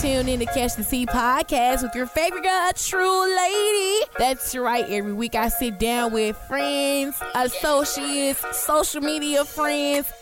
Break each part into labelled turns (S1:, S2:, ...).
S1: tune in to Catch the Tea podcast with your favorite girl, a true lady. That's right. Every week I sit down with friends, associates, social media friends,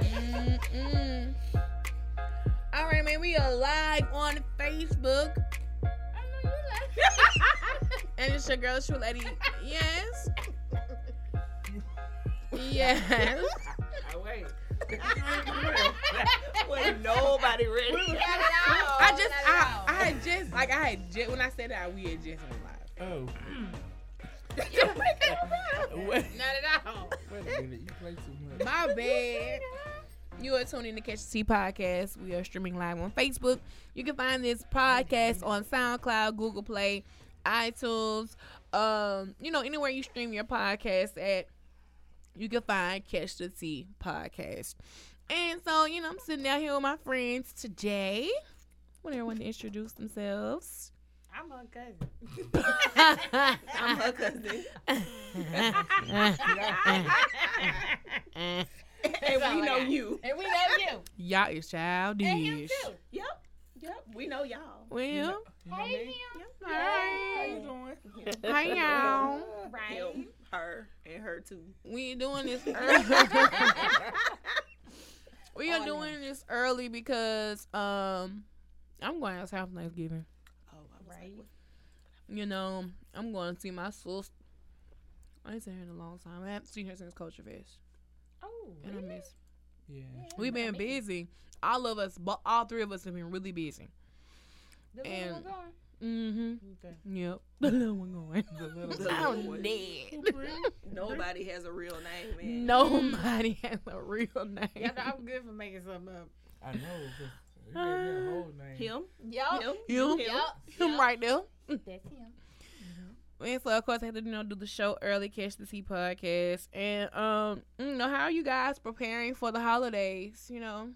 S1: Mm-mm. All right, man, we are live on Facebook, and it's your girl, True Lady. Yes. Yes.
S2: Wait. Wait, nobody ready.
S1: I just, I, I had just, like, I had just, when I said that, we had just went live.
S2: Oh,
S3: Wait,
S1: Not at all.
S3: wait a minute, you play too much.
S1: My bad. You are tuning in to Catch the Tea podcast. We are streaming live on Facebook. You can find this podcast on SoundCloud, Google Play, iTunes, um, you know, anywhere you stream your podcast at. You can find Catch the Tea podcast. And so, you know, I'm sitting down here with my friends today. Want everyone to introduce themselves.
S4: I'm her cousin.
S2: I'm her cousin. And we know you.
S4: And we know you.
S1: Y'all is childish.
S4: And him too.
S2: Yep. Yep. We know y'all.
S1: Well,
S3: You know me? How you
S1: hi.
S3: doing?
S1: Hi, y'all.
S4: Right.
S2: Him, her, and her too.
S1: We doing this We are
S2: On
S1: doing this early because um I'm going outside for Thanksgiving.
S2: Oh, I was
S4: Right.
S2: like, what?
S1: You know, I'm going to see my sister. I ain't seen her in a long time. I haven't seen her since Culture Fest,
S4: Oh,
S1: and I miss.
S3: Yeah.
S1: We've been busy. All of us, but all three of us have been really busy. and- Mm-hmm.
S3: Okay.
S1: Yep. The little one going.
S3: The little
S2: The little
S1: I'm
S2: one.
S1: dead.
S2: Nobody has a real name, man.
S1: Nobody has a real name.
S4: Y'all know I'm good for making something up.
S3: I know, but you gave me a whole name.
S2: Him,
S4: Yup.
S2: him,
S1: You?
S2: him.
S1: Him right there.
S4: That's him.
S1: And so of course I had to you know do the show early, catch the sea podcast, and um, you know how are you guys preparing for the holidays? You know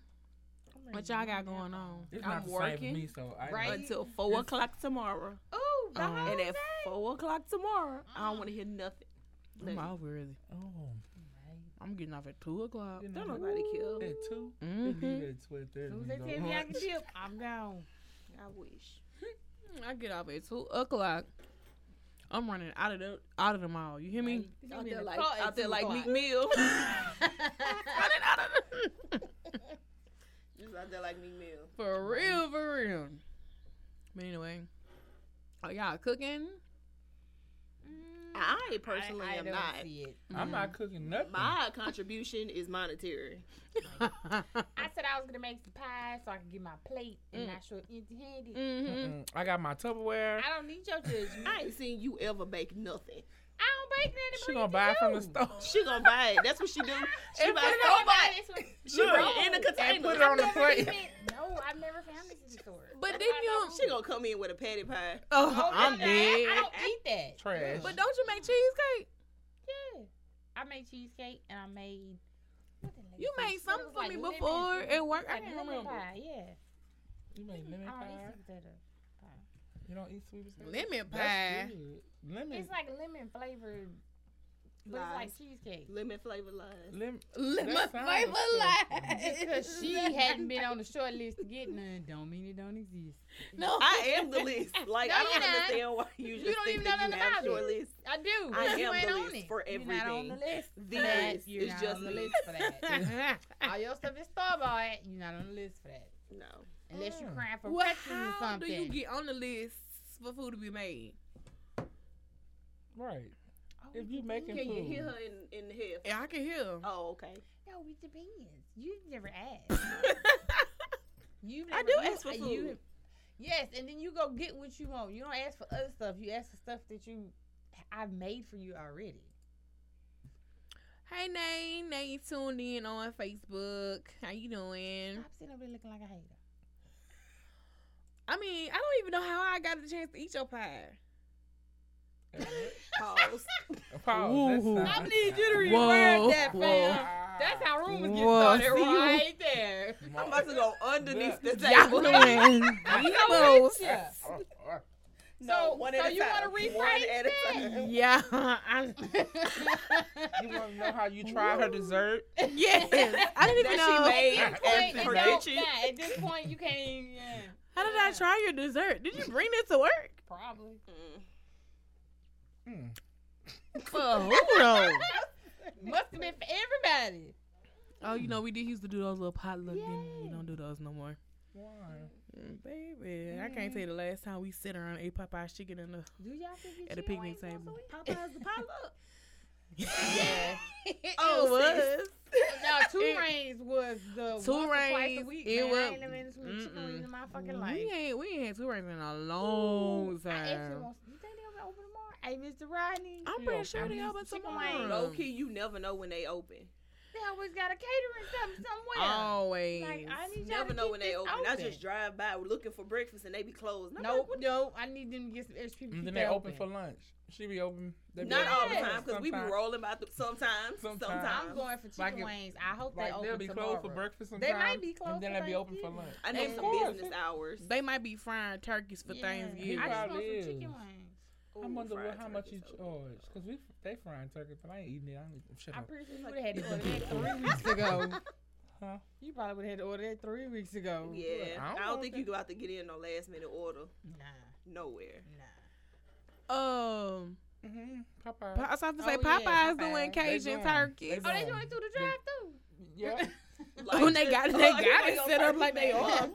S1: what y'all got going on
S3: It's
S2: I'm
S3: not the same
S2: working,
S3: for me, so I
S4: right?
S2: Until four
S3: It's-
S2: o'clock tomorrow,
S4: Oh, the
S1: Oh.
S4: whole
S2: and at
S4: thing.
S2: four o'clock tomorrow, I don't want to hear nothing.
S1: I'm
S2: Nothing.
S1: off early.
S3: Oh,
S1: I'm getting off at two o'clock.
S3: you
S2: Don't
S3: know,
S2: nobody kill.
S3: At two, they
S1: hmm
S3: leave at twelve thirty.
S4: Soon as they
S3: you
S4: tell
S3: know.
S4: me I can chip, I'm gone.
S2: I wish.
S4: Mm-hmm.
S1: I get off at two o'clock. I'm running out of the out of the mall. You hear me?
S4: Leave
S2: Out
S4: me in
S2: there
S4: the
S2: like,
S4: car at
S2: out there
S4: two
S2: like
S4: o'clock.
S2: Meek Mill.
S1: running out of the
S2: Just out there like Meek Mill.
S1: for real, for real. But anyway, are y'all cooking?
S4: Mm,
S2: I personally
S4: I
S2: am
S4: don't
S2: not.
S4: see it.
S3: I'm not cooking nothing.
S2: My contribution is monetary.
S4: I said I was gonna make some pie so I can get my plate and
S1: Mm.
S4: not show empty-handed.
S1: mm-hmm.
S3: Mm-mm. I got my Tupperware.
S4: I don't need your judgment.
S2: I ain't seen you ever bake nothing.
S4: I don't bake nothing.
S3: She
S4: but
S3: gonna
S4: you
S3: buy it
S4: do.
S3: from the store.
S2: She gonna buy it. That's what she do. She
S3: And
S2: buy
S3: put it
S2: so
S4: I
S2: much.
S4: buy this one.
S2: She bring it in the
S3: And put it
S2: container.
S3: on the
S4: Never
S3: plate.
S4: even- No, I've never found this before.
S1: But
S4: That's
S1: then
S4: why I
S1: you-
S4: don't-
S2: She gonna come in with a patty pie.
S1: Oh,
S4: Oh,
S1: I'm
S4: yeah, I- I
S1: dead.
S4: don't eat that.
S3: Trash.
S1: But don't you make cheesecake?
S4: Yeah. I made cheesecake and I made. what the hell
S1: You
S4: is
S1: made
S4: this?
S1: something
S4: It was
S1: for
S4: like
S1: me
S4: lemon-
S1: before at work. I
S4: like
S1: can't
S4: lemon
S1: remember.
S4: pie, Yeah.
S3: You make lemon
S4: I don't eat
S3: pie.
S4: sweet potato. pie.
S3: You don't eat sweet potato.
S1: Lemon
S3: That's good. Lemon.
S4: It's like lemon flavored, but it's like cheesecake.
S2: Lemon flavored lies.
S3: Lemon.
S1: Lemon
S3: That
S1: flavor
S3: sounds
S1: lies.
S4: Just because she hadn't been on the short list to get none, don't mean it don't exist.
S1: No,
S2: I am the list. Like
S4: No,
S2: I
S4: you're
S2: don't
S4: not.
S2: understand why you just
S4: don't even
S2: think that
S4: know
S2: you
S4: nothing
S2: have
S4: about
S2: your
S4: it.
S2: list.
S4: I do.
S2: I
S4: but you
S2: am
S4: ain't
S2: the
S4: on
S2: list
S4: it.
S2: for
S4: You're not on the
S2: everything.
S4: list.
S2: The
S4: for that.
S2: list
S4: You're
S2: is
S4: not
S2: just
S4: on the
S2: me.
S4: list for that. All your stuff is store bought. You're not on the list for that.
S2: No.
S4: Unless you're
S3: Mm.
S4: crying for
S1: well,
S4: breakfast or
S1: how do
S4: something.
S1: you get on the list for food to be made?
S3: Right.
S4: Oh,
S3: If you making
S2: Can
S3: food,
S2: you hear her in, in the head?
S5: Yeah, I can hear. him.
S2: Oh, okay.
S4: No, it depends. You never ask. You never,
S2: do
S4: you-
S2: ask for
S4: uh,
S2: food.
S4: yes, and then you go get what you want. You don't ask for other stuff. You ask for stuff that you I've made for you already.
S5: Hey, Nate. Nate, you tuned in on Facebook. How you doing?
S4: Stop sitting over there looking like a hater.
S5: I mean, I don't even know how I got the chance to eat your pie.
S2: Pause.
S3: Pause.
S5: Ooh.
S3: That's
S5: I
S3: not,
S4: I need you to reword
S5: Whoa.
S4: that, fam.
S3: Wow.
S4: That's how rumors get
S5: Whoa,
S4: started
S5: see you.
S4: right there.
S2: I'm about to go underneath the
S5: Y'all
S2: table.
S5: doing?
S4: You know
S5: Close.
S4: what? Yeah. So- so you wanna rephrase
S2: time.
S5: Yeah, I,
S3: You want to know how you try her dessert?
S5: yes. I didn't
S2: That
S5: even know.
S2: she made
S4: At this point,
S2: at
S4: it
S2: her
S4: don't-
S2: kitchen.
S4: nah, at this point, you can't even. Yeah,
S5: How did I try your dessert? Did you bring it to work?
S4: probably.
S3: Mm.
S5: For who though?
S4: Must have been for everybody.
S5: Oh, you know we did used to do those little potluck. Then we
S4: Yeah.
S5: don't do those no more.
S3: Why?
S5: Mm, Baby, I can't tell you the last time we sit around and ate Popeye's chicken in the.
S4: Do y'all think you
S5: At a
S4: cheat
S5: picnic
S4: once
S5: table.
S4: once
S2: Popeye's the potluck.
S5: Yeah.
S4: a week?
S5: oh, it
S2: sis.
S5: was.
S4: No, two
S5: It-
S4: rains was the
S5: Two
S4: once or twice a
S5: Rains,
S4: week.
S5: it
S4: man. I
S5: was-
S4: ain't never been to a chicken
S5: Mm-mm.
S4: wings in my fucking life.
S5: Mm, We ain't we ain't had two rings in a long
S4: I actually
S5: time.
S4: want. You think they open tomorrow? Hey, Mr. Rodney,
S5: I'm
S3: Yeah,
S5: pretty sure
S3: I
S5: they
S3: miss
S5: open
S4: chicken
S2: Low
S5: tomorrow.
S2: key, you never know when they open.
S4: they always got a catering something somewhere.
S5: Always.
S4: Like I need
S2: You
S4: y'all
S2: never
S4: to
S2: know
S4: keep
S2: when they
S4: this
S2: open. I just drive by looking for breakfast and they be closed. And I'm
S4: Nope,
S2: like,
S4: nope. I need them to get some extra people.
S3: And then they open for lunch. She be open. They
S2: what-
S3: be
S2: Not all the
S4: Yes.
S2: time because we be
S3: Sometime.
S2: rolling by th- sometimes.
S3: Sometime.
S2: Sometimes.
S4: I'm going for
S3: Like
S4: chicken
S3: if-
S4: wings. I hope
S3: Like
S4: they open
S3: they'll be
S4: tomorrow.
S3: closed for breakfast
S4: They
S3: sometimes.
S4: might be closed
S3: And then they be
S4: for
S3: open for
S4: Thanksgiving.
S3: lunch.
S2: I know
S5: Of
S2: some
S3: course.
S2: business hours.
S5: They might be frying turkeys for
S4: Yeah.
S5: Thanksgiving.
S4: I just
S3: Probably
S4: want some
S3: is.
S4: chicken wings.
S2: Ooh,
S3: I wonder
S2: fried
S3: what, how much you
S2: turkey's
S3: charge.
S2: so good.
S3: 'Cause we they frying turkey, but I ain't eating it. I'm shut
S4: I'm
S3: up.
S4: pretty sure you would have had to
S3: It's
S4: order
S3: like-
S4: that three weeks ago.
S3: Huh?
S4: You probably would have had to order that three weeks ago.
S2: Yeah,
S3: I
S2: I
S3: don't
S2: don't,
S3: know
S2: think
S3: if
S2: you go out to get in no last minute order
S4: Nah,
S2: nowhere.
S4: nah.
S5: Um,
S3: Mm-hmm. Popeye.
S5: P- I was about to say
S4: Oh, yeah,
S5: Popeye's
S4: Popeye.
S5: doing
S4: They
S5: Cajun
S3: doing-
S5: turkey.
S3: they
S4: Oh, they
S3: Um,
S4: doing it through the
S3: they-
S4: drive-through.
S3: yeah,
S5: When they got it, they
S2: Like,
S5: got
S2: like
S5: it
S2: on
S5: set up
S2: Turkey
S5: like they
S2: Man.
S5: are.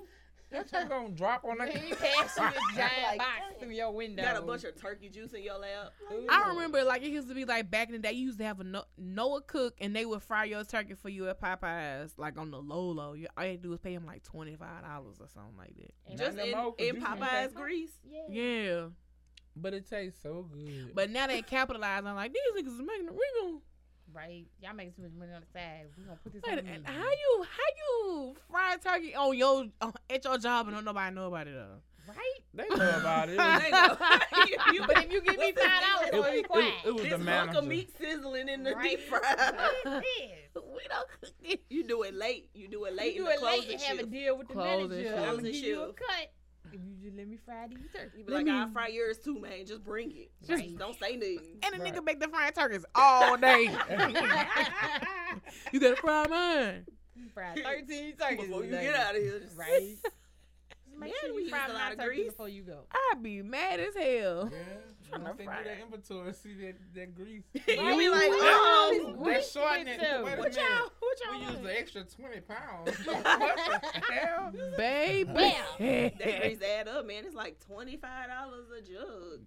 S3: that turkey gonna drop on that.
S4: He passed you this giant
S2: Like,
S4: box through your window.
S2: Got a bunch of turkey juice in your lap.
S5: I remember like it used to be like back in the day you used to have a No- Noah cook and they would fry your turkey for you at Popeyes like on the low low. You all you had to do was pay him like twenty five dollars or something like that.
S4: And
S2: Just
S3: no
S2: in,
S3: more, 'cause
S2: in
S3: you can't
S2: Popeye's
S4: taste
S2: grease.
S4: Yeah.
S5: Yeah,
S3: But it tastes so good.
S5: but now they capitalize on like these niggas is making we gonna
S4: Right. Y'all making too much money on the side. We gonna put this.
S5: wait,
S4: on
S5: and
S4: you.
S5: how you how you fry turkey on your on, at your job and don't nobody know about it though.
S4: Right.
S3: they know about it. It was,
S2: They know. You- you-
S4: But if you give me
S2: What's this
S4: five
S2: nigga?
S3: it,
S4: dollars,
S3: was-
S4: I'll be
S3: it, was-
S4: quiet.
S3: it was the
S2: this hunk
S3: manager.
S2: of meat sizzling in the
S4: Right.
S2: deep fryer.
S4: What is this?
S2: we don't cook this. You do it late. You do it late
S4: you
S2: in
S4: do
S2: the
S4: it late
S2: closing
S4: and have a
S2: shift.
S4: deal with the
S5: Closing
S4: manager.
S5: shift.
S4: I'm gonna
S2: Closing
S4: give you a
S2: shift.
S4: cut. If you just let me fry these turkey.
S2: You be like, I'll fry yours too, man. Just bring it.
S4: Just-
S2: Just don't say nothing.
S5: And the
S3: Right.
S5: nigga make the fried turkeys all day. you gotta fry mine.
S4: fry thirteen turkeys
S2: Before you
S4: today.
S2: get out of here. just-
S4: Right. Just
S2: Man,
S4: make sure
S2: we
S4: you fry
S2: used a lot
S4: my
S2: of
S4: turkey
S2: grease.
S4: before you go.
S5: I'd be mad as hell.
S3: Yeah,
S5: Tryna
S3: once they do
S5: fry
S3: that
S5: it.
S3: inventory, see that, that grease.
S2: You
S4: Right.
S2: be like,
S4: What?
S2: oh.
S4: Grease
S3: They
S4: with
S3: shorten it.
S4: too.
S3: Wait a
S4: What
S3: minute.
S5: What
S3: We
S5: y'all
S3: use
S5: want?
S3: the extra twenty pounds. what the hell?
S2: That
S5: Baby.
S2: grease add up, man. It's like $25 a jug.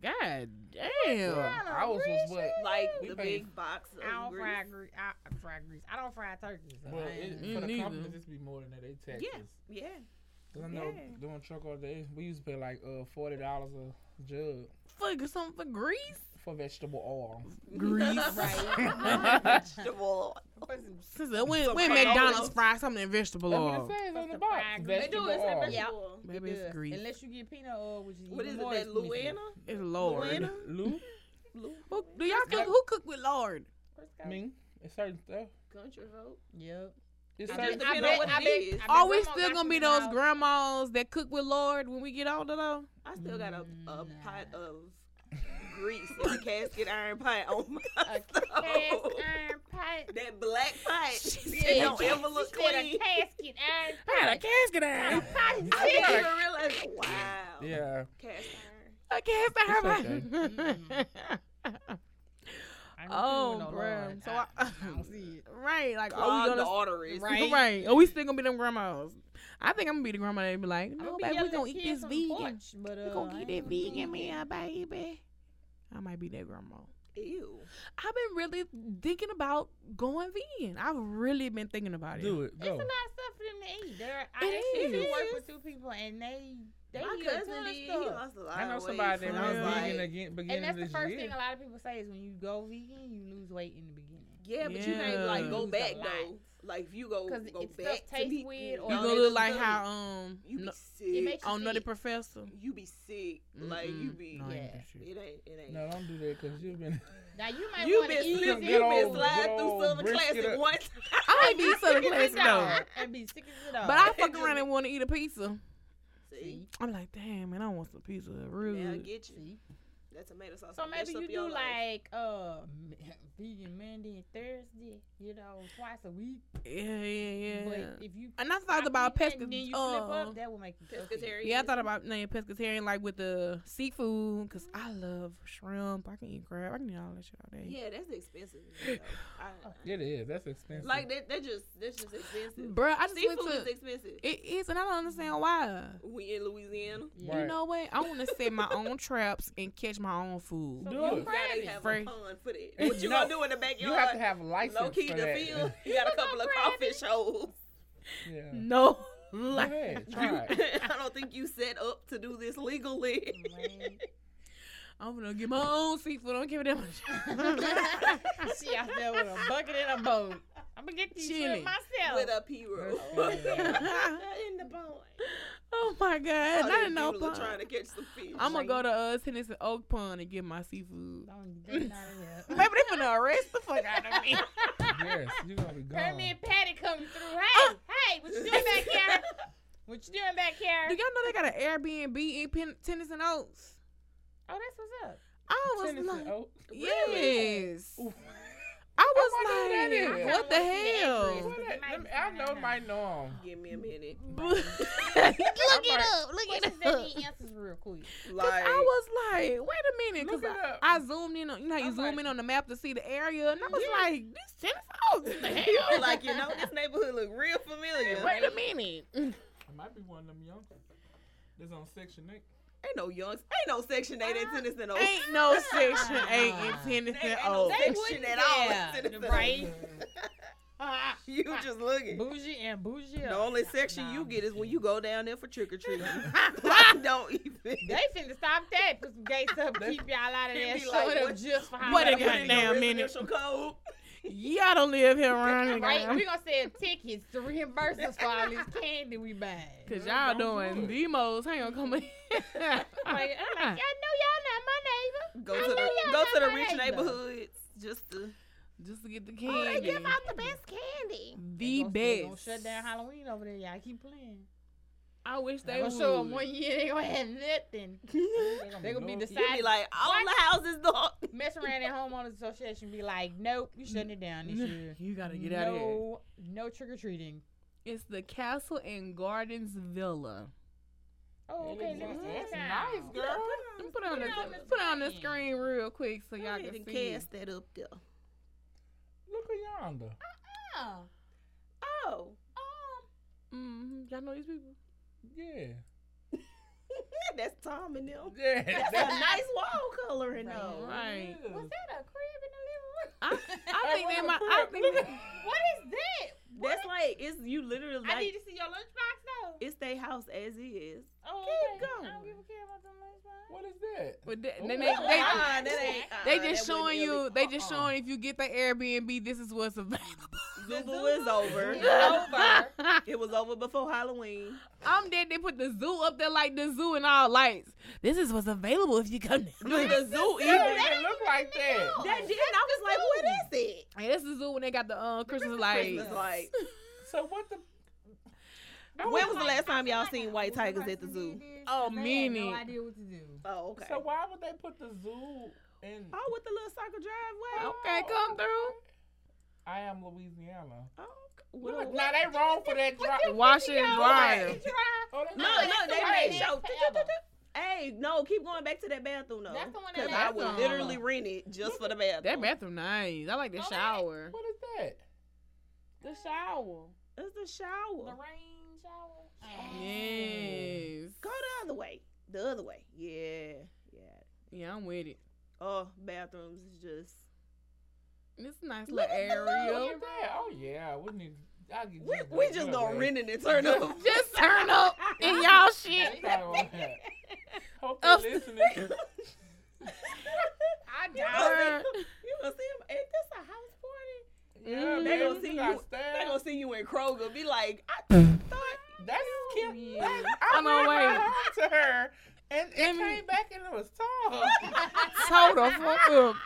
S5: God damn.
S3: Ours was what?
S2: Like
S3: We
S2: the
S3: pay-
S2: big box
S4: I
S2: of
S4: don't
S2: grease.
S4: fry grease. I, I fry grease. I don't fry turkeys. So
S3: Well,
S4: I
S3: it,
S4: ain't-
S5: Mm,
S3: for the
S5: neither.
S3: companies, it's be more than that. They taxes.
S2: Yeah. Yeah.
S3: Cause I know
S2: Yeah.
S3: doing truck all day, we used to pay like uh forty dollars a jug
S5: Fuck something for grease.
S3: for vegetable oil.
S5: Grease.
S4: right.
S2: Vegetable.
S4: Put some
S5: Since when,
S2: Some
S5: when
S2: crayolas.
S5: McDonald's fry something in vegetable
S3: That's what
S5: oil,
S3: it says on
S4: Fuck
S3: the
S4: the
S3: box.
S4: fried grease.
S2: They do.
S3: Vegetable
S2: It's
S3: oil.
S2: a
S4: Yeah.
S2: vegetable.
S5: baby,
S4: It does,
S5: it's grease.
S4: Unless you get peanut oil, which is
S2: What
S4: even
S2: is it?
S4: more
S2: That Luana?
S5: It's lard.
S2: Luana?
S3: Lou,
S2: Lu-
S5: Who, do y'all cook? Who cook with lard?
S3: I mean, it's certain stuff.
S2: Country vote.
S4: Yep.
S3: It's
S2: I
S3: certain
S2: just- I
S3: stuff.
S2: bet- I bet- I bet
S5: Are Oh, we still gonna be those
S4: uh,
S5: grandmas that cook with lard when we get older though?
S2: I still got a, a
S4: Mm,
S2: pot
S4: nah.
S2: of grease in a casket iron pot on my stove.
S4: Cast iron pot.
S2: That black pot.
S4: Yeah,
S2: oh. It don't
S4: she-
S2: ever
S4: she
S2: look
S4: said
S2: clean.
S4: A casket iron
S5: I got a
S4: pot.
S5: casket iron.
S2: I didn't even realize. Wow.
S3: Yeah.
S2: Cast iron.
S5: A cast iron.
S3: It's
S4: I don't
S5: oh,
S4: feel no
S5: bro.
S4: lard.
S5: So
S4: I,
S5: I,
S4: I don't see it.
S5: right, like are
S2: Clogged
S5: we
S2: the
S5: gonna?
S2: arteries.
S4: Right.
S5: Right. Are we still gonna be them grandmas? I think I'm gonna be the grandma that be like,
S4: I'ma
S5: no,
S4: be
S5: baby, Oh, we
S4: yelling
S5: gonna
S4: at
S5: eat
S4: kids
S5: this
S4: on the
S5: vegan.
S4: porch, but, uh,
S5: We gonna
S4: I
S5: get
S4: ain't
S5: that
S4: gonna do
S5: vegan
S4: it.
S5: meal, baby. I might be that grandma.
S2: Ew.
S5: I've been really thinking about going vegan. I've really been thinking about it.
S3: Do it.
S4: It's a
S3: Go.
S4: lot of stuff for them to eat. They're, I
S5: It
S4: actually
S5: is.
S4: do work with two people and they they
S2: My
S4: eat a
S2: cousin
S4: ton of
S2: did. He
S4: stuff.
S2: lost a lot
S3: I know
S2: of weight
S3: somebody
S2: from
S3: that
S5: I
S3: went
S2: like-
S3: vegan again beginning
S4: And that's the
S3: this
S4: first
S3: year.
S4: thing a lot of people say is when you go vegan, you lose weight in the beginning.
S2: Yeah, but you can't
S5: Yeah.
S2: like go
S4: Lose a
S2: back
S4: lot.
S2: though. Like if you go
S4: Because
S2: go
S4: it- stuff
S2: back to
S4: tastes
S2: meat,
S4: weird
S2: no,
S4: or-
S5: You
S2: that
S5: gonna look
S2: is
S5: like
S2: good.
S5: how um
S2: you be
S5: no,
S2: sick.
S4: makes
S5: on Nutty
S4: sick.
S5: Professor.
S2: you be sick. Like you
S5: Mm-mm.
S2: be.
S5: No, I ain't
S4: Yeah.
S5: do shit.
S2: It ain't. It ain't.
S3: No, don't do that because you've been.
S4: Now you might
S2: You
S4: want to
S2: been
S4: eat
S2: slipping.
S3: good
S2: You been
S3: old- good
S2: sliding through
S3: old
S2: Southern
S3: brisket
S2: Classic
S3: up.
S2: once.
S5: I ain't be Southern
S4: sick as
S5: classic
S4: a
S5: though.
S4: dog. And be sick as a dog.
S5: But I fuck around and want to eat a pizza.
S2: See,
S5: I'm like, damn, man, I want some pizza.
S2: now
S5: Really?
S2: get you.
S4: See?
S2: That tomato sauce.
S4: So
S2: will mess
S4: maybe
S2: up
S4: you
S2: your
S4: do
S2: life.
S4: like uh vegan Monday and Thursday, you know, twice a week.
S5: Yeah, yeah, yeah.
S4: But if you
S5: And I thought about
S4: eating that
S5: pesca.
S4: and then you flip
S5: Uh,
S4: up, that will make you so sick.
S2: pescatarian.
S5: yeah, I thought about name pescatarian like with the seafood because I love shrimp. I can eat crab. I can eat all that shit all day.
S2: Yeah, that's expensive. you know. I-
S3: It is. That's expensive.
S2: Like that. That just. That's just expensive.
S5: Bruh, I just
S2: Seafood
S5: went
S2: is
S5: to.
S2: expensive.
S5: It is, and I don't understand why.
S2: We in Louisiana.
S4: Yeah.
S3: Right.
S5: You know what? I want to set my own traps and catch my own food.
S4: So
S3: Do
S4: you
S3: it.
S2: Gotta have
S5: Free.
S2: a pond for that.
S3: And
S2: What you
S3: no,
S2: gonna do in the backyard?
S3: You have to have a license
S2: low key
S3: for
S2: the
S3: that.
S2: field. You got a couple of crawfish holes.
S3: yeah.
S5: No,
S3: Go
S5: like
S3: ahead.
S2: You,
S3: Try it.
S2: I don't think you set up to do this legally.
S4: crazy.
S5: I'm gonna get my own seafood. Don't give it that much.
S4: she out there with a bucket and a boat. I'm gonna get these shrimp
S5: Chilling.
S4: myself.
S2: with a P roll.
S3: That's good.
S2: in the pond.
S5: oh my god, not in no pond.
S2: trying to catch some fish.
S5: I'm gonna go to uh, Tennessee Oak Pond and get my seafood.
S4: Don't get out of
S5: Maybe
S4: here.
S5: they finna arrest the fuck out of me.
S3: yes, you're gonna be gone.
S4: Permit Patty coming through. Hey, hey, what you doing back here? What you doing back
S5: Do
S4: here?
S5: y'all know they got an Airbnb in Pen- Tennessee Oaks?
S4: Oh, that's what's up.
S5: I was
S3: Tennessee oh,
S5: like,
S3: oak.
S2: Really?
S5: yes.
S3: Ooh.
S5: I
S3: I
S5: was
S3: wonder
S5: like,
S3: who that
S5: what the
S4: is. I kinda wanna see the
S5: hell?
S4: address.
S3: Well, that-
S4: Might
S3: let me- I
S4: find
S3: know,
S4: out.
S3: might know him.
S2: Give me a minute.
S5: Look
S3: it
S5: up. Look
S4: Questions that need answers real quick.
S2: Like,
S5: I was like, wait a minute,
S3: Look
S5: because
S3: it up.
S5: I, I zoomed in on you know how you
S3: I'm
S5: zoom
S3: like-
S5: in on the map to see the area, and I was
S3: Yeah.
S5: like, this Tennessee Oaks, what the hell?
S2: like you know, this neighborhood look real familiar.
S5: wait a minute.
S3: It might be one of them youngsters. That's on section eight.
S2: Ain't no youngs. Ain't no section eight
S5: Ah,
S2: in Tennessee. No.
S5: Ain't no section eight in
S2: Ain't-
S5: Tennessee
S2: ain't no
S5: Oaks.
S2: section at all.
S4: Yeah,
S2: in Tennessee.
S4: right.
S2: You
S5: Ah.
S2: just looking.
S4: bougie and bougie.
S2: The only section you get is when you go down there for trick or treating. don't even.
S4: They finna stop that. Put some gates up.
S3: They-
S4: keep y'all out of
S2: They
S4: there.
S2: be
S4: Show
S2: like,
S4: it up
S2: what-
S4: just for how
S5: what
S4: they
S5: a
S4: want it.
S5: goddamn minute.
S2: Residential code.
S5: Y'all don't live here around
S4: Right?
S5: here.
S4: We gonna sell tickets to reimburse us for all this candy we buy.
S5: Cause y'all
S3: Don't
S5: doing
S3: do
S5: demos. Hang on, come in.
S4: I'm like, ah. I'm like, y'all know y'all not my neighbor.
S2: Go
S4: I
S2: to the
S4: know y'all
S2: go to the
S4: not
S2: rich
S4: right, though.
S2: neighborhoods just to.
S5: Just to get the
S4: Oh, they
S5: candy.
S4: give out the best candy.
S5: the
S4: They gonna
S5: best.
S4: shut down Halloween over there. Y'all keep playing.
S5: I wish
S4: They
S5: they
S4: gonna
S5: would.
S4: show them one year. They gonna have nothing. They gonna be
S3: low-key.
S2: You be
S4: deciding.
S2: like all
S4: What?
S2: the houses dark.
S4: Mess around at homeowners association. Be like, nope, you shutting it down this year.
S5: You gotta get
S4: no,
S5: out of here.
S4: No trick or treating.
S5: It's the Castle and Gardens Villa.
S4: Oh, okay. Let me see
S3: That's
S4: it now.
S3: nice, girl.
S5: Let me put it on the
S4: it on the
S5: put it on the
S4: screen.
S5: screen real quick so y'all
S2: Go ahead
S5: can
S2: and
S5: see. it.
S2: cast that up there.
S3: Look at yonder.
S4: Oh,
S2: Oh,
S5: Mhm, Y'all know these people.
S3: Yeah.
S2: that's Tom and them. Oh,
S3: Yeah.
S2: That's
S3: that-
S2: a nice wall coloring
S4: Right.
S2: though.
S5: Right.
S3: yeah.
S4: was that a crib
S5: I, I think they
S3: want a
S5: might. I
S3: crib. Look
S5: think.
S4: in the living room? What is that?
S2: That's like it's you literally
S4: I need
S2: like
S4: to see your lunchbox though.
S2: it's their house as is.
S4: oh,
S2: keep
S4: okay. I
S2: going.
S4: don't give a care about them lunchbox.
S3: What is that?
S5: But they,
S3: Ooh.
S5: they, they, they,
S2: Uh-uh, that ain't, uh-uh,
S5: they just
S2: that wouldn't
S5: showing you.
S2: be-
S5: They just
S3: Uh-uh.
S5: showing if you get the Airbnb, this is what's available.
S2: Zubu is over.
S4: It's over.
S2: It was over before Halloween.
S5: I'm dead. They put the zoo up there like the zoo and all lights. This is what's available if you come. to-
S2: Do the zoo
S3: It don't
S2: even?
S3: even look like that.
S2: That did. I was like, what is it?
S5: Hey, this is the zoo when they got the uh, Christmas lights.
S2: Christmas lights.
S3: So what the?
S2: When was the last time y'all seen white tigers at the zoo?
S5: Oh,
S4: man.
S5: meanie.
S4: No idea what to do.
S2: Oh, okay.
S3: So why would they put the zoo in?
S2: Oh, with the little circle driveway.
S5: Okay, come through.
S3: I am Louisiana.
S2: Oh, okay.
S3: Look,
S2: Well,
S3: now they wrong for that drop.
S5: Wash it and dry.
S4: Dry.
S5: it.
S3: Oh, they
S2: No,
S3: wrong.
S2: no,
S4: that's the
S2: they
S4: one
S2: made
S4: that's
S2: show.
S4: forever.
S2: Hey, no, keep going back to that bathroom though.
S4: That's the one that
S2: Because I
S4: lasts
S2: would
S5: forever.
S2: literally rent it just for the bathroom.
S5: That bathroom nice. I like the
S4: Oh, that-
S5: shower.
S3: What is that?
S5: The shower.
S2: It's the
S4: The
S2: shower.
S4: rain shower.
S5: Yes.
S2: Go the other way. The other way. Yeah, yeah.
S5: Yeah, I'm with it.
S2: Oh, bathrooms is just.
S5: It's a nice
S4: Look
S5: little
S4: at the
S5: area.
S3: Yeah, Oh yeah, we need. I get
S2: We,
S3: just
S2: we
S3: that
S2: just
S3: one
S2: gonna
S3: way.
S2: rent it and turn up.
S5: Just turn up in y'all
S3: They
S5: shit.
S3: probably won't have- Hope
S5: Up-
S3: they're listening.
S4: I
S2: Yeah.
S4: died.
S2: You gonna see them? Ain't this a house party?
S3: Yeah,
S5: Mhm.
S3: they
S2: Mm-hmm. gonna
S3: gonna
S2: see
S3: see
S2: you- They gonna see you in Kroger. Be like, I thought.
S3: That's Kim.
S4: Yeah.
S3: That's,
S5: I
S3: I
S5: know,
S3: went
S5: wait.
S3: right to her, and it
S5: Let me-
S3: came back and it was tall.
S5: Told the fuck up.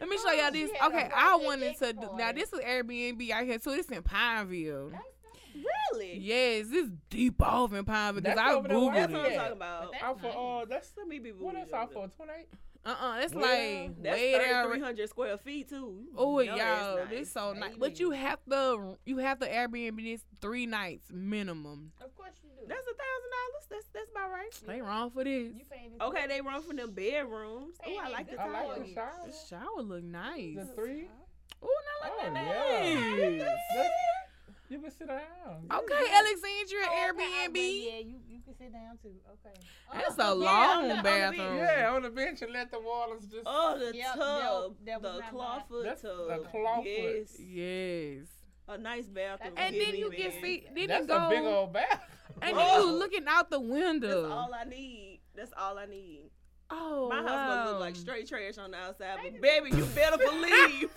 S5: Let me show
S4: Oh,
S5: y'all
S4: she
S5: this.
S4: had a
S5: Okay, I
S4: project
S5: wanted to. Do, now
S4: export.
S5: this is Airbnb out here too. This in Pineville.
S2: Really?
S5: Yes, this deep off in Pineville because
S3: That's
S5: I
S3: over there where
S5: googled
S2: That's
S3: I'm
S5: it.
S2: what I'm
S3: Yeah.
S2: talking about.
S4: That's
S3: Out for uh, that's
S2: Some people.
S3: what that's out for twenty eight.
S5: Uh uh it's
S3: Well,
S5: like
S2: That's
S5: way down.
S2: 3,300 square feet too.
S5: Oh
S2: No, that's
S5: y'all,
S2: nice.
S5: this so nice.
S4: Baby.
S5: But you have to you have to Airbnb this three nights minimum.
S4: Of course you do.
S2: That's a thousand dollars. That's that's about right.
S5: They wrong for this.
S4: you paying this
S2: Okay, they run from them bedrooms. Oh, I
S4: Hey,
S2: like the
S4: this
S3: I
S4: how
S2: towel.
S4: it
S3: like the
S4: is.
S3: shower.
S5: The shower look nice.
S3: The three.
S5: Oh, not like
S3: Oh,
S5: that.
S3: yeah.
S5: nice.
S3: That's, you can sit down.
S2: Oh.
S5: Okay, Alexandria
S4: Oh, okay, I- but
S5: Airbnb.
S4: Yeah, you, you can sit down too. Okay.
S5: That's
S4: Uh,
S5: a long bathroom.
S3: Yeah, on the bench and let the waters just.
S2: Oh, the
S4: Yep,
S2: tub,
S4: nope, that was
S2: the
S4: not
S2: clawfoot
S3: That's
S2: tub.
S3: a clawfoot.
S2: Yes,
S5: Yes.
S2: a nice bathroom.
S5: And
S2: Give
S5: then
S2: me,
S5: you can
S2: man.
S5: see. Then
S3: that's
S5: you go.
S3: a big old bath.
S2: Oh.
S5: and then you looking out the
S2: That's
S5: window.
S2: all I need. That's all I need.
S5: oh,
S2: My house
S5: wow.
S2: gonna look like straight trash on the outside, but baby, you better believe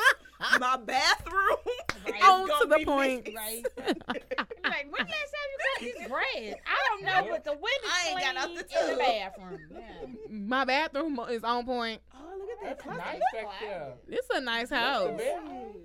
S2: my bathroom.
S4: Right.
S2: is
S5: On
S2: gonna
S5: Oh, to the
S2: be
S5: point.
S2: nice.
S4: Right. I'm like, when last time you got this grass? I don't know, but the windows
S2: I ain't
S4: clean
S2: got out the
S4: in the
S2: tub.
S4: bathroom. Yeah.
S5: My bathroom is on point.
S2: Oh, look at that.
S3: That's
S2: closet.
S3: nice back there.
S5: This a nice
S3: That's a
S5: house.
S3: big-
S4: So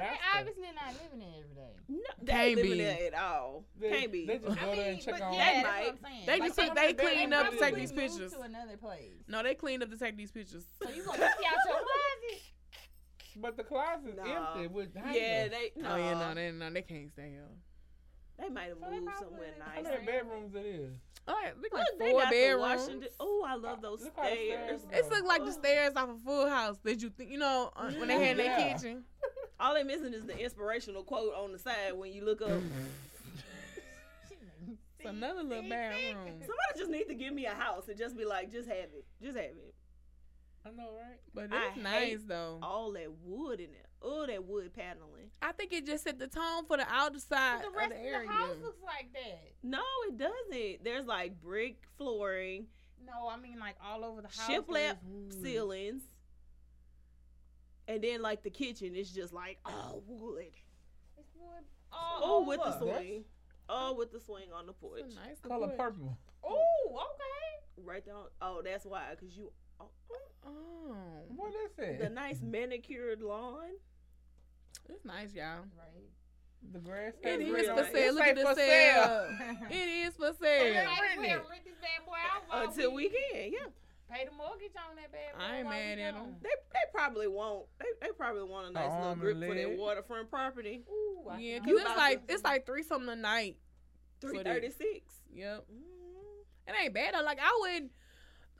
S4: they obviously not living there every day.
S2: No, they
S5: Can't
S2: ain't
S5: be.
S2: living there at all. Can't be.
S3: They just go there and check
S4: but
S3: on.
S4: yeah,
S2: that.
S4: that's what I'm saying.
S5: They just think they
S3: they
S5: clean up to take
S3: probably
S5: these
S4: moved
S5: pictures.
S4: to another place.
S5: No, they cleaned up to take these pictures.
S4: So you gonna see out your closet?
S3: But the closet's
S2: Nah.
S3: empty with
S2: yeah,
S3: hangers.
S2: they. No,
S5: Oh yeah, no, they no, they can't stay here.
S2: they, might have
S4: So they
S2: moved
S4: probably
S2: somewhere
S4: didn't
S2: nice.
S4: come
S3: How many bedrooms it is?
S5: Oh, yeah, look like
S2: Look, they
S5: four
S2: got the
S5: bedrooms.
S2: Washington. Oh, I love those
S3: Look how the
S2: stairs.
S3: stairs
S5: It's look like the
S2: Oh.
S5: stairs off a Full House that you think you know uh, when they had in their
S3: Yeah.
S5: kitchen.
S2: All they missing is the inspirational quote on the side when you look up.
S4: She like,
S5: It's another little bedroom,
S2: Somebody just need to give me a house and just be like, just have it, just have it.
S3: I know, right?
S5: but
S2: I
S5: it's
S2: hate-
S5: nice though.
S2: All that wood in there. Oh, that wood paneling.
S5: I think it just set the tone for the outside
S4: The
S5: of
S4: rest
S5: the
S4: of
S5: area.
S4: the house looks like that.
S2: No, it doesn't. There's like brick flooring,
S4: No, I mean like all over the house.
S2: Shiplap
S4: there's wood.
S2: ceilings, and then like the kitchen is just like all wood.
S4: It's wood. all
S2: Oh, with the
S4: over.
S3: sword.
S2: swing. Oh, with the swing on the porch.
S5: It's a nice
S3: Color
S5: little-
S3: purple.
S4: Ooh, okay.
S2: Right there. on- Oh, that's why, cause you. Oh,
S5: Oh,
S3: What is it?
S2: the nice manicured lawn.
S5: it's nice, y'all.
S4: Right.
S3: The grass.
S5: It
S2: It's
S3: is
S5: is
S2: real
S5: for
S2: nice.
S5: sale.
S3: It's
S5: Look
S3: like
S5: at the
S3: for
S5: sale. It
S4: Hey,
S5: is for
S4: man,
S5: sale.
S3: rent
S4: I swear,
S3: it.
S4: rent this bad boy out while
S2: Until we can, yeah.
S4: pay the mortgage on that bad boy.
S5: I ain't
S4: while we
S5: mad at 'em.
S4: gone.
S2: They they probably won't. They, they probably want a nice little
S3: arm
S2: grip
S3: and
S2: for their
S3: leg.
S2: waterfront property.
S4: Ooh, I
S5: Yeah,
S4: can-
S5: cause
S2: You
S5: it's
S2: about
S5: like
S2: to-
S5: it's like three something a night.
S2: Three
S5: For that.
S2: thirty six.
S5: Yep, it ain't bad. Though. Like I would,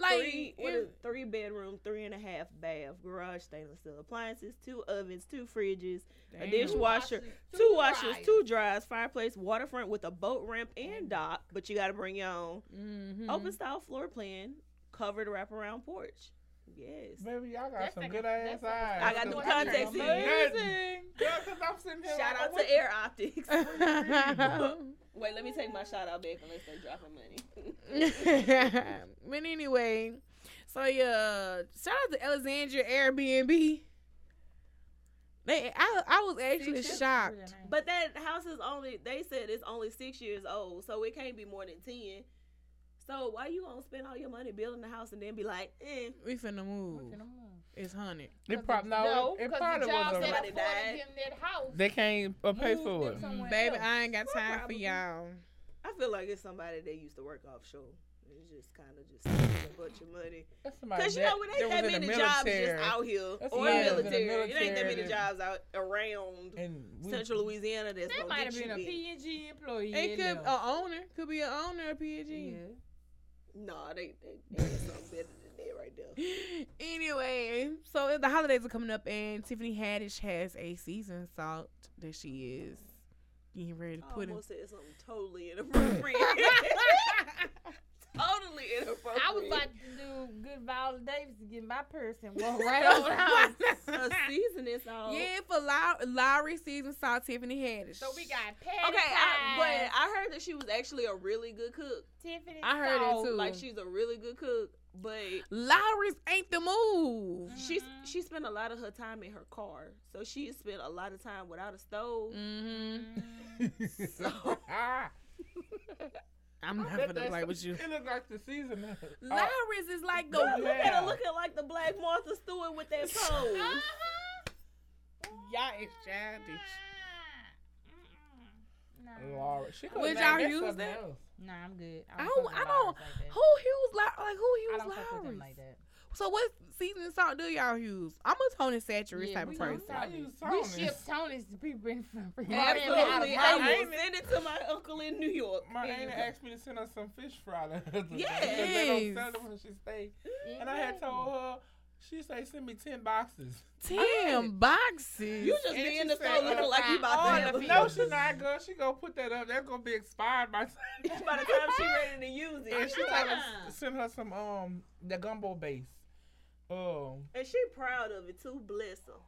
S5: like
S2: Three what
S5: if-
S2: is- three bedroom, three and a half bath, garage, stainless steel appliances, two ovens, two fridges, a
S5: Damn.
S2: dishwasher,
S4: washers,
S2: two,
S4: two
S2: washers,
S4: dryers.
S2: two dryers, fireplace, waterfront with a boat ramp and Mm-hmm. dock. But you got to bring your own
S5: Mhm.
S2: open style floor plan, covered wraparound porch. Yes.
S3: Baby, y'all got
S4: That's
S3: some
S4: like a-
S3: good
S4: that's
S3: ass
S4: like a-
S3: eyes.
S2: I got new
S3: Cause
S2: contacts
S3: I'm
S2: in.
S3: nothing. Girl, 'cause I'm sitting here
S2: Shout
S3: like, oh,
S2: out
S3: what-
S2: to Air Optics.
S5: but
S2: Wait, let me take my shout out back unless they dropping money.
S5: anyway, so yeah, shout out to Alexandria Airbnb. They, I, I was actually
S4: That's
S5: shocked.
S4: really nice.
S2: But that house is only they said it's only six years old, so it can't be more than ten. So why you gonna spend all your money building a house and then be like, eh,
S5: We finna move.
S4: Look at 'em all.
S5: It's hundred.
S3: It probably no. It, it
S4: 'cause
S3: probably
S4: the job
S3: was
S4: that
S3: a.
S2: Somebody
S4: afforded
S2: died.
S4: him that house.
S3: They can't uh, pay
S4: moved
S3: for
S4: them
S3: it.
S4: somewhere
S5: Baby,
S4: else.
S5: I ain't got time
S2: Probably.
S5: for y'all.
S2: I feel like it's somebody that used to work offshore. It's just kind of just a bunch of money.
S3: That's somebody
S2: Cause you
S3: that-
S2: know, it
S3: that
S2: ain't that
S3: was in
S2: many
S3: the
S2: jobs
S3: military,
S2: just out here
S3: That's
S2: or
S3: why
S5: it was in
S2: military.
S5: the
S2: It ain't that many
S3: military.
S2: jobs out around
S3: and we-
S2: Central Louisiana that's
S4: That
S2: gonna
S4: might have
S2: get you
S4: been a
S2: big.
S4: P and G employee.
S5: It could
S2: uh,
S4: though.
S5: a owner could be an owner of PG.
S2: Nah, they they, they got something better than that right there.
S5: Anyway, so the holidays are coming up, and Tiffany Haddish has a season salt that she is getting ready to
S2: I
S5: put in.
S2: almost said something totally inappropriate. totally inappropriate.
S4: I was about to do good Viola Davis to get my purse and walk right over the house.
S2: a seasoning salt.
S5: Yeah, for Lau- Lowry season saw Tiffany Haddish.
S4: So we got Patty
S2: Okay, I,
S4: Pie,
S2: but I heard that she was actually a really good cook.
S4: Tiffany.
S5: I heard it
S4: Salt.
S5: too.
S2: Like she's a really good cook, but
S5: Lowry's ain't the move.
S2: she's
S4: Mhm.
S2: she spent a lot of her time in her car, so she spent a lot of time without a
S4: Mm.
S2: stove.
S5: Mm-hmm.
S3: so, ah,
S5: I'm not
S3: that-
S5: gonna
S3: that's-
S5: play with you.
S3: It look like the seasoning. Oh,
S5: Lowry's is like the
S2: Look, look at
S3: yeah.
S2: her looking like the Black Martha Stewart with that pose.
S5: y'all is childish.
S4: Nah,
S3: Lord, she could
S5: Would
S3: have
S5: y'all
S3: named
S5: use
S3: something
S5: that?
S3: else.
S4: nah, I'm good.
S5: I
S4: fuck
S5: don't-
S4: with
S5: I
S4: Lowry's
S5: don't-
S4: like that.
S5: Who Hughes like like who
S4: I
S5: Hughes
S4: don't fuck with
S5: Lowry's?
S4: them like that.
S5: So what season song do y'all use? I'm a Tony Satchery
S4: Yeah,
S5: type
S4: we
S5: of
S4: don't
S5: person.
S3: I
S4: Tony's.
S3: use
S4: We
S3: Tony's.
S4: ship Tony's to people in from from
S2: Absolutely,
S4: out
S2: I
S4: of
S3: Right.
S2: will send it to my uncle in New York.
S3: My
S2: Here you
S3: aunt
S2: go.
S3: asked me to send her some fish fry the other day, 'cause They
S5: Yes.
S3: don't sell them when she stay.
S4: Brooklyn.
S3: And I had told her, she say send me ten boxes.
S5: Ten boxes.
S2: You just
S3: And
S2: be
S3: she
S2: in the
S3: said,
S2: store looking
S3: uh,
S2: like you about
S4: all
S2: to have
S4: the
S2: a
S4: feet.
S3: No, she not girl. She gonna put that up. That's gonna be expired by.
S2: bitch by the time she ready to use it.
S3: and she told her s- send her some um the gumbo base. Um,
S2: And she proud of it too, bless her.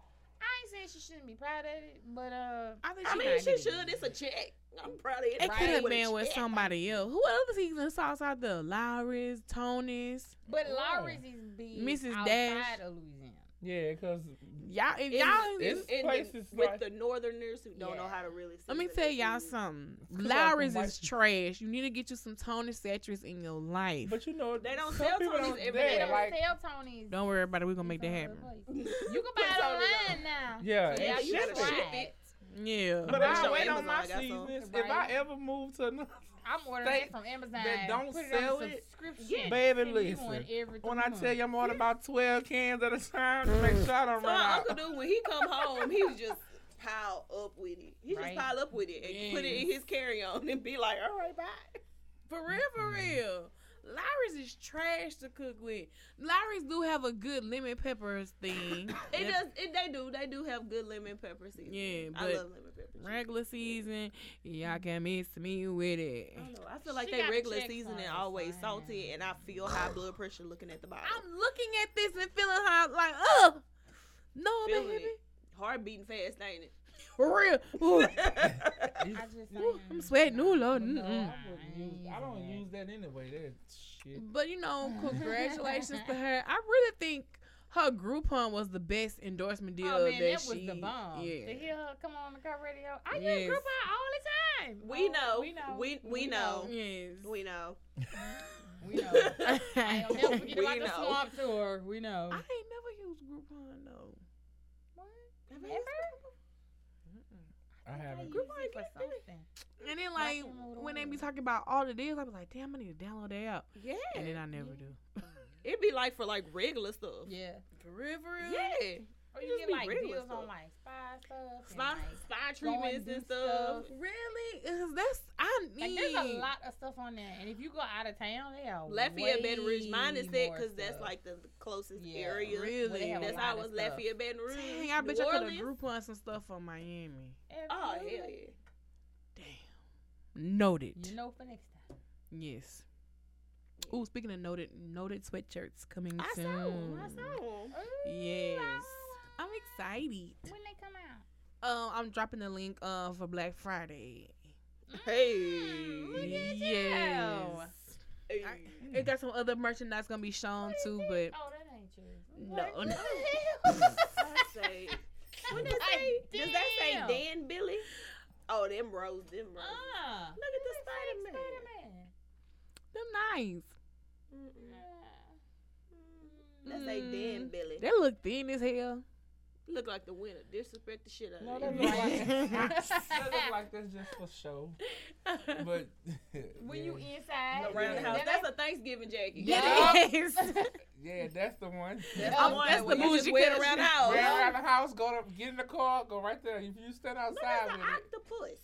S4: I ain't saying she shouldn't be proud of it, but uh,
S5: I think
S2: I
S5: she
S2: mean,
S5: not
S2: she
S5: getting
S2: should. It's a check. I'm proud of it.
S5: It could
S4: Right.
S5: have
S2: With a
S5: been with
S2: check.
S5: somebody else. Who other season songs out there? Lowry's, Tony's.
S4: but
S3: Yeah.
S4: Lowry's is big
S5: Mrs.
S4: outside
S5: Dash.
S4: of Louisiana.
S3: yeah, cause
S5: Y'all, if
S2: It's-
S5: y'all,
S3: it's-
S2: In the-
S3: places
S2: with
S3: like-
S2: the northerners who don't know
S4: Yeah.
S2: how to really.
S5: let me
S2: season
S5: tell
S2: their
S5: y'all
S2: food.
S5: something.
S3: Cook off
S5: Lowry's
S3: them
S5: is
S3: white-
S5: trash. You need to get you some Tony Satcheries in your life.
S3: but you know
S2: They don't
S3: some
S2: sell
S3: people
S2: Tony's
S3: don't-
S2: every
S3: yeah,
S4: they don't
S3: like
S4: sell Tony's.
S5: Don't worry about it. We're gonna make that
S4: It's
S5: happen.
S4: on other place. You can buy it
S2: Tony's
S4: online now.
S3: Yeah,
S4: So
S2: Yeah,
S3: it's
S2: you gotta
S3: shipping.
S2: ship it.
S5: Yeah.
S3: But
S2: I'm
S3: I
S2: sure
S3: wait on
S2: Amazon
S3: my
S2: got some.
S3: seasons. If I
S4: Right.
S3: ever move to another,
S4: I'm ordering
S3: They-
S4: it from Amazon.
S3: that don't
S4: Put
S3: sell
S4: it on
S3: it.
S4: subscription.
S3: Baby,
S4: Send me one
S3: listen.
S4: every
S3: when
S4: three
S3: I tell
S4: months.
S3: you I'm ordering about twelve cans at a time to make sure I don't
S2: So my
S3: run
S2: uncle
S3: out.
S2: do when he come home, he just pile up with it. He
S4: Right.
S2: just pile up with it and put it in his carry on and be like, all right, bye.
S5: For real, for
S2: Mm.
S5: real. Lowry's is trash to cook with. Lowry's do have a good lemon peppers thing.
S2: It
S5: That-
S2: does. It they do. They do have good lemon pepper season.
S5: Yeah,
S2: I
S5: but
S2: love lemon pepper. seasoning.
S5: Regular season, y'all can miss me with it.
S2: I don't know. I feel like
S4: She
S2: they
S4: got the
S2: regular
S4: checks
S2: seasoning
S4: on,
S2: always
S4: so I
S2: salty,
S4: ain't-
S2: and I feel high blood pressure looking at the bottle.
S5: I'm looking at this and feeling how like, ugh. No,
S2: Feeling
S5: baby.
S2: it. Heart beating fast, ain't
S5: For real. Ooh,
S2: it?
S4: I just,
S5: ooh,
S4: ain't-
S5: I'm sweating. Ooh, Lord.
S3: But no,
S5: Mm-mm.
S3: I, wouldn't use- I don't use that anyway. That shit.
S2: Mm.
S5: But you know, congratulations to her. I really think her Groupon was the best endorsement deal
S4: Oh man,
S5: that,
S4: that, was
S5: she-
S4: the bomb.
S5: Yeah.
S4: To hear her come on the car radio, I
S5: Yes.
S4: use Groupon all the time.
S2: we
S4: Oh,
S2: know. We we, know.
S5: Oh, Yes.
S2: We know.
S4: We know.
S5: I
S4: I'll never forget
S2: We
S4: about the
S2: know.
S4: swamp tour. We know.
S5: ain't never used Groupon though.
S4: Never?
S3: I haven't.
S4: Groupon
S2: Groupon
S4: for
S2: get it.
S4: something.
S5: And then
S4: But I
S5: like
S4: can't remember what it
S5: when they be
S4: was.
S5: talking about all the deals, I was like, damn, I need to download that app.
S2: Yeah.
S5: And then I never do.
S2: It'd be like for like regular stuff.
S4: Yeah.
S5: For real, for real?
S2: Yeah.
S4: Or
S2: It
S4: you
S2: just
S4: get
S2: be
S4: like
S2: regular
S4: deals on
S2: stuff.
S4: like spa stuff.
S2: Spa
S4: and, like,
S2: spa
S4: go
S2: treatments
S4: do
S2: and stuff.
S5: Really? 'Cause that's I need.
S4: Like there's a lot of stuff on there, and if you go out of town, they are
S2: Lafayette, Baton Rouge.
S4: way
S2: Mine is that
S4: more
S2: because that's
S4: stuff.
S2: like the closest
S4: Yeah.
S2: area.
S5: Really?
S4: Well, they have a
S2: That's
S4: lot
S2: how
S4: of
S2: it was
S4: stuff.
S2: Lafayette, Baton Rouge.
S5: Dang, I bet
S2: New
S5: you I could
S2: Orleans.
S5: have Groupon some stuff from Miami.
S2: Oh hell
S4: Absolutely.
S2: yeah.
S5: Damn. Noted.
S4: You know for next time.
S5: yes. Ooh, speaking of noted, noted sweatshirts coming
S2: I
S5: soon.
S2: saw 'em, I saw 'em.
S4: Ooh,
S5: Yes.
S4: la,
S5: I'm excited.
S4: la, la. When they come out.
S5: Um, I'm dropping the link uh, for Black Friday.
S2: Hey.
S4: Look at
S5: Yes.
S2: Hey.
S5: It got some other merchandise gonna be shown too,
S4: What is that?
S5: but
S4: oh, that ain't yours.
S5: No,
S4: What?
S5: no.
S4: What the hell?
S2: I say. When that say,
S4: Like,
S2: does that say
S4: damn.
S2: Dan Billy? Oh, them rose, them rose.
S4: Ah,
S2: Look at the Spider Man.
S4: Spider-Man.
S5: them nice.
S2: That say Dan Billy.
S5: They look thin as hell.
S2: Look like the winner. Disrespect the shit out
S3: No,
S2: of
S3: that
S2: them.
S3: look like that look like that's just for show. But
S4: When you
S3: yeah.
S4: inside,
S3: No,
S2: Around the house.
S4: that
S2: That's
S4: ain't-
S2: a Thanksgiving jacket.
S4: Yeah.
S5: Yes.
S3: yeah, that's the one.
S2: That's
S4: Oh,
S2: the one.
S5: that's the
S2: where you
S5: bougie
S2: just wear it
S5: cat
S2: around the
S5: shit.
S2: house.
S3: Ran around the house, go to, get in the car, go right there. If you stand
S2: No, that's
S3: outside
S2: an
S3: with it,
S2: octopus.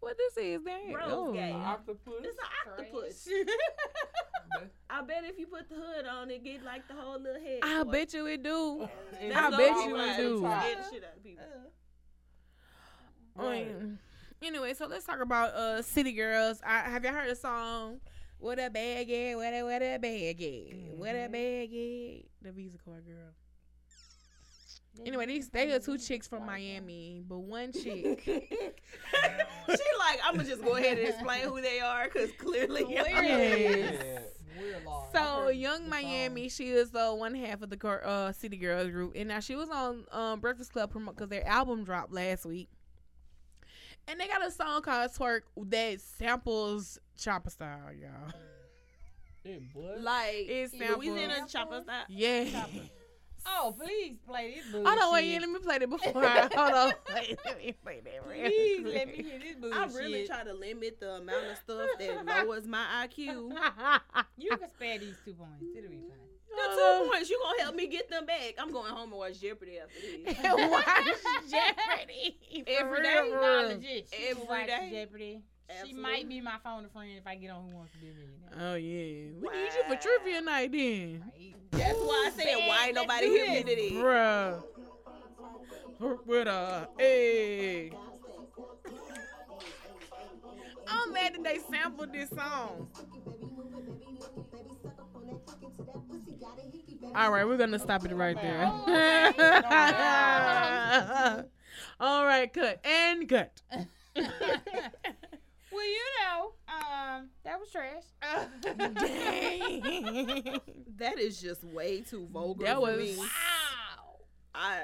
S5: what this is, damn.
S2: Rose
S3: the
S2: game.
S3: octopus.
S2: It's an octopus. I bet if you put the hood on, it get like the whole little head. for
S5: I
S2: it.
S5: bet you it do.
S3: It's
S5: I
S2: That's
S5: bet
S2: all
S5: you
S2: right.
S5: it do.
S2: Scare the shit out of people.
S5: Mm. Um, Anyway, so let's talk about uh City Girls. I have y'all heard the song What a bag at? What a what a bag at? What a
S3: Mhm.
S5: bag at? The Visa card girl. Anyway, these they are two chicks from Miami, but one chick.
S2: she like, I'm gonna just go ahead and explain who they are, cause clearly,
S5: Yes.
S4: We're lost.
S5: So
S3: heard
S5: young
S3: the
S5: Miami, she is uh, one half of the girl, uh, City Girls group, and now she was on um, Breakfast Club promote because their album dropped last week, and they got a song called "Twerk" that samples Chopper Style, y'all.
S3: It was.
S2: like
S5: It
S2: Louisiana
S5: samples,
S4: samples.
S2: chopper style.
S5: yeah.
S4: oh, please play this bullshit.
S5: Hold on, wait, let me play that before. I, hold on, wait, let me play that. real
S4: Please let me
S5: quick.
S4: hear this
S2: I
S4: bullshit.
S2: really try to limit the amount of stuff that lowers my IQ.
S4: You can spare these two points. It'll be fine.
S2: The two points, you gonna help me get them back. I'm going home and watch Jeopardy after this.
S5: And watch Jeopardy for
S2: Every
S5: real,
S2: day,
S5: for
S4: Nah,
S5: real.
S4: legit. She
S2: Every
S4: will watch
S2: day.
S4: Jeopardy. She
S2: Absolutely.
S4: might be my phone friend if I get on Who Wants to Be a Millionaire.
S5: Oh yeah, we need you for trivia night then.
S4: Right?
S2: That's why I said
S4: Man,
S2: why ain't
S4: let's
S2: nobody
S4: do
S2: hit me
S4: this.
S2: today.
S5: Bruh. With a hey. I'm mad that they sampled this song. All right, we're gonna stop it right there. All right, cut and cut.
S4: well, you know, um, that was trash.
S5: Dang.
S2: That is just way too vulgar.
S5: That
S2: for
S5: was-
S2: me. I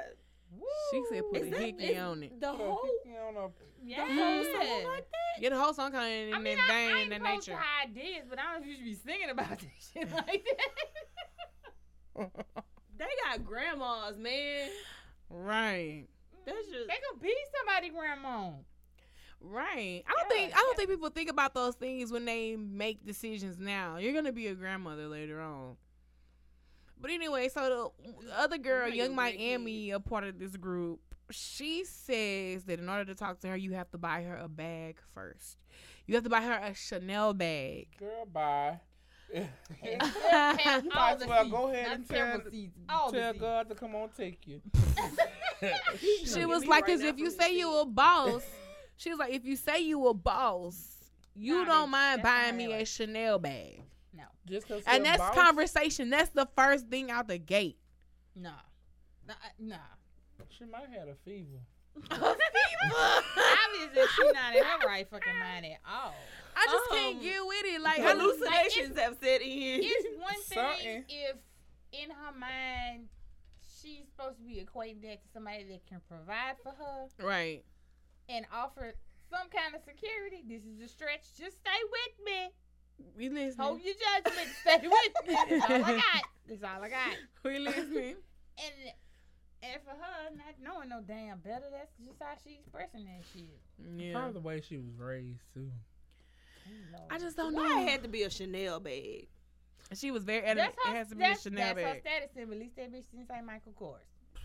S5: She said, "Put
S2: Is
S5: a
S2: that-
S5: hickey
S2: is-
S5: on it."
S2: the whole
S3: You know,
S4: yeah.
S2: something like
S5: Get a whole song kind of in
S4: I mean,
S5: that
S4: I, I
S5: vein,
S4: ain't
S5: that
S4: supposed to
S5: nature.
S4: hide this, but I don't know if you should be singing about this shit like that.
S2: they got grandmas, man.
S5: Right.
S2: That's just
S4: they gonna be somebody, grandma.
S5: Right. I don't
S4: Yeah.
S5: think I don't think people think about those things when they make decisions now. You're gonna be a grandmother later on. But anyway, so the other girl,
S2: Right,
S5: Young
S2: you're wicked.
S5: Miami, a part of this group, she says that in order to talk to her, you have to buy her a bag first. You have to buy her a Chanel bag.
S3: girl, bye.
S4: Have
S5: You
S4: all
S3: might as
S4: the
S3: well
S4: seats,
S3: go ahead
S4: not
S3: and
S4: several
S3: tell-
S4: seats, all the
S3: Tell
S4: seats.
S3: God to come on take you.
S5: she
S2: Give
S5: was
S2: me
S5: like,
S2: right
S5: "Cause
S2: now
S5: if
S2: for
S5: you
S2: me to
S5: say
S2: see
S5: you
S2: it."
S5: a boss, she was like, if you say you a boss, you
S4: Nah,
S5: don't
S4: bitch,
S5: mind
S4: that's not
S5: buying
S4: how
S5: me
S4: that
S5: a
S4: works.
S5: Chanel bag."
S4: No,
S3: Just 'cause he
S5: And
S3: a
S5: that's
S3: boss,
S5: conversation. That's the first thing out the gate.
S4: no, no, no.
S3: She might have had a fever.
S4: Obviously, she's not in her right fucking mind at all.
S5: I just can't
S2: Um,
S5: get with it. Like, I lose.
S2: hallucinations have set in.
S4: It's one thing
S3: Something.
S4: if in her mind she's supposed to be equating that to somebody that can provide for her
S5: Right.
S4: and offer some kind of security. This is a stretch. Just stay with me.
S5: We listening.
S4: Hold your judgment. Stay with me. That's all I got. That's all I got.
S5: we listening.
S4: And and for her not knowing no damn better, that's just how she expressing that shit.
S5: yeah.
S3: Probably the way she was raised too.
S4: Oh, Lord.
S5: I just don't know.
S2: Why it had to be a Chanel bag?
S5: she was very adamant.
S4: that's her,
S5: it has to be a
S4: that's,
S5: Chanel
S4: that's her
S5: bag.
S4: status symbol. At least that bitch didn't say Michael Kors.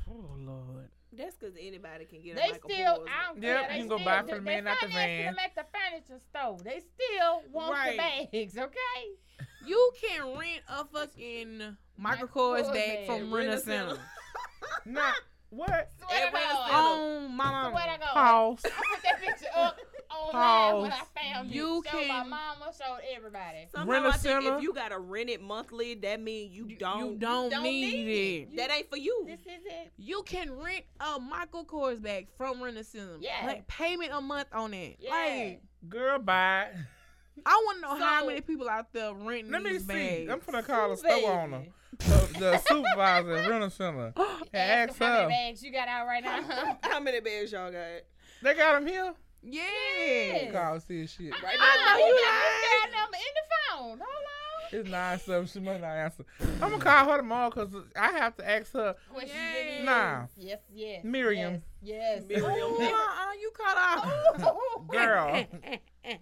S5: Oh Lord.
S2: That's because anybody can get a
S4: They
S2: Michael
S4: still,
S2: Kors.
S4: I don't
S3: Yep,
S4: care. They
S3: you can go
S4: still
S3: buy
S4: do-
S3: for the
S4: they
S3: man out the
S4: financing
S3: van.
S4: them at the furniture store. They still want
S5: Right.
S4: the bags, okay?
S5: You can rent a fucking Michael Kors
S4: Kors bag.
S5: bag from
S2: Rent-A-Center.
S5: Renner
S3: Nah, what?
S4: Swear to
S2: Everywhere
S4: God.
S2: still-
S5: On Oh, my
S4: Swear to
S5: mama.
S4: God.
S3: Pause.
S4: I put that picture up online when I
S5: Pause.
S4: found it.
S5: You
S4: showed my
S5: can-
S4: mama, showed everybody.
S2: Somehow I think
S3: Rent-A-Center.
S2: if you gotta rent it monthly, that means you don't.
S5: You don't,
S4: don't
S5: need,
S4: need
S5: it.
S4: it.
S2: That ain't for you.
S4: This is it.
S5: You can rent a Michael Kors bag from Renaissance.
S4: Yeah.
S5: Like payment a month on it.
S4: Yeah.
S5: Like
S3: Girl, bye.
S5: I wanna know how
S4: So-
S5: many people out there renting
S3: Let me
S5: these
S3: see.
S5: bags.
S3: I'm finna call the
S4: Baby.
S3: store owner, the, the supervisor, at rental center.
S4: Ask
S3: Ask
S4: them how
S3: her.
S4: many bags you got out right now.
S2: How many bags y'all got?
S3: They got him here.
S5: Yeah.
S4: Yeah.
S3: Call see his shit.
S2: Right
S4: I
S2: now.
S4: know you got
S5: lying.
S4: this guy number in the phone. Hold on.
S3: It's nine seven. She might not answer. I'm gonna call her tomorrow because I have to ask her.
S4: Question
S5: Yes.
S4: it is.
S3: Nah.
S4: Yes, yes.
S3: Miriam.
S4: Yes. yes.
S2: Miriam.
S5: Oh, uh-uh, you caught out.
S3: Girl,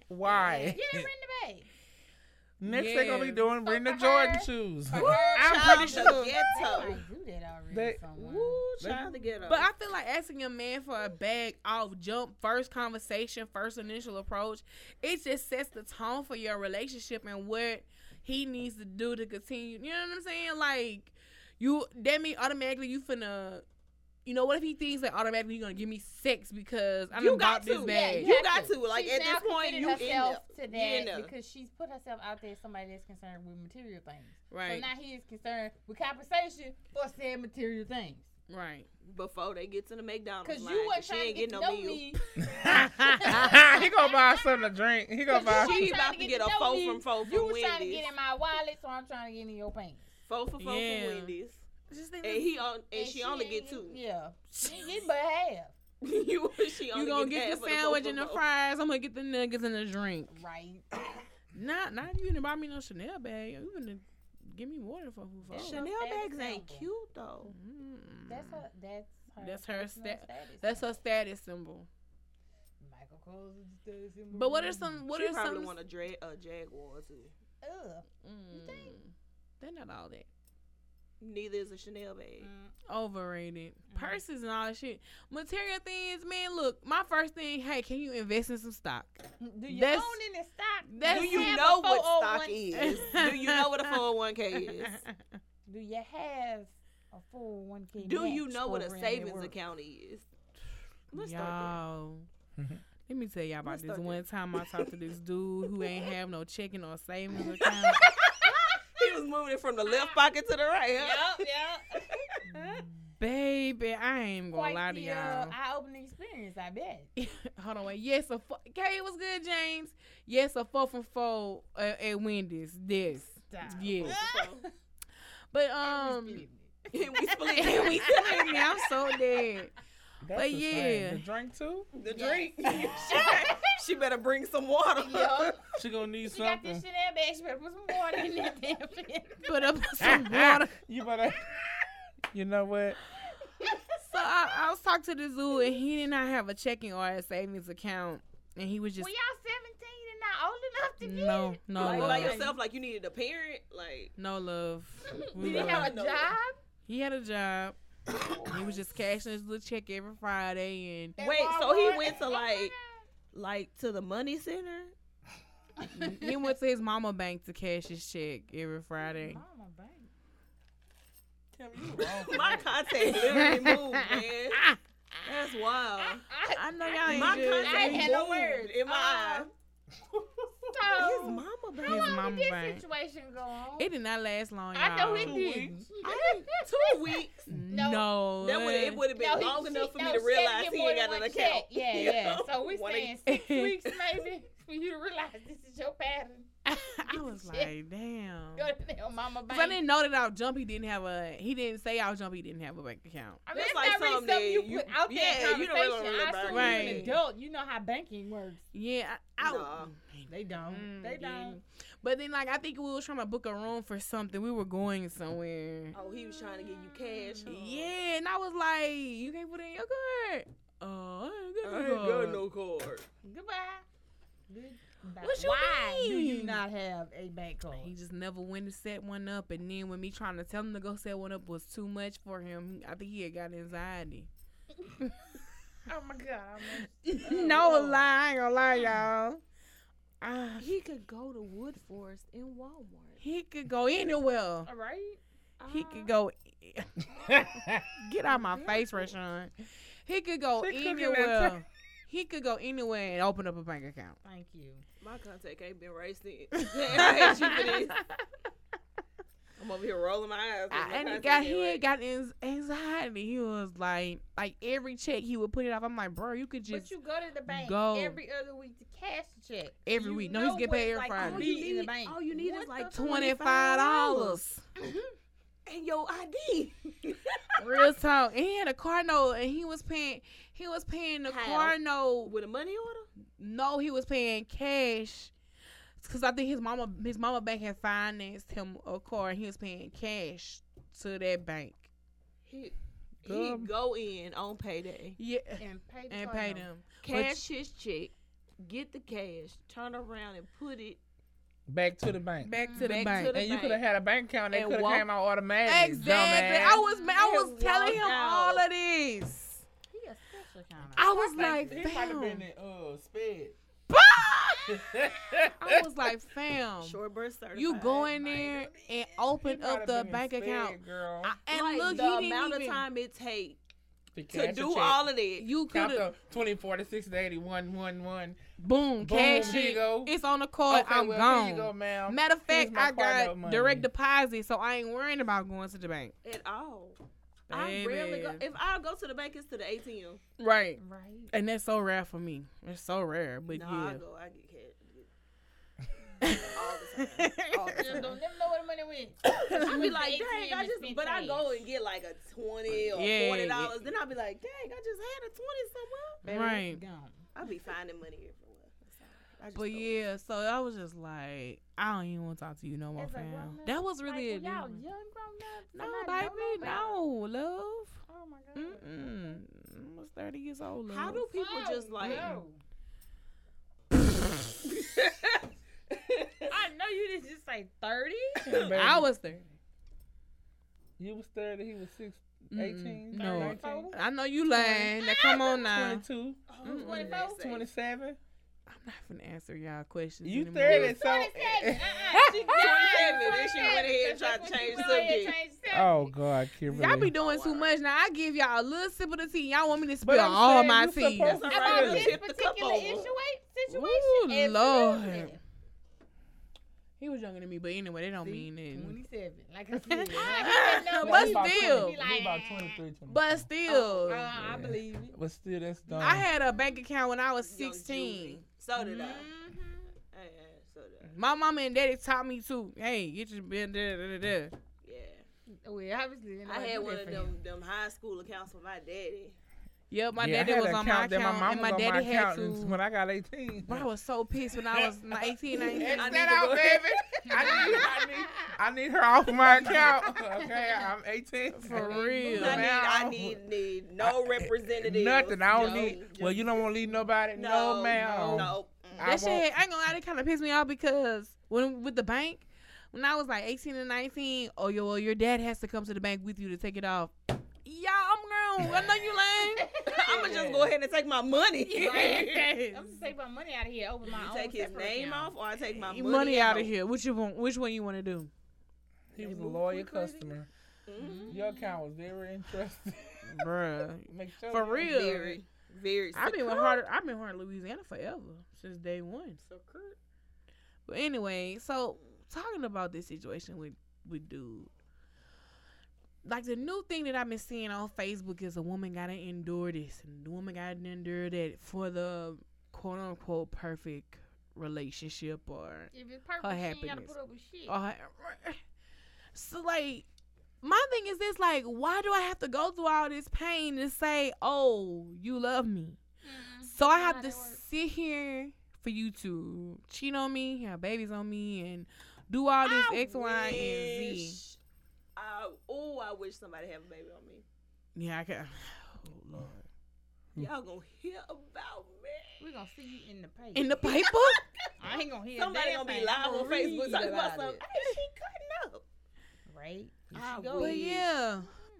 S3: why?
S4: yeah, rent the bag.
S3: Next they gonna be
S5: Yes.
S3: doing
S4: So
S3: bring the
S4: for
S3: Jordan
S4: her-
S3: shoes.
S4: for her,
S3: I'm
S2: Child,
S3: pretty sure.
S2: the
S4: They
S2: ghetto.
S4: might do that already
S3: They-
S4: somewhere.
S2: Woo, child, the ghetto.
S5: But I feel like asking a man for a bag off jump, first conversation, first initial approach, it just sets the tone for your relationship and what he needs to do to continue. You know what I'm saying? Like you that mean automatically you finna you know, what if he thinks that automatically you're gonna give me sex because I
S2: You
S5: done
S2: got
S5: bought this
S2: to.
S5: bag?
S2: you got to. Like,
S4: she's
S2: at
S4: now
S2: this point,
S4: committed
S2: you in
S4: herself
S2: there.
S4: to
S2: You in
S4: that
S2: there.
S4: because she's put herself out there. as Somebody that's concerned with material things. So
S5: Right,
S4: now he is concerned with compensation for said material things.
S5: right.
S2: Before they get to the McDonald's.
S4: Cause
S2: line,
S4: you weren't
S2: 'cause she
S4: trying to
S2: ain't
S4: get
S2: getting
S4: to
S2: no
S4: know
S2: meal.
S4: me.
S3: he gonna buy us something to drink. He gonna buy. us-
S4: Cause you
S2: She
S4: trying
S2: about
S4: to
S2: to
S4: get
S2: get
S4: to
S2: a
S4: know
S2: four
S4: me.
S2: from four
S4: You
S2: from
S4: was trying to get
S2: Wendy's.
S4: in my wallet, so I'm trying to get in your pants.
S2: Four for four
S5: Yeah.
S2: from Wendy's.
S5: Just think
S2: And
S5: this-
S2: he on and she only
S4: ain't
S2: get two.
S4: Yeah, she ain't get but half.
S2: you she only
S5: you gonna get,
S2: half of
S5: the
S2: four
S5: sandwich
S2: for
S5: and the
S2: four.
S5: fries. I'm gonna get the nuggets and the drink.
S4: Right.
S5: Not, not you gonna buy me no Chanel bag. You gonna give me more than fuck food.
S4: That's
S5: Chanel.
S2: Chanel
S4: That's
S2: bags ain't
S4: example.
S2: cute though.
S4: That's her. That's her.
S5: That's her
S4: personal
S5: sta- That's
S4: now.
S5: her status symbol.
S4: Michael Cole's status. symbol.
S5: But what are some? What
S2: she
S5: are
S2: probably
S5: some?
S2: want a, dra- a Jaguar too.
S4: Ugh.
S5: Mm,
S4: think?
S5: they're not all that
S2: Neither is a Chanel bag.
S4: Mm.
S5: overrated.
S2: Mm.
S4: Mhm.
S5: Purses and all that shit. Material things, man. Look, my first thing. Hey, can you invest in some stock?
S4: Do you
S5: That's-
S4: own in the stock?
S5: that's-
S2: Do you
S4: have a
S2: know what
S4: 401
S2: stock is? Do you know what a 401k is?
S4: Do you have a four oh one k?
S2: Do you know what a savings account is? Let's start
S5: Y'all. Let me tell y'all about
S2: Let's
S5: this
S2: start there.
S5: one time I talked to this dude who ain't have no checking or savings account.
S2: there. He was moving it from the left pocket to the right. Huh?
S4: yep.
S5: Baby, I ain't gonna
S4: Quite
S5: lie to
S4: the uh,
S5: y'all.
S4: eye-opening experience, I bet.
S5: Hold on, wait. Yes, a four. Kay, what's good, James? Yes, a four from four uh, at Wendy's. This,
S4: Stop.
S5: yes. But um,
S4: Splitting it.
S2: And we split
S5: and we still in there. I'm so dead.
S3: That's the
S5: But yeah.
S3: The drink too.
S2: the drink. she, she better bring some water.
S4: Yup.
S3: She gonna need
S4: She got this
S3: something.
S4: Chanel bag. She better put some water in that damn thing.
S5: Put up some water.
S3: you better. You know what?
S5: So I, I was talking to this dude, and he did not have a checking or a savings account, and he was just
S4: When y'all seventeen and not old enough to get
S5: no,
S4: it.
S5: no uh,
S2: Like by
S5: love,
S2: yourself, like you needed a parent. Like
S5: no love.
S4: Did
S5: We
S4: he
S5: love.
S4: have a
S2: No.
S4: job?
S5: He had a job. he was just cashing his little check every Friday, and
S2: wait, so he
S4: Walmart? Oh
S2: went to like like to the money center.
S5: he went to his mama bank to cash his check every Friday.
S4: Mama bank.
S2: My contact literally moved, man. That's wild.
S4: I,
S5: I know y'all ain't
S2: My
S5: good.
S4: I
S2: contact
S4: had no
S2: moved
S4: words.
S2: in my eye.
S4: Uh, so,
S2: His mama baby.
S5: His
S4: how
S5: mama
S4: did this
S5: bank.
S4: situation go on?
S5: It did not last long, y'all.
S4: I know it
S3: Two
S4: didn't.
S2: Two weeks.
S5: No,
S2: That would it would have been
S4: No, he-
S2: long
S4: she-
S2: enough for
S4: no,
S2: me to
S4: she had
S2: realize
S4: get
S2: he
S4: more
S2: ain't
S4: than
S2: got an
S4: one
S2: account.
S4: check. Yeah, yeah. So we
S2: One
S4: saying
S2: of-
S4: six weeks maybe for you to realize this is your pattern.
S5: I was like, damn.
S4: Go to your mama
S5: Cause
S4: bank.
S5: I didn't know that out jump he didn't have a he didn't say out jump he didn't have a bank account.
S4: I mean,
S2: That's
S4: it's
S2: like
S4: not really
S2: something
S4: something you
S2: that you-
S4: put out there
S2: yeah,
S4: in
S2: you don't really
S4: conversation.
S2: remember
S4: I assume
S5: about
S4: you're an
S5: it.
S4: adult. You know how banking works.
S5: Yeah, I, I
S2: Nah.
S4: They don't.
S5: Mm,
S4: they
S5: yeah.
S4: don't.
S5: But then like I think we were trying to book a room for something. We were going somewhere.
S2: Oh, he was trying to get you cash. huh?
S5: Yeah, and I was like, you can't put it in your card. Oh,
S2: I ain't got no card.
S4: Goodbye. Goodbye.
S5: What you
S4: Why do you
S5: mean?
S4: not have a bank card?
S5: He just never went to set one up, and then when me trying to tell him to go set one up was too much for him. I think he had got anxiety.
S4: Oh my god. I'm
S5: no lie, I ain't gonna lie, y'all. Ah,
S2: He could go to Wood Forest in Walmart.
S5: he could go anywhere.
S4: all right.
S5: He could go. Get out my face, Rashawn. He could go
S3: She cooking that
S5: anywhere. He could go anywhere and open up a bank account.
S4: Thank you.
S2: My contact ain't been right since. I hate you for this. I'm over here rolling my eyes. 'cause my
S5: I, and he
S2: contact
S5: got
S2: ain't
S5: he
S2: right.
S5: had got his anxiety. He was like, like every check he would put it off. I'm like, bro, you could just
S4: but you go to the bank
S5: go.
S4: every other week to cash the check.
S5: Every
S4: You
S5: week. No, he's
S4: know
S5: getting
S4: what
S5: paid
S4: it's like
S5: every
S4: to
S5: Friday.
S2: All Oh,
S4: be
S2: you
S4: in the
S2: need-
S4: bank.
S2: all you need is
S4: What
S2: like
S4: the-
S5: twenty five dollars.
S2: and your ID.
S5: Real talk. And he had a car note, and he was paying. He was paying the
S2: How?
S5: car note
S2: With a money order?
S5: No, he was paying cash. Cause I think his mama, his mama bank had financed him a car, and he was paying cash to that bank.
S2: He he
S3: Good.
S2: go in on payday,
S5: Yeah,
S4: and pay the
S5: and
S4: car
S5: paid
S4: note.
S5: him.
S2: cash his check, get the cash, turn around and put it
S3: Back to the bank.
S5: back to the
S2: Back
S5: bank.
S2: to the
S3: and you
S2: bank.
S3: could have had a bank account. They
S2: And
S3: could have
S2: walk-
S3: came out automatically.
S5: exactly. I was, ma- I was
S2: Walked
S5: telling him
S2: out.
S5: all of this.
S4: He a special kind of.
S5: I was like,
S3: He might have been
S5: fam.
S3: in uh sped.
S5: I was like, fam.
S2: short burst certified.
S5: You go in
S2: Like,
S5: there and open up the bank account.
S3: girl.
S5: I- and
S2: like,
S5: look,
S2: the
S5: he didn't
S2: amount
S5: even,
S2: of time it take to
S3: cash a
S2: do
S3: check.
S2: all of that.
S5: You could
S3: Count
S5: have
S3: the 24 to 6 to 81, 1, 1.
S5: boom,
S3: Boom,
S5: cash
S3: here you
S5: it.
S3: go.
S5: It's on the card.
S3: Okay,
S5: I'm
S3: well,
S5: gone.
S3: here you go, ma'am.
S5: Matter of fact,
S3: Here's my
S5: I
S3: card note
S5: got
S3: money.
S5: direct deposit, so I ain't worrying about going to the bank.
S2: at all. I rarely go.
S5: Baby.
S2: If I go to the bank, it's to the ATM.
S5: Right.
S4: Right.
S5: And that's so rare for me. It's so rare, but
S2: no, I
S5: yeah.
S2: go. I get cash all the time. All the
S4: Just
S2: time.
S4: don't never know where the money went.
S2: I be
S4: went to
S2: like,
S4: ATM
S2: dang, I
S4: and
S2: just,
S4: spent
S2: but I go
S4: 20.
S2: and get like a twenty or
S5: Yeah,
S2: forty
S5: yeah.
S2: dollars. Then I be like, dang, I just had a twenty somewhere.
S4: Baby,
S5: Right.
S4: Gone.
S2: I be finding money everywhere. That's all. I just
S5: But
S2: go.
S5: yeah, so I was just like, I don't even want to talk to you no more,
S4: It's like,
S5: fam.
S4: grown up.
S5: that was
S4: Like,
S5: really
S4: when
S5: a
S4: y'all
S5: difference.
S4: young grown ups.
S5: No, baby, no, love.
S4: Oh my god.
S5: Mm-mm. I was 30 years old.
S2: How
S5: love.
S2: do people just
S4: Oh,
S2: like?
S4: no. I know you didn't just say thirty.
S3: Baby,
S5: I was 30.
S3: You was 30, he was 6,
S5: Mm-mm.
S3: 18,
S5: No.
S3: 19,
S5: I know you lying. Now, come on now.
S3: 22,
S2: Oh,
S5: Mm-mm.
S2: 24,
S3: 27.
S5: I'm not finna answer y'all questions.
S3: You
S5: anymore.
S3: 30, so.
S2: eh,
S4: Twenty-seven. Uh-uh. She lied.
S2: 27. Then she went ahead and
S4: 27.
S2: tried to
S4: She
S2: change
S4: went ahead and
S2: subject.
S4: changed subject.
S3: Oh, God, Kimberly.
S5: Y'all be doing too much. Now I give y'all a little sip of the tea. Y'all want me to spill all
S3: saying
S5: my
S3: you
S5: tea.
S3: supposed to-
S2: Right,
S4: About
S2: you
S4: this
S2: tipped the cup
S4: particular
S2: over.
S4: issue, situation.
S5: Ooh,
S4: absolutely.
S5: Lord. He was younger than me, but anyway, they don't mean it.
S4: Twenty-seven. Like I said. Like I said, no,
S5: But
S4: but you
S5: about
S4: be
S5: still.
S4: like,
S3: about
S4: ah.
S3: 23, 24.
S5: But
S3: Oh,
S5: still,
S4: Uh, I believe it.
S3: But still, that's dumb.
S5: I had a bank account when I was
S2: Young
S5: 16.
S2: Julie. So did I.
S4: Mhm.
S2: Yeah, yeah, so did I.
S5: My mama and daddy taught me to, hey, get your da da da da. da.
S2: Yeah.
S4: Well, obviously, didn't
S2: I
S4: nobody
S2: had
S4: do
S2: one
S4: that
S2: of
S4: for you.
S2: them them high school accounts for my daddy.
S5: Yep, my
S3: Yeah, I
S5: daddy
S3: had
S5: was
S3: an
S5: on my
S3: that
S5: account, and
S3: mama
S5: my
S3: was on
S5: daddy had
S3: account
S5: to.
S3: When I got 18.
S5: Bro, I was so pissed when I was 18, 19.
S3: X
S2: I need
S3: that
S2: to
S3: out,
S2: go-
S3: baby. I need, I need, I need her off my account. Okay, I'm 18.
S5: For
S2: I
S5: real.
S2: need,
S3: Man,
S2: I
S3: I'm-
S2: need, need no representative.
S3: Nothing. I don't
S2: No.
S3: need. Well, you don't want to leave nobody. No, ma'am.
S2: No.
S3: I
S5: That shit,
S3: won't-
S5: I ain't gonna lie, it kind of pissed me off because when with the bank, when I was like 18 and 19, oh, yo, well, your dad has to come to the bank with you to take it off. Yeah, I'm grown. I know you lame.
S2: I'm gonna just go ahead and take my money.
S4: I'm just taking my money out of here over my
S2: You
S4: own.
S2: take his
S4: separate
S2: name
S4: account.
S2: off, or I take my money,
S5: Your money out of here. Which you want? Which one you want to do?
S3: He was a loyal customer.
S2: Mhm.
S3: Your account was very interesting.
S5: Bruh.
S3: Make sure
S5: For
S3: you-
S5: real.
S2: Very, very.
S5: I've been with
S2: secure.
S5: Hart. I've been Hart, Louisiana forever since day one.
S2: Secure.
S5: But anyway, so talking about this situation with with dude, like the new thing that I've been seeing on Facebook is a woman gotta endure this and the woman gotta endure that for the quote unquote perfect relationship or
S4: If it's purple,
S5: Her
S4: she ain't gotta
S5: happiness. Oh.
S4: put up with shit.
S5: or so like my thing is this like why do I have to go through all this pain to say oh you love me
S4: Mm-mm.
S5: so
S4: Not
S5: I have
S4: how
S5: to
S4: that works.
S5: sit here for you to cheat on me, have babies on me, and do all this X, Y, and Z.
S2: wish- I, oh, I wish somebody had a baby on me.
S5: Yeah, I can. Oh Lord.
S2: Y'all gonna hear about me.
S4: We gonna see you in the paper.
S5: In the paper?
S4: I ain't gonna hear
S2: Somebody
S4: a damn
S2: gonna be
S4: thing.
S2: live
S4: I'ma
S2: on
S4: read
S2: Facebook talking about something. Ah,
S4: it.
S2: Hey, she cutting up.
S4: Right?
S2: I
S4: Go
S2: wish.
S5: but
S4: ahead.
S5: yeah.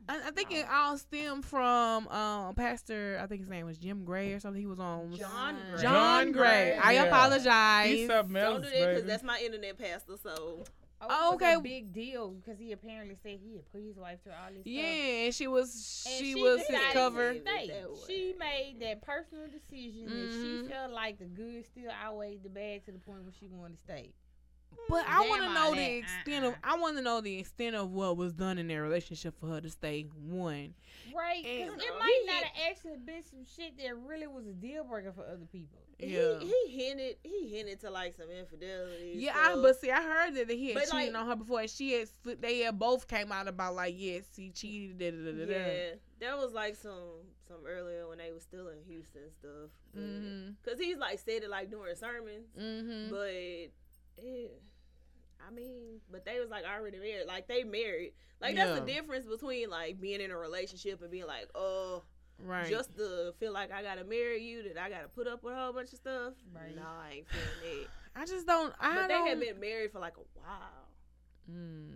S5: I, I think it all stemmed from um, Pastor. I think his name was Jim Gray or something. He was on
S2: John Gray.
S5: John Gray. I
S3: Yeah. He's
S5: apologize.
S3: something
S2: Don't
S3: else,
S2: do that because
S3: baby.
S2: that's my internet pastor. So
S4: Oh, okay.
S5: Okay.
S4: A big deal because he apparently said he had put his wife through all this
S5: Yeah,
S4: stuff.
S5: and she was
S4: And
S5: she, was his
S4: decided to
S5: cover.
S2: leave.
S4: stay.
S2: That way.
S4: She made that personal decision that
S5: Mhm.
S4: she felt like the good still outweighed the bad to the point where she wanted to stay.
S5: But I
S4: Damn
S5: want to
S4: all
S5: know
S4: that.
S5: the extent of
S4: Uh-uh.
S5: I want to know the extent of what was done in their relationship for her to stay one.
S4: Right? Because
S5: And
S4: it might
S2: Oh, he-
S4: not have actually been some shit that really was a deal breaker for other people.
S5: Yeah.
S2: he, he hinted he hinted to like some infidelity.
S5: Yeah, I,
S2: stuff.
S5: but see, I heard that he had
S2: But,
S5: cheated
S2: like-
S5: on her before, and she had sli- they had both came out about like, yes, he cheated. Da, da, da, da, da.
S2: yeah, that was like some some earlier when they was still in Houston stuff. but-
S5: Mhm.
S2: Cause he's like said it like during sermons,
S5: Mhm.
S2: but yeah, I mean, but they was like already married, like they married. Like that's the
S5: Yeah.
S2: difference between like being in a relationship and being like, oh,
S5: Right.
S2: just to feel like I gotta marry you, that I gotta put up with a whole bunch of stuff.
S4: Right.
S2: Nah, I ain't feeling it.
S5: I just don't. I
S2: But
S5: don't.
S2: they had been married for like a while.
S5: Mm.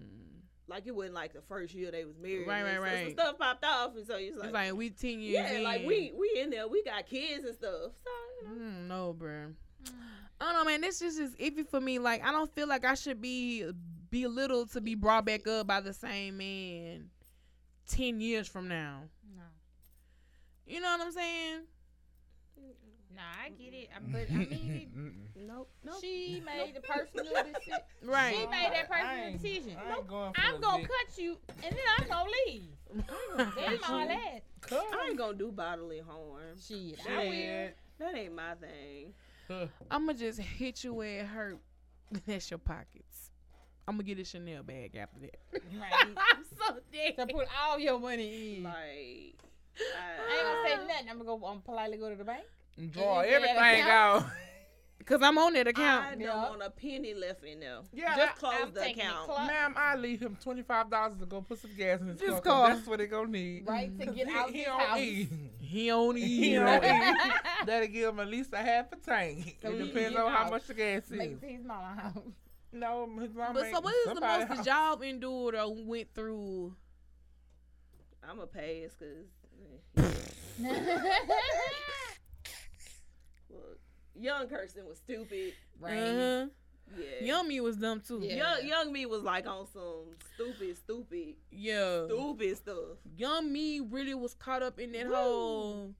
S2: Like it wasn't like the first year they was married.
S5: Right,
S2: and
S5: right,
S2: so some
S5: right.
S2: Stuff popped off, and so it's like,
S5: it's like we ten years.
S2: yeah, like
S5: in.
S2: we we in there, we got kids and stuff. So you know,
S5: Mm, no, bro. I don't know, man. This just is iffy for me. Like I don't feel like I should be belittled to be brought back up by the same man ten years from now.
S4: No.
S5: You know what I'm saying?
S4: Nah, I get it. I, but I mean,
S2: Nope. Nope.
S4: she made the personal decision. She
S5: Right.
S4: made that
S3: I
S4: personal
S3: ain't-
S4: decision.
S3: I ain't going for
S4: I'm
S3: a
S4: gonna
S3: dick.
S4: cut you, and then I'm gonna leave. That's all that.
S2: I ain't gonna do bodily harm.
S4: Shit, I will.
S3: Shit.
S2: That ain't my thing.
S3: Huh.
S5: I'ma just hit you where it hurt. That's your pockets. I'm gonna get a Chanel bag after that.
S4: Right.
S5: I'm so
S4: to
S5: dead.
S4: put all your money in.
S2: Like,
S4: Mm. I ain't
S2: I,
S4: gonna say nothing. I'm gonna go um, politely go to the bank.
S3: And Draw
S4: You better
S3: everything
S4: count.
S3: out.
S5: Cause I'm on that
S2: I
S5: account.
S2: don't
S4: Yeah.
S2: want a penny left in there.
S3: Yeah,
S2: Just
S3: I-
S2: close
S4: I'm
S2: the
S4: taking it
S2: account.
S4: clo-
S3: Ma'am, I leave him twenty five dollars to go put some gas in his
S5: This
S3: car. 'cause
S5: car.
S3: That's what they gonna need.
S4: Right to
S3: 'Cause
S4: get
S3: he,
S4: out
S3: he
S4: his
S3: don't
S4: house.
S3: eat.
S5: He only
S3: He
S5: you.
S3: don't eat. That'll give him at least a half a tank.
S4: So
S3: it
S4: he
S3: depends
S4: can
S3: on
S4: get
S3: how
S4: out.
S3: much the gas
S4: Make
S3: is.
S4: it to his mama house.
S3: No, his mom.
S5: But so
S3: ain't-
S5: what is the
S3: somebody
S5: most that
S3: house.
S5: y'all endured or went through?
S2: I'm a pass because young Kirsten was stupid.
S4: right.
S5: Uh-huh.
S2: Yeah.
S5: Yummy was dumb too.
S4: Yeah.
S2: Young, young me was like on some stupid, stupid,
S5: Yeah.
S2: Mm. stupid stuff.
S5: Young me really was caught up in that
S2: Woo.
S5: whole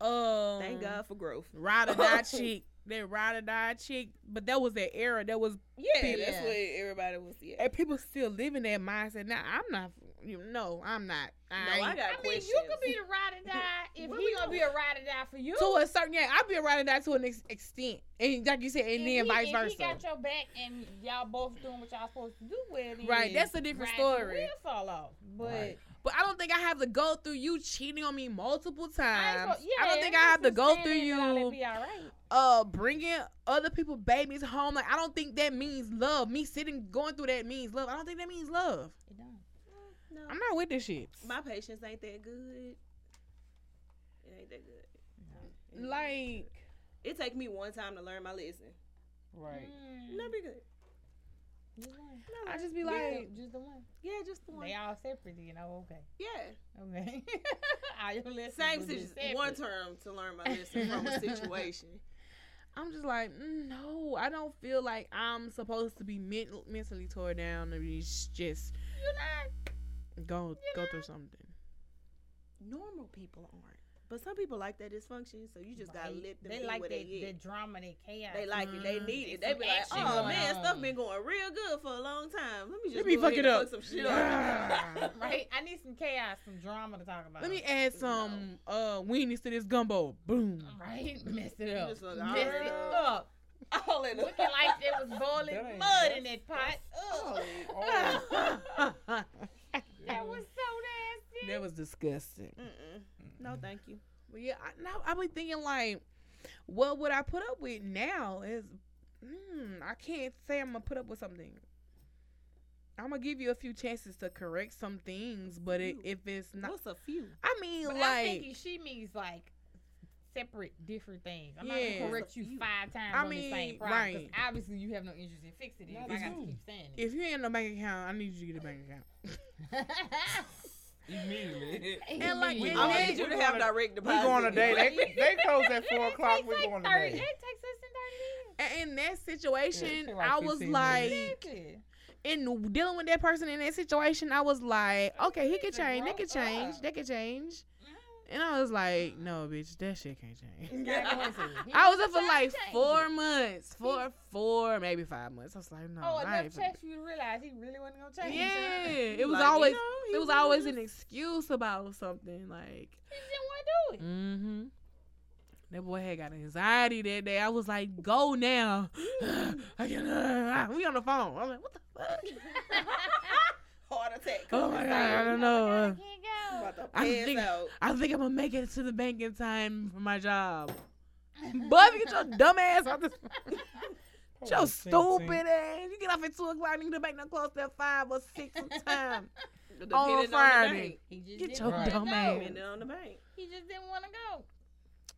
S5: um
S2: Thank God for growth.
S5: ride or die chick. That ride or die chick. But that was that era. That was
S2: Yeah,
S4: Yeah.
S2: that's what everybody was. Yeah.
S5: and people still living that mindset. Now I'm not you no, I'm not. I
S2: No, I
S5: ain't-
S2: got
S4: I mean,
S2: questions.
S4: you could be the ride or die if
S2: What
S4: he
S2: we
S4: gonna be a ride or die for you.
S5: to a certain yeah, I'll be around that to an ex- extent. And like you said,
S4: If
S5: and
S4: he-
S5: then vice
S4: if
S5: versa.
S4: He got your back, and y'all both doing what y'all supposed to do with it.
S5: Right, that's a different story.
S4: Will fall off, but
S3: Right.
S5: But I don't think I have to go through you cheating on me multiple
S4: I, ain't
S5: times. I,
S4: go- yeah,
S5: don't think I
S4: I'm
S5: have to
S4: just
S5: go
S4: saying
S5: through
S4: that, but I'll let
S5: you
S4: Be all right.
S5: uh bringing other people babies home. Like I don't think that means love. Me sitting going through that means love. I don't think that means love.
S4: It don't.
S2: No,
S5: I'm not with this shit.
S2: my patience ain't that good. It ain't that good. It ain't that good.
S5: Like
S2: it take me one time to learn my lesson.
S3: Right.
S4: Mm,
S2: Not be good.
S4: just one.
S5: I just be
S4: Just the-
S5: like,
S4: just the one.
S2: Yeah, just the one.
S4: They all separate, you know. Okay.
S2: Yeah.
S4: Okay. All your lessons
S2: Same
S4: was just
S2: situation. One
S4: separate.
S2: term to learn my lesson from a situation.
S5: I'm just like, mm, no, I don't feel like I'm supposed to be men- mentally tore down or be s- just
S4: You not?
S5: go go through something.
S2: Normal people aren't. But some people like that dysfunction, so you just gotta
S4: Right.
S2: let them
S4: They
S2: be
S4: like
S2: where
S4: that,
S2: they get.
S4: that drama, that chaos.
S2: They like it. They
S5: Mm.
S2: need it.
S4: They
S2: They
S4: some
S2: be like,
S4: action
S2: oh
S4: going
S2: man,
S4: on."
S2: stuff been going real good for a long time. Let me just
S5: Let me
S2: go
S5: fuck
S2: ahead
S5: it
S2: and Fuck
S5: up.
S2: some shit up.
S5: Ah.
S4: right. I need some chaos, some drama to talk about.
S5: Let me add some uh weenies to this gumbo. Boom.
S4: Right, mess it up.
S2: Just look all
S4: mess
S2: right
S4: it
S2: up.
S4: up.
S2: All in
S4: Looking like there was
S3: That
S4: boiling
S3: ain't
S4: mud
S3: nice.
S4: in that pot. Ugh.
S3: Oh,
S4: That was so nasty.
S5: that was disgusting.
S2: Mm-mm. No, thank you.
S5: But yeah, I, now I be thinking like, what would I put up with now? Is mm, I can't say I'm gonna put up with something. I'm gonna give you a few chances to correct some things, but it,
S2: Ooh.
S5: if it's not,
S2: What's a few?
S5: I mean,
S4: But
S5: like,
S4: I'm thinking she means like separate, different things. I'm not
S5: Yeah.
S4: gonna correct you
S2: You-
S4: five times
S5: I
S4: on the same
S5: mean,
S4: problem. 'cause
S5: right.
S4: Obviously, you have no interest in fixing it.
S3: Not
S4: if I
S3: at
S4: got to
S3: all.
S4: keep saying it.
S5: if you ain't no bank account, I need you to get a bank account.
S3: immediately.
S5: And like,
S4: Immediately.
S5: we
S2: I
S5: Yeah,
S2: need you
S3: we
S2: to
S3: going
S2: have
S3: on-
S2: direct
S3: We
S2: deposit.
S3: going today. They, they close at four
S4: It
S3: o'clock.
S4: takes
S3: We
S4: like
S3: going
S4: 30
S3: today.
S4: It takes us in
S5: And in that situation,
S3: Yeah, it take like
S5: I was
S3: 15
S5: like,
S3: minutes.
S4: 30 minutes.
S5: in dealing with that person in that situation, I was like, okay, he could
S4: He's a
S5: change, they could
S4: grown
S5: change,
S4: up.
S5: they could change. And I was like, no, bitch, that shit can't change. I
S4: I
S5: was up for like four months, four, four, maybe five months. I was like, no,
S4: Oh,
S5: I
S4: enough
S5: ain't finna
S4: checks you to realize he really wasn't gonna change.
S5: Yeah, it
S2: You
S5: was
S2: like, you
S5: always
S2: know, he
S5: it was
S2: really
S5: always
S2: just-
S5: an excuse about something like.
S4: He didn't want to do it.
S5: Mm-hmm. That boy had got anxiety that day. I was like, "Go now." I can, we on the phone. I'm like, "What the fuck?"
S2: Heart attack.
S5: Oh my god, I don't know.
S4: I
S5: Uh,
S4: can't
S2: I'm
S4: go.
S2: about to
S5: I
S2: pass
S5: think-
S2: out.
S5: I think I'm gonna make it to the bank in time for my job. Bub, you get your dumb ass out this. Get your
S3: Holy
S5: stupid
S3: shit.
S5: ass. You get off at two o'clock. You need to bank no close till five or six sometime.
S2: Depending
S5: on
S2: the
S5: Friday.
S2: bank.
S4: He just
S5: Get
S4: didn't
S5: your
S4: wanna
S5: dumb
S4: go.
S5: ass.
S2: Depending on the bank.
S4: He just didn't want to go.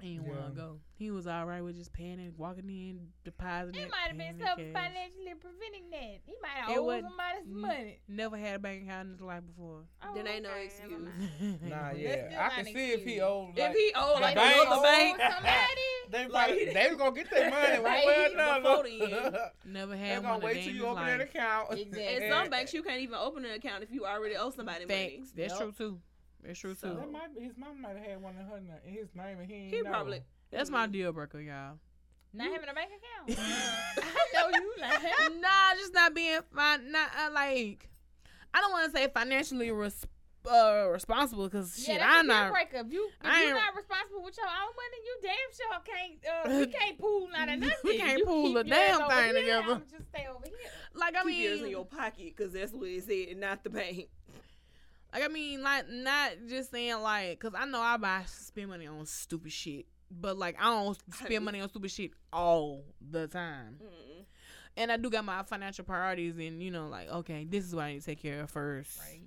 S5: He didn't want
S3: Yeah.
S5: to go. He was all right with just paying and walking in, depositing.
S4: It might have been
S5: paying the
S4: something
S5: cash.
S4: financially preventing that. He might
S5: It
S4: have owed
S5: would-
S4: somebody some
S5: Mm.
S4: money.
S5: Never had a bank account in his life before.
S4: Oh,
S2: Then ain't no
S4: okay,
S2: excuse.
S4: never mind.
S3: Nah,
S4: That's still
S3: yeah. I
S4: not
S3: can
S4: an
S3: see if he
S4: excuse.
S3: owed.
S2: If
S3: Like,
S2: he owe
S3: the
S2: like
S3: bank-
S2: another bank,
S4: Owed somebody.
S3: they probably they was gonna get their money right
S4: Right,
S3: way or
S2: before the
S3: another.
S5: Never
S3: They
S5: had
S3: gonna
S5: one.
S3: wait till you open that account.
S4: Exactly.
S2: in some banks you can't even open an account if you already owe somebody money.
S5: Facts. That's
S4: Yup.
S5: true too. It's true
S2: So-
S5: too.
S3: That might, be- his mom might have had one in her na- in his name, and he ain't
S2: He
S3: know.
S2: probably.
S5: That's my deal breaker, y'all.
S4: Not having a bank account. I know you lying.
S5: nah, just not being fine. Not uh, like I don't want to say financially res- uh, responsible because
S4: Yeah,
S5: shit,
S4: that's a
S5: I'm
S4: deal
S5: not.
S4: breaker. If you if
S5: I
S4: you're
S5: ain't-
S4: not responsible with your own money, you damn sure can't. Uh, we can't pool out of nothing.
S5: We can't
S4: You
S5: pool
S4: keep
S5: a
S4: yours
S5: damn
S4: over
S5: thing
S4: here,
S5: together.
S4: I'ma Just stay over here.
S5: Like I
S2: Keep yours in
S5: mean,
S2: your pocket because that's what it said, and not the bank.
S5: like I mean, like not just saying like, cause I know I buy spend money on stupid shit, but like I don't spend money on stupid shit all the time.
S2: Mm-mm.
S5: And I do got my financial priorities, and you know, like okay, this is what I need to take care of first.
S4: Right.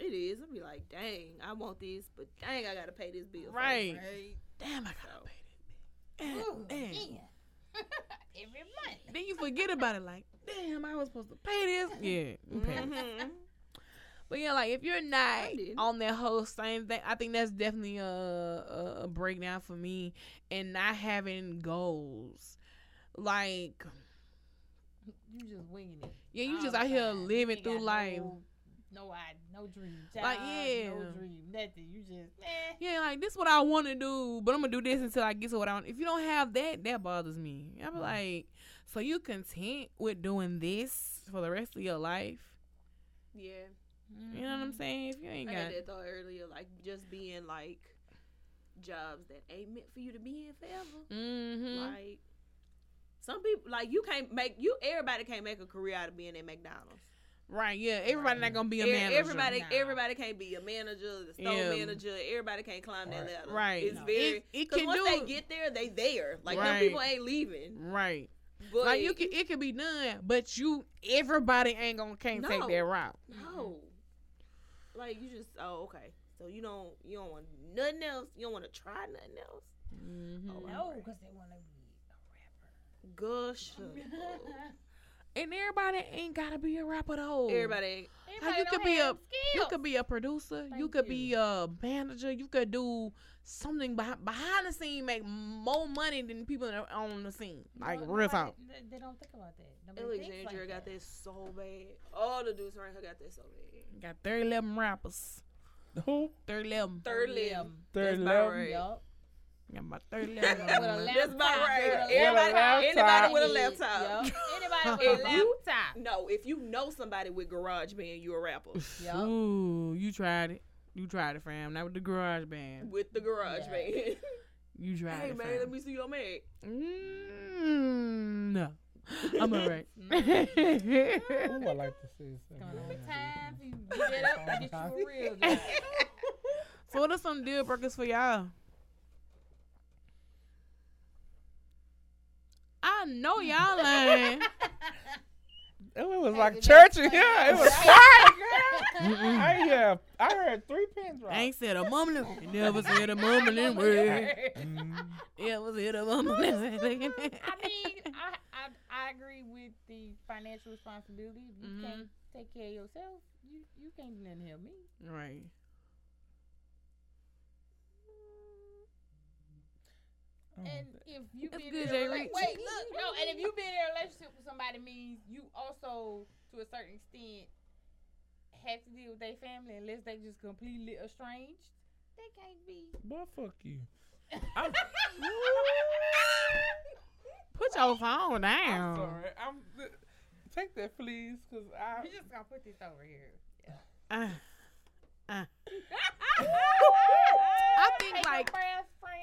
S2: It is. I'll be like, dang, I want this, but dang, I gotta pay this bill. first.
S5: Right.
S4: Right.
S5: Damn, I
S2: So-
S5: gotta pay that.
S4: Ooh,
S5: Ooh, damn.
S4: yeah. Every month.
S5: eh. Then you forget about it, like damn, I was supposed to pay this. Yeah, okay.
S2: Mhm.
S5: But yeah, like if you're not
S2: I did.
S5: on that whole same thing, I think that's definitely a, a, a breakdown for me and not having goals. Like,
S4: You just winging it.
S5: yeah, you
S4: all
S5: just
S4: the
S5: out here
S4: time.
S5: living
S4: You ain't
S5: through
S4: got
S5: life.
S4: No, no, I, no dream. Job,
S5: Like, yeah.
S4: No dream. Nothing. You just, eh.
S5: Yeah, like this is what I want to do, but I'm gonna do this until I get to what I want. If you don't have that, that bothers me. I'm
S2: Mm.
S5: like, so you content with doing this for the rest of your life?
S2: Yeah.
S5: You know what I'm saying? If you ain't
S2: I
S5: got
S2: had Mm-hmm. that thought earlier, like just being like jobs that ain't meant for you to be in forever.
S5: mm-hmm.
S2: Like some people, like you can't make you. Everybody can't make a career out of being at McDonald's.
S5: right, yeah, everybody not
S4: Right.
S5: gonna be a
S2: E-
S5: manager.
S2: everybody,
S4: Nah.
S2: everybody can't be a manager, the store
S5: Yeah.
S2: manager. Everybody can't climb that
S3: Right.
S2: ladder.
S5: Right.
S2: It's
S4: No.
S2: very.
S5: It- it
S2: 'cause
S5: can
S2: once
S5: do-
S2: they get there, they there. Like them
S5: Right.
S2: people ain't leaving.
S5: right.
S2: But
S5: Like you can, it could be done, but you everybody ain't gonna can't take that
S2: No.
S5: route.
S2: No. Like you just oh okay. So you don't you don't want nothing else. You don't want to try nothing else. Mm-hmm.
S5: Oh,
S4: No, because they want to be
S2: Gosh.
S4: a rapper.
S5: And everybody ain't gotta be a rapper though.
S2: Everybody ain't
S5: How you
S4: don't
S5: could be
S4: have
S5: a- you
S4: skills.
S5: could be a producer. you
S4: Thank
S5: could be a manager. You could do something behind behind the scene, make more money than people that are on the scene.
S4: No,
S5: Like
S4: nobody-
S5: real talk.
S4: They, they don't think about that. Nobody thinks
S2: Alexandria
S4: like
S2: got
S4: that.
S2: that so bad. All the dudes around her got that so bad.
S5: Got thirty eleven rappers.
S3: Who?
S5: Thirty eleven.
S2: Third
S4: Yeah.
S2: limb.
S3: Third
S2: That's about
S3: level.
S2: right.
S4: Yup.
S5: Got my thirty eleven.
S4: With a
S2: That's
S4: laptop.
S2: about right.
S4: With a
S2: Everybody,
S3: laptop.
S2: anybody with a
S4: Yup.
S2: laptop.
S4: Anybody with a
S2: If you-
S4: laptop.
S2: No, if you know somebody with garage band, you a rapper.
S4: Yup.
S5: Ooh, you tried it. You tried it, fam. Not with the garage band.
S2: with the garage
S4: Yeah.
S2: band.
S5: You tried
S2: hey
S5: it.
S2: man,
S5: fam.
S2: let me see your mag.
S5: Mm, no. I'm all right.
S3: Ooh, I like to see
S4: Come on,
S3: something.
S4: time for you to get that up and get you a real job.
S5: so, what are some deal breakers for y'all? I know y'all lying.
S3: It was like
S4: Take it
S3: church in
S4: back.
S3: here. It was fire, girl. I have, I heard three pins drop.
S5: Ain't said a mumbling. word, Never said a mumbling word.
S3: Mm-hmm.
S5: Never said a mumbling word.
S4: I mean, I, I I agree with the financial responsibility. If you
S5: Mhm.
S4: can't take care of yourself, you, you can't do nothing to help me.
S5: right.
S3: Oh,
S4: And if you
S5: That's
S4: been
S5: good,
S4: in a
S5: Jay
S4: rela-
S5: Reach.
S4: wait, look, no, and if you've been in a relationship with somebody means you also to a certain extent have to deal with their family unless they just completely estranged. They can't be
S3: But fuck you.
S5: Put your phone
S3: I'm
S5: down.
S3: sorry. I'm. Take that, please, cause I.
S4: We just gonna put this over here.
S5: Uh,
S4: I
S5: think, like,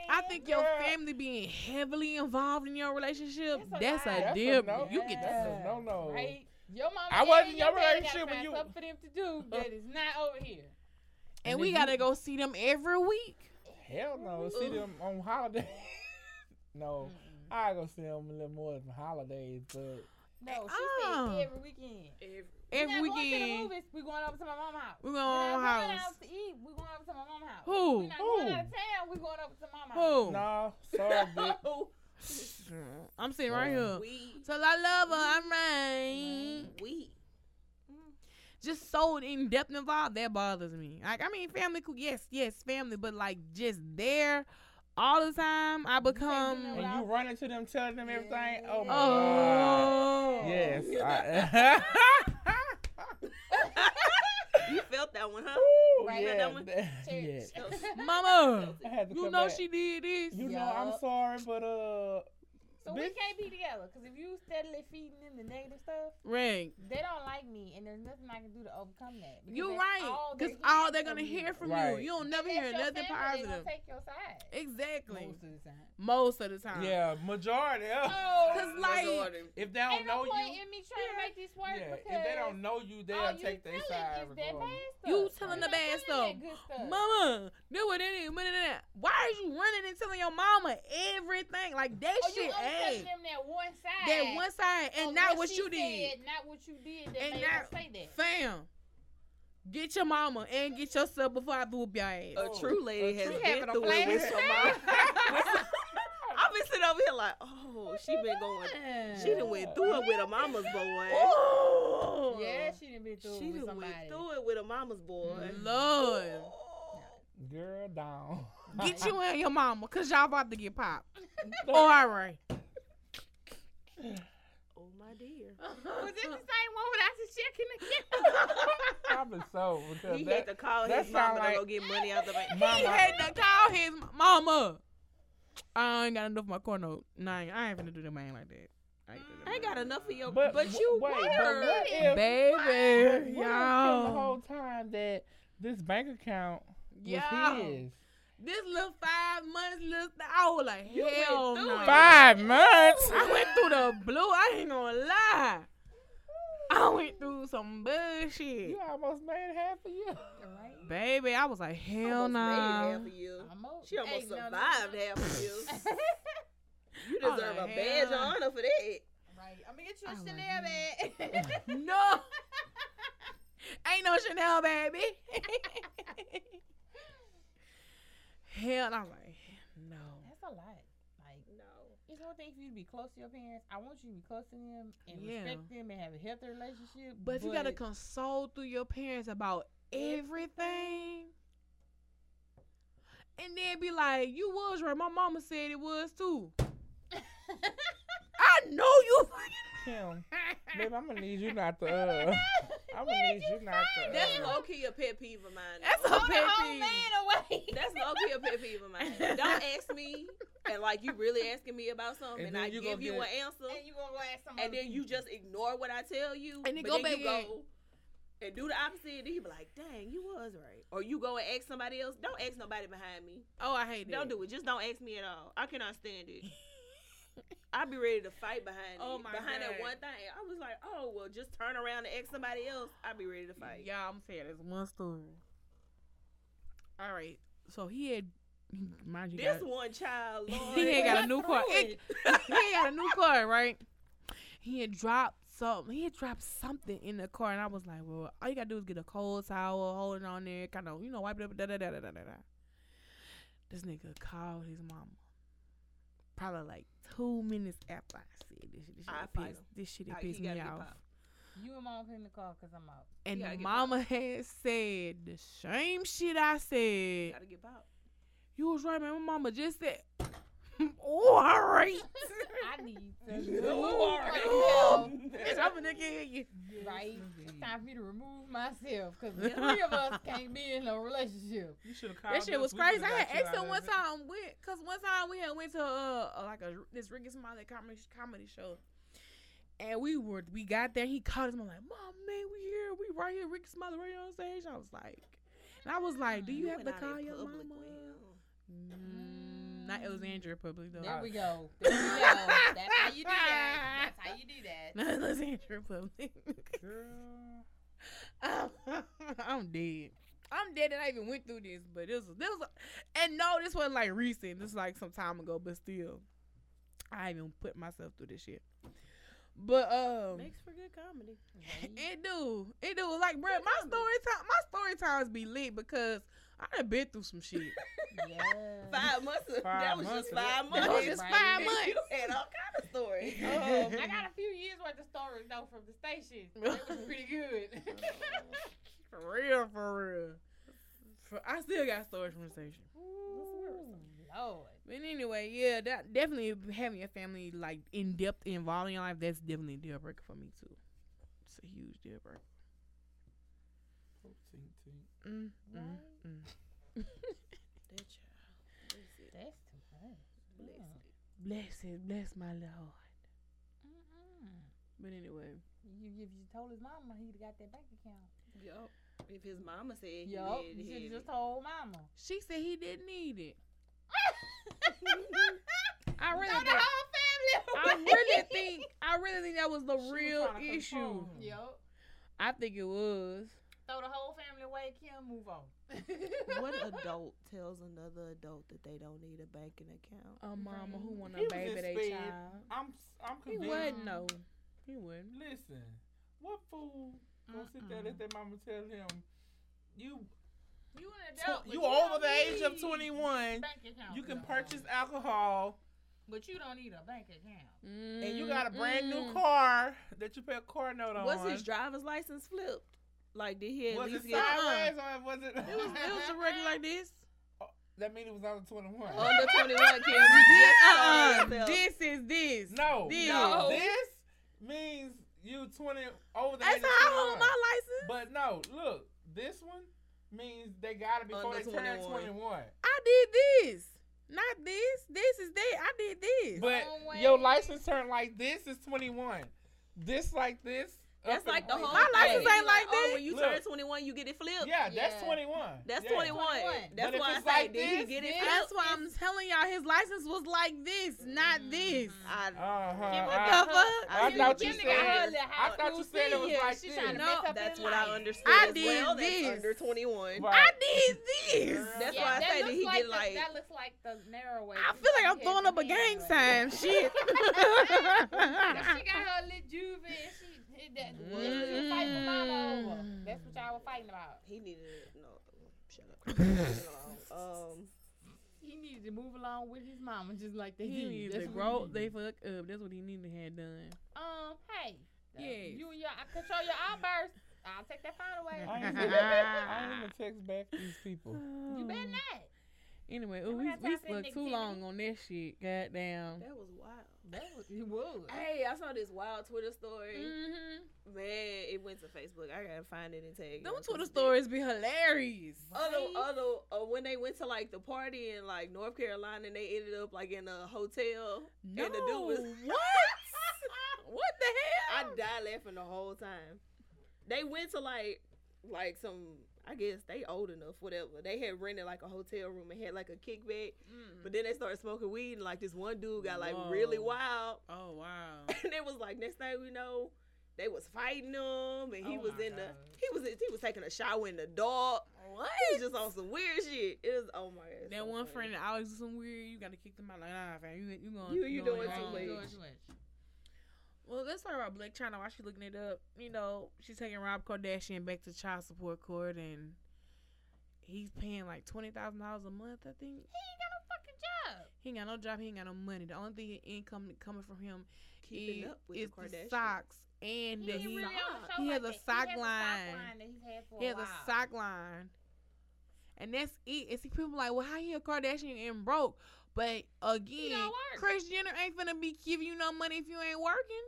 S5: I think your family being heavily involved in your relationship,
S4: That's a
S5: that's
S4: lie.
S5: a,
S3: That's a
S5: deal.
S3: no.
S5: you get
S3: That's
S5: that.
S3: a no no.
S4: Right? Your mama
S3: I wasn't
S4: and
S3: in your
S4: daddy gotta
S3: relationship when
S4: find
S3: you-
S4: something for them to do that is not over here.
S5: And
S3: And
S5: we
S3: if you-
S5: gotta go see them every week.
S3: Hell no.
S4: Mm-hmm.
S3: See
S2: Ooh.
S3: them on holidays. no, I go see them a little more than holidays, but
S4: No, she
S5: Oh.
S4: said every weekend.
S2: Every-
S5: Every
S4: we um, not Going to the
S5: weekend.
S4: movies. We're going over to my mama's house.
S5: We're going
S4: We're
S5: over
S4: not going
S5: house.
S4: out to eat. We're going over to my mama's house.
S5: Who?
S4: We're not going
S3: Who?
S4: out of town. We're going over to mama's house.
S5: Who?
S3: no, sorry, bitch.
S2: Oh,
S5: I'm sitting right
S3: Oh.
S5: here.
S2: we,
S5: So I love her. I'm right.
S2: we.
S5: Just so in depth involved that bothers me. Like I mean, family cool. Yes, yes, family. But like just there all the time, I
S4: nothing
S5: become.
S3: And you run into them, telling them everything. Oh my god.
S5: Oh.
S3: Yes. I,
S2: You felt that one, huh?
S3: Ooh,
S4: Right.
S3: yeah,
S2: That one?
S3: that- yeah.
S2: So-
S5: Mama,
S3: I had to
S5: you
S3: come
S5: know
S3: back.
S5: she did this.
S3: You know I'm
S4: Yup.
S3: sorry, but uh,
S4: So we
S3: Bitch.
S4: can't be together because if you steadily feeding them the negative stuff,
S5: Right.
S4: they don't like me, and there's nothing I can do to overcome that. because
S5: You
S4: that's
S5: right. Because
S4: hearing
S5: all they're
S4: from
S5: going to
S4: you.
S5: hear from
S3: Right.
S5: you. You don't never
S4: That's
S5: hear
S4: your
S5: nothing
S4: family, they gonna
S5: positive.
S4: Take your side.
S5: Exactly.
S4: Most of the time.
S5: Most of the time.
S3: yeah, majority. Of,
S4: Oh,
S5: Cause like,
S3: if they don't
S4: ain't no
S3: know
S4: point
S3: you,
S4: in me trying to make this work
S3: yeah,
S4: because
S3: if they don't know you, they'll
S4: all you
S3: take their
S4: feeling
S3: side.
S4: is that
S3: regardless.
S4: bad stuff.
S5: You
S4: You're
S5: telling the bad
S4: not feeling that good stuff.
S5: mama, do what it is. blah, blah, blah. Why are you running and telling your mama everything? Like that
S4: Oh, you
S5: shit.
S4: only
S5: Hey,
S4: telling them that one side.
S5: that one side
S4: of
S5: and not what
S4: she
S5: you did,
S4: said, Not what you did. That
S5: And
S4: made her
S5: not-
S4: say that.
S5: fam. Get your mama and get yourself before I whoop your ass.
S2: A true lady has
S3: true-
S4: She having
S2: been
S4: a
S2: through it with
S4: flash
S2: some mom. I've been sitting over here like, oh, she been going. She done went through it with a mama's boy.
S5: Ooh.
S4: Oh, Yeah, she didn't be through
S2: She
S4: it with
S2: done
S4: somebody.
S2: went through it with a mama's boy.
S5: Lord.
S3: Girl down.
S5: Get you and your mama, cause y'all about to get popped. All right.
S2: Oh my dear.
S4: Was this the same one without the check in the
S3: Probably so because
S2: He had
S3: that,
S2: to call
S3: that
S2: his
S3: sound
S2: mama
S3: like-
S2: to go get money out the bank.
S5: He
S3: mama,
S5: had to call his mama. I ain't got enough of my core note. Nah, I ain't- I ain't finna do the man like that. I ain't, finna do
S2: I ain't
S5: that.
S2: got enough of your.
S3: But
S2: But,
S3: wh-
S2: you
S3: wait, but
S2: were.
S3: what if- What
S5: baby.
S3: if the
S5: Y'all.
S3: whole time that this bank account was
S5: Yeah.
S3: his?
S5: This little five months, little th- I was like,
S2: You went
S5: hell
S2: through
S5: no.
S2: it.
S3: Five months.
S5: I went through the blue. I ain't gonna lie. I went through some bullshit,
S3: You almost made half a year.
S4: right?
S5: baby. I was like, hell no.
S2: Almost made half of you.
S4: Almost.
S2: She almost
S4: Hey, no, no,
S2: survived
S4: no.
S2: half of you. You
S5: Oh,
S2: deserve a
S5: hell.
S2: badge of honor for that.
S4: right. I'm gonna get you
S5: I like
S4: a Chanel bag.
S5: No. Ain't no Chanel, baby. Hell, I'm like, no.
S4: That's a lot. Like
S2: No.
S4: it's one thing for you to be close to your parents. I want you to be close to them and
S5: Yeah.
S4: respect them and have a healthy relationship.
S5: But if you gotta console through your parents about everything, and then be like, you was right. My mama said it was too. I know you.
S3: Kim, babe, I'm gonna need you not to. Uh, I'm gonna need you not to.
S2: That's
S3: uh,
S2: low key a pet peeve of mine.
S5: That's a
S4: Hold the
S5: pet
S4: whole
S5: peeve.
S4: man away.
S2: That's low key a pet peeve of mine. Don't ask me, and like you really asking me about something,
S3: And
S2: and,
S3: then
S2: I
S3: you
S2: give
S3: gonna
S2: you
S3: get-
S2: an answer,
S4: and you gonna go ask somebody.
S2: and then you just ignore what I tell you,
S5: And then
S2: but
S5: go
S2: then you
S5: back and-
S2: go and do the opposite. And then you be like, "Dang, you was right," or you go and ask somebody else. Don't ask nobody behind me.
S5: Oh, I hate it.
S2: Don't do it. Just don't ask me at all. I cannot stand it. I'd be ready to fight behind
S5: Oh
S2: it.
S5: my
S2: behind
S5: God.
S2: that one thing. I was like, "Oh well, just turn around and ask somebody else." I'd be ready to fight.
S5: Yeah, I'm saying it's one story. All right, so he had, mind you,
S2: This
S5: got-
S2: one child, Lord,
S5: he had got a
S4: Went
S5: new car.
S4: through
S5: It- he had got a new car, right? He had dropped something. He had dropped something in the car, and I was like, "Well, all you gotta do is get a cold towel, hold it on there, kind of, you know, wipe it up." Da da da da da da. da. This nigga called his mama. Probably like two minutes after I said this shit. This
S2: I
S5: shit,
S2: fight
S5: pissed,
S2: him.
S5: this shit it
S2: I- he
S5: pissed
S2: gotta
S5: me
S2: get
S5: off.
S2: popped.
S4: you and mom in the car because I'm out.
S5: And
S2: gotta
S5: the
S2: get
S5: mama had said the same shit I said.
S2: gotta get popped.
S5: You was right, man. My mama just said, "Oh, all right."
S4: I need to
S3: You
S4: move
S3: are-
S4: myself,
S5: Bitch, I'm gonna get you.
S4: right? It's time for me to remove myself because the three of us can't be in a relationship.
S3: You should have
S5: That shit was crazy. I had asked him one time with, cause one time we had went to uh, uh, like a this Ricky Smiley comedy comedy show, and we were we got there. He called us. I'm like, "Mom, man, we here. We right here. Ricky Smiley right here on stage." I was like, and I was like, "Do you have
S2: went
S5: to
S2: out in
S5: call your mama?"
S2: public with him.
S5: Mm, not Alexandria Public though.
S4: There we go. There we go. That's how you do that. That's how you do that.
S5: Not Alexandria Public.
S3: Girl.
S5: I'm, I'm dead. I'm dead that I even went through this, but this was this was, and no, this wasn't like recent. This was like some time ago, but still, I even put myself through this shit. But um,
S2: Makes for good comedy.
S4: Right?
S5: it do it do like bro. My story time, my story times be lit because I done been through some shit.
S4: Yeah.
S2: Five months. of-
S3: Five
S2: that was
S3: months
S2: just
S3: of that.
S2: five months.
S5: That was just five
S2: And You
S5: months.
S2: had all kind of stories.
S5: Um,
S4: I got a few years worth of stories though from the station. It was pretty good.
S5: for real, for real. For, I still got stories from the station.
S4: Ooh, Lord.
S5: But anyway, yeah, that definitely having a family like in depth involved in your life, that's definitely a deal breaker for me too. It's a huge deal breaker.
S3: Tink, tink.
S5: Mm, mm,
S4: Right?
S5: mm.
S2: Mm-hmm. That child. Bless it.
S4: That's too much.
S2: Bless
S4: Yeah.
S2: it.
S5: Bless it, bless my Lord.
S4: Mm-mm.
S5: But anyway,
S4: You if you told his mama he'd got that bank account.
S2: Yup. If his mama said he
S4: Yup.
S2: did,
S4: You
S2: he
S4: should
S2: did.
S4: just told mama.
S5: she said he didn't need it. I
S4: I
S5: really,
S4: Throw the
S5: think,
S4: whole family.
S5: I
S4: away.
S5: really think, I really think that was the
S3: She was
S5: real
S3: trying to
S5: issue.
S3: control him.
S4: Yup.
S5: I think it was.
S4: Throw the whole family away. Kim, move on.
S2: what adult tells another adult that they don't need a banking account?
S5: A mama who want
S3: He was
S5: to baby
S3: just
S5: their
S3: fed.
S5: child.
S3: I'm s- I'm
S5: Mm-hmm. He
S3: convinced.
S5: wouldn't no. He wouldn't.
S3: Listen, what fool gonna sit there and let their mama tell him you
S4: You an
S3: tw-
S4: adult. but
S3: you over
S4: don't
S3: the age of
S4: need
S3: twenty one?
S4: Bank account.
S3: You can
S4: No.
S3: purchase alcohol
S4: but you don't need a bank account.
S5: Mm-hmm.
S3: and you got a brand new
S5: Mm-mm.
S3: car that you pay a car note on.
S2: Was his driver's license flipped? Like, did he at
S3: was it
S2: least get
S3: sideways or was it?
S5: It was, it was directed like this.
S3: that mean it was under twenty one.
S5: Oh,
S2: under 21? Kim, you
S5: This,
S2: just
S5: uh-uh,
S2: told yourself.
S5: this is this.
S3: No,
S5: This.
S2: No.
S3: this means you twenty over the age
S5: That's
S3: of
S5: how I
S3: 21.
S5: hold my license.
S3: But no, look, this one means they gotta be before
S2: Under
S3: they turn
S2: 21.
S3: 21.
S5: I did this. Not this. This is that. I did this.
S3: But
S4: Some
S3: your
S4: way.
S3: license turned like this is 21. This like this.
S2: That's
S3: up and-
S2: like the whole
S4: My
S5: license
S2: thing.
S5: ain't like
S2: oh,
S5: that.
S2: When you
S3: Look.
S2: turn 21, you get it flipped.
S3: Yeah, that's
S4: Yeah.
S3: 21.
S2: That's
S3: Yeah.
S2: 21.
S4: 21.
S2: That's
S3: But if
S2: why I say,
S3: it's like
S2: did he
S3: this,
S2: get it
S3: then-
S2: flipped?
S5: That's why I'm telling y'all his license was like this, not this.
S4: Mm-hmm.
S2: I,
S3: Uh-huh. I,
S5: What the fuck?
S2: I
S3: I thought you
S2: Kim
S3: said
S2: got her
S3: it. I
S4: little house
S3: thought you said it was
S4: here.
S3: like
S4: She
S3: this.
S4: trying to
S5: No,
S4: mess up
S2: that's
S4: in
S2: what
S4: life.
S2: I understood
S5: I
S2: as
S5: did
S2: well.
S5: this.
S2: That's under 21.
S3: Right.
S5: I did this.
S2: That's
S4: Yeah,
S2: why I
S4: that
S2: say that
S4: looks
S2: he get
S4: the-
S2: like-
S4: that looks like the narrow way.
S5: I feel like I'm
S4: She
S5: throwing
S4: had
S5: up a
S4: the
S5: gang
S4: narrow way.
S5: sign. Shit.
S4: If she got her little juve and she did that. That's what you fight for mama over.
S5: Mm.
S4: That's what y'all were fighting about.
S2: He needed no. Shut up. Leave it alone. um,
S4: He needed to move along with his mama just like they
S5: he
S4: did.
S5: needs
S4: That's
S5: to
S4: what
S5: grow.
S4: he
S5: They
S4: needed.
S5: fuck up. That's what he needed to have done.
S4: Um, hey.
S5: Yes.
S4: You and your, I control your outbursts. I'll take that phone away.
S3: I ain't gonna text back these people.
S4: you better
S5: Oh.
S4: not.
S5: Anyway, ooh,
S4: Remember that
S5: we we
S4: time for
S5: stuck too
S4: negativity?
S5: long on this shit. Goddamn.
S2: that was wild.
S4: That was, he was.
S2: Hey, I saw this wild Twitter story.
S5: Mm-hmm.
S2: Man, it went to Facebook. I gotta find it and tag.
S5: Them
S2: y'all, 'cause
S5: Twitter
S2: it-
S5: stories be hilarious.
S2: Other,
S4: Right?
S2: other, uh, when they went to like the party in like North Carolina, and they ended up like in a hotel.
S5: No.
S2: And the dude was
S5: what? what the
S2: I
S5: hell?
S2: died laughing the whole time. They went to like, like some. I guess they old enough, whatever. They had rented like a hotel room and had like a kickback, but then they started smoking weed and like this one dude got like really
S5: Whoa.
S2: wild.
S5: oh wow.
S2: and it was like next thing we know, they was fighting him, and he
S5: Oh
S2: was
S5: my
S2: in the
S5: God.
S2: he was in, he was taking a shower in the dark.
S5: What?
S2: He was just on some weird shit. It was oh my god.
S5: That one friend that always do some weird, you gotta kick them out. Like, nah, fam, you you going
S2: You- you doing
S4: George
S2: too much.
S4: George Lynch.
S5: Well, let's talk about Black China while she looking it up. You know, she's taking Rob Kardashian back to child support court, and he's paying like twenty thousand dollars a month. I think
S4: He ain't got no fucking job.
S5: he ain't got no job, he ain't got no money. The only thing income coming from him
S2: keeping
S5: is,
S2: up with
S5: is
S2: the Kardashians.
S5: socks, and
S4: He,
S5: that
S4: ain't
S5: he
S4: really on the show
S5: he
S4: like
S5: has a
S4: that.
S5: sock
S4: he
S5: line.
S4: Has a sock line that he's had for
S5: he
S4: a
S5: has
S4: while.
S5: a sock line, and that's it. And see, people like, well, how he a Kardashian and broke? But again,
S4: work.
S5: Chris Jenner ain't gonna be giving you no money if you ain't working.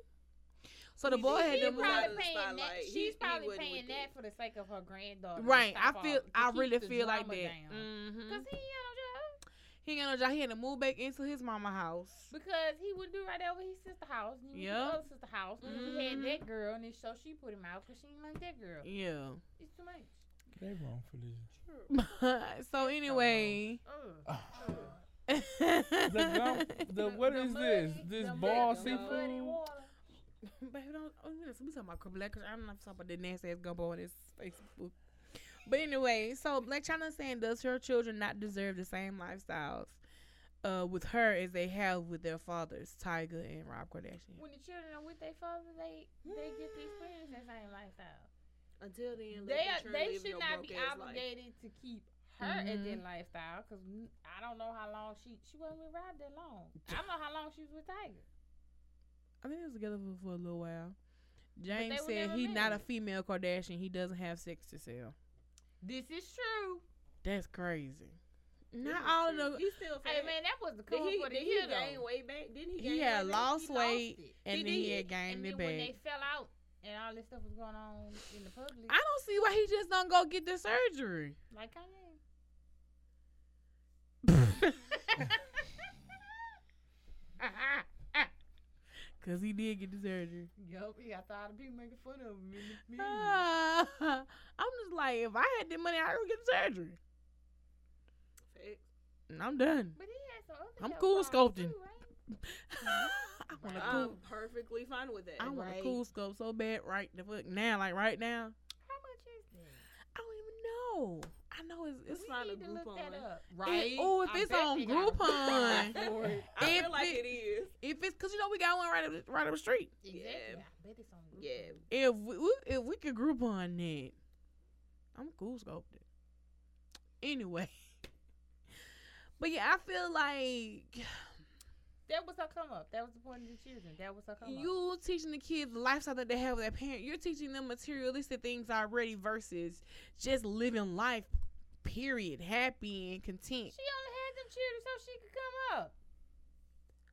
S5: So the
S2: He-
S5: boy
S2: he
S5: had to
S4: She's
S5: move.
S2: out
S4: probably
S2: of the
S4: paying that.
S2: spotlight. He-
S4: She's
S2: he
S4: probably
S2: wasn't
S4: paying
S2: with
S4: that
S2: it.
S4: for the sake of her granddaughter. to
S5: Right, I
S4: stop
S5: feel,
S4: off, to
S5: I
S4: keep
S5: really
S4: the
S5: feel like
S4: drama
S5: that.
S4: down.
S5: Mm-hmm.
S4: Cause he ain't got no job.
S5: He ain't got no job. He had to move back into his mama house.
S4: Because he would do right over his sister house. And he
S5: Yep.
S4: yep. other sister house. And he had
S5: Mhm.
S4: that girl, and then so she put him out because she ain't like that girl.
S5: Yeah.
S4: It's too much.
S3: They wrong for this.
S5: so anyway,
S4: Ugh.
S3: the gum, the what is this? This
S4: The
S3: ball
S4: muddy- the muddy
S3: seafood.
S4: water.
S5: Baby, don't. Oh, yes, we talking about black. Cause I'm not talking about the nasty ass gumbo on this Facebook. But anyway, so Black China saying, does her children not deserve the same lifestyles uh, with her as they have with their fathers, Tiger and Rob Kardashian?
S4: When the children are with their father, they they get to experience that same lifestyle.
S2: Until then, let
S4: They
S2: them try
S4: are,
S2: to
S4: they
S2: live
S4: should
S2: your
S4: not be
S2: broke ass life. Mm-hmm.
S4: obligated to keep her at that lifestyle because I don't know how long she she wasn't with Rob that long. I don't know how long she was with Tiger.
S5: I think they was together for, for a little while. James
S4: were
S5: said
S4: never
S5: he not a
S4: married.
S5: female Kardashian. He doesn't have sex to sell.
S4: This is true.
S5: That's crazy. Not
S2: Goodness
S5: all of
S2: gracious.
S5: the.
S2: He still fat.
S4: Hey man, that was the
S2: did
S4: cover
S2: he,
S4: for the
S2: did he
S4: year though.
S2: gain weight back? Didn't he gain
S5: He had
S2: weight back?
S5: lost
S4: He lost
S5: weight
S4: it.
S5: and
S2: He
S5: then he
S2: did.
S5: had gained
S4: And
S5: it
S4: then
S5: back.
S4: when they fell out, and all this stuff was going on in the public.
S5: I don't see why he just don't go get the surgery.
S4: like Kanye.
S5: Cause he did get the surgery.
S4: yup, he got tired of people making fun of him. in the media.
S5: Ah, I'm just like, if I had the money, I'd go get the surgery.
S2: Facts.
S5: And I'm done.
S4: but he had some other
S5: I'm
S4: health
S5: cool with
S4: problems
S5: sculpting.
S4: too, right?
S5: Mm-hmm. I want a
S2: I'm
S5: cool,
S2: perfectly fine with that.
S5: I want
S2: Right.
S5: a cool scope so bad right the fuck now, like right now.
S4: How much is that?
S5: I don't even know. I know it's, it's
S2: We
S5: like,
S2: find a
S4: need to look that
S2: Groupon.
S4: up.
S5: It- oh, if
S4: I
S5: it's
S4: bet
S5: on
S4: they got a
S5: Groupon.
S4: Groupon for it.
S2: I
S5: If
S2: feel like
S5: it-
S2: it is.
S5: if it's cause you know we got one right up, right up the street.
S4: Exactly.
S2: Yeah.
S4: I bet it's on Groupon.
S2: Yeah.
S5: If we, we if we could group on that, I'm cool sculpted. Anyway, but yeah, I feel like
S4: That was her come up. That was the point of the children. That was her come up.
S5: you teaching the kids the lifestyle that they have with their parent. You're teaching them materialistic things already versus just living life, period, happy and content.
S4: She only had them children so she could come up.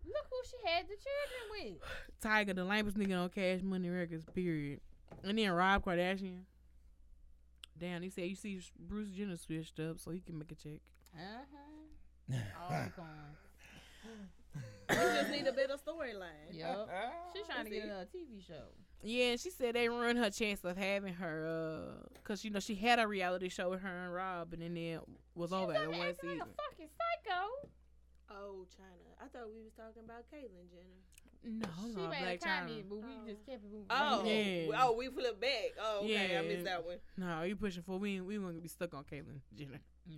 S4: Look who she had the children with.
S5: Tiger, the lamest nigga on Cash Money Records, period. And then Rob Kardashian. Damn, he said you see Bruce Jenner switched up, so he can make a check.
S4: Uh huh. All gone.
S2: You just need a better storyline.
S4: Yup. She's trying to get
S2: See?
S4: another TV show.
S5: Yeah, and she said they ruined her chance of having her, uh, cause you know she had a reality show with her and Rob, and then it was over
S4: She's
S5: after
S4: over
S5: one
S4: acting
S5: season.
S4: like a fucking psycho.
S2: Oh, China. I thought we was talking about Caitlyn Jenner.
S5: No, I'm
S4: she
S5: not
S4: made a
S5: Black China.
S4: comment, but we
S2: Oh.
S4: just kept it moving.
S2: Oh,
S5: Yeah.
S2: w- oh, we flipped back. Oh, okay, I
S5: Yeah.
S2: missed that one.
S5: No, you pushing for we ain't- we gonna be stuck on Caitlyn Jenner.
S4: Nah.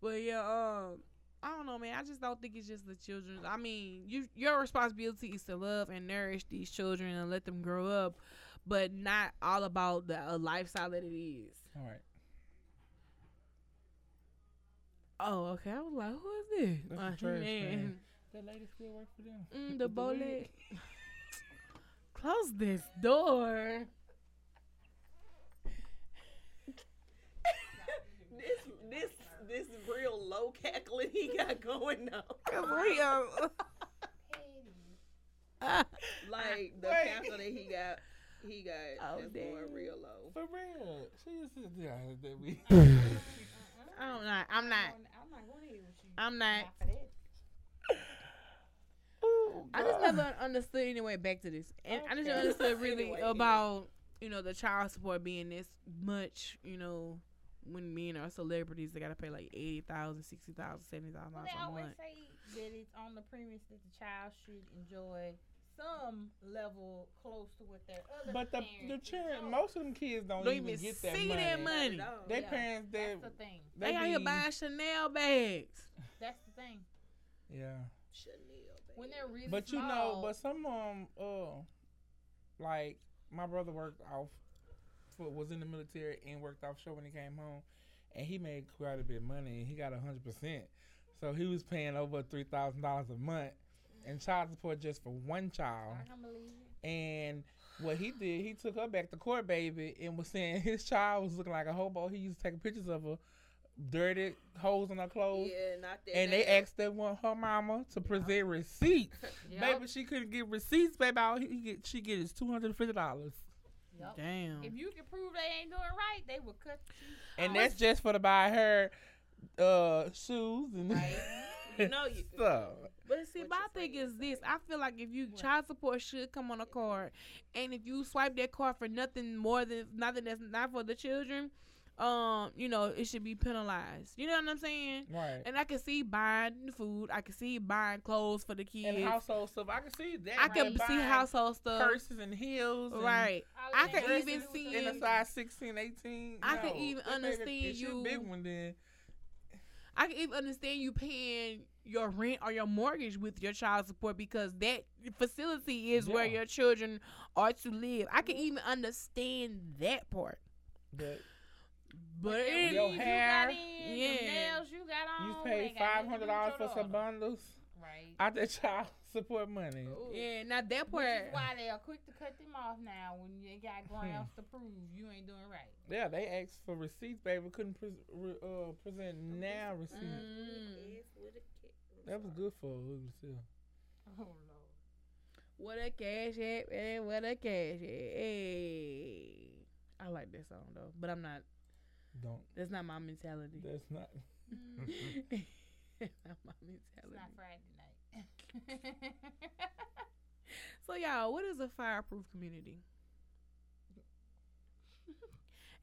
S5: But yeah, um, I don't know, man. I just don't think it's just the children. I mean, you your responsibility is to love and nourish these children and let them grow up, but not all about the uh, lifestyle that it is.
S3: All right.
S5: Oh, okay. I was like, who is this?
S3: That's
S5: Uh,
S3: the trash
S5: man.
S3: man. That lady still work for them.
S5: Mm, the
S3: With wig.
S5: bullet. Close this door.
S2: This, this, this real low cackling he got going on.
S5: um,
S2: Like the
S3: Wait.
S2: cackle that he got, he got
S5: Oh,
S2: is going
S5: damn.
S2: real low.
S3: For real. She used to do that we.
S5: I'm not. I'm not.
S4: I'm not going to hear what you.
S5: I'm not.
S4: Not for that.
S5: I just never understood anyway. Back to this, and I
S2: Okay.
S5: just never understood really
S2: Anyway, yeah.
S5: about you know the child support being this much. You know, when men are celebrities, they gotta pay like eighty thousand, sixty thousand, seventy thousand
S4: Well,
S5: dollars
S4: they
S5: a
S4: always
S5: month.
S4: say that it's on the premise that the child should enjoy some level close to what their other
S3: But the the
S4: parents
S3: children,
S4: enjoy.
S3: most of them kids don't,
S5: Don't
S3: even,
S5: even
S3: get that
S5: see
S3: money.
S5: that money.
S2: Not at all.
S3: Their
S4: Yeah.
S3: parents, they
S4: that's the thing.
S5: They out here buying Chanel bags.
S4: That's the thing.
S3: Yeah,
S2: Chanel, baby.
S4: When they're really
S3: but you
S4: small,
S3: know, but some um, uh, like my brother worked off, wa- was in the military and worked offshore when he came home, and he made quite a bit of money. And he got a hundred percent, so he was paying over three thousand dollars a month in child support just for one child.
S4: I can believe it.
S3: And what he did, he took her back to court, baby, and was saying his child was looking like a hobo. He used to take pictures of her, dirty holes in her clothes.
S2: yeah, not that.
S3: Oh. And they
S2: down.
S3: asked that one her mama to present receipts. Baby, she couldn't get receipts, baby. All he get, she get is two hundred and fifty dollars,
S4: Yup.
S5: Damn.
S4: Oh, If you can prove they ain't doing right, they will cut
S3: and
S4: Oh.
S3: that's just for to buy her uh shoes and
S2: You know you-
S3: stuff.
S5: But see,
S2: What
S5: my
S2: you
S5: thing
S2: saying,
S5: is this: I feel like if you
S4: What?
S5: child support should come on a card, and if you swipe that card for nothing more than nothing that's not for the children, um, you know it should be penalized. You know what I'm saying?
S3: Right.
S5: And I can see buying food, I can see buying clothes for the
S3: And,
S5: kids,
S3: household stuff, I can see that.
S5: I can
S3: They
S5: see
S3: buying
S5: household stuff,
S3: purses and heels, and
S5: right?
S4: you.
S5: I could
S4: can
S5: even see-
S3: in a size 16, 18.
S5: I could
S3: No.
S5: even
S3: That baby-
S5: understand
S3: if she a
S5: you-
S3: Big one then.
S5: I can even understand you paying your rent or your mortgage with your child support because that facility is where
S3: Yeah.
S5: your children are to live. I can even understand that part.
S3: But
S5: But
S3: then
S5: it,
S3: your
S4: you
S3: hair,
S4: got in, the
S5: yeah.
S4: nails you got on.
S3: you
S4: they
S3: paid
S4: got
S3: five
S4: nothing to do
S3: hundred
S4: with
S3: dollars for
S4: your
S3: some
S4: daughter.
S3: bundles
S4: Right.
S3: out that child support money.
S2: Ooh.
S5: yeah, now that
S4: Which
S5: part.
S4: is why they are quick to cut them off now when you ain't got grounds to prove you ain't doing right.
S3: Yeah, they asked for receipts, baby. Couldn't pres re- uh, present now receipts.
S5: Mm.
S2: Yes, with a kick. I'm
S3: That was
S2: sorry.
S3: good for her. Lucille.
S4: Oh lord.
S5: What a cash app and what a cash app. Hey. I like that song though, but I'm not.
S3: Don't.
S5: That's not my mentality.
S3: That's not.
S5: not my
S4: It's
S5: mentality.
S4: not Friday night.
S5: So y'all, what is a fireproof community?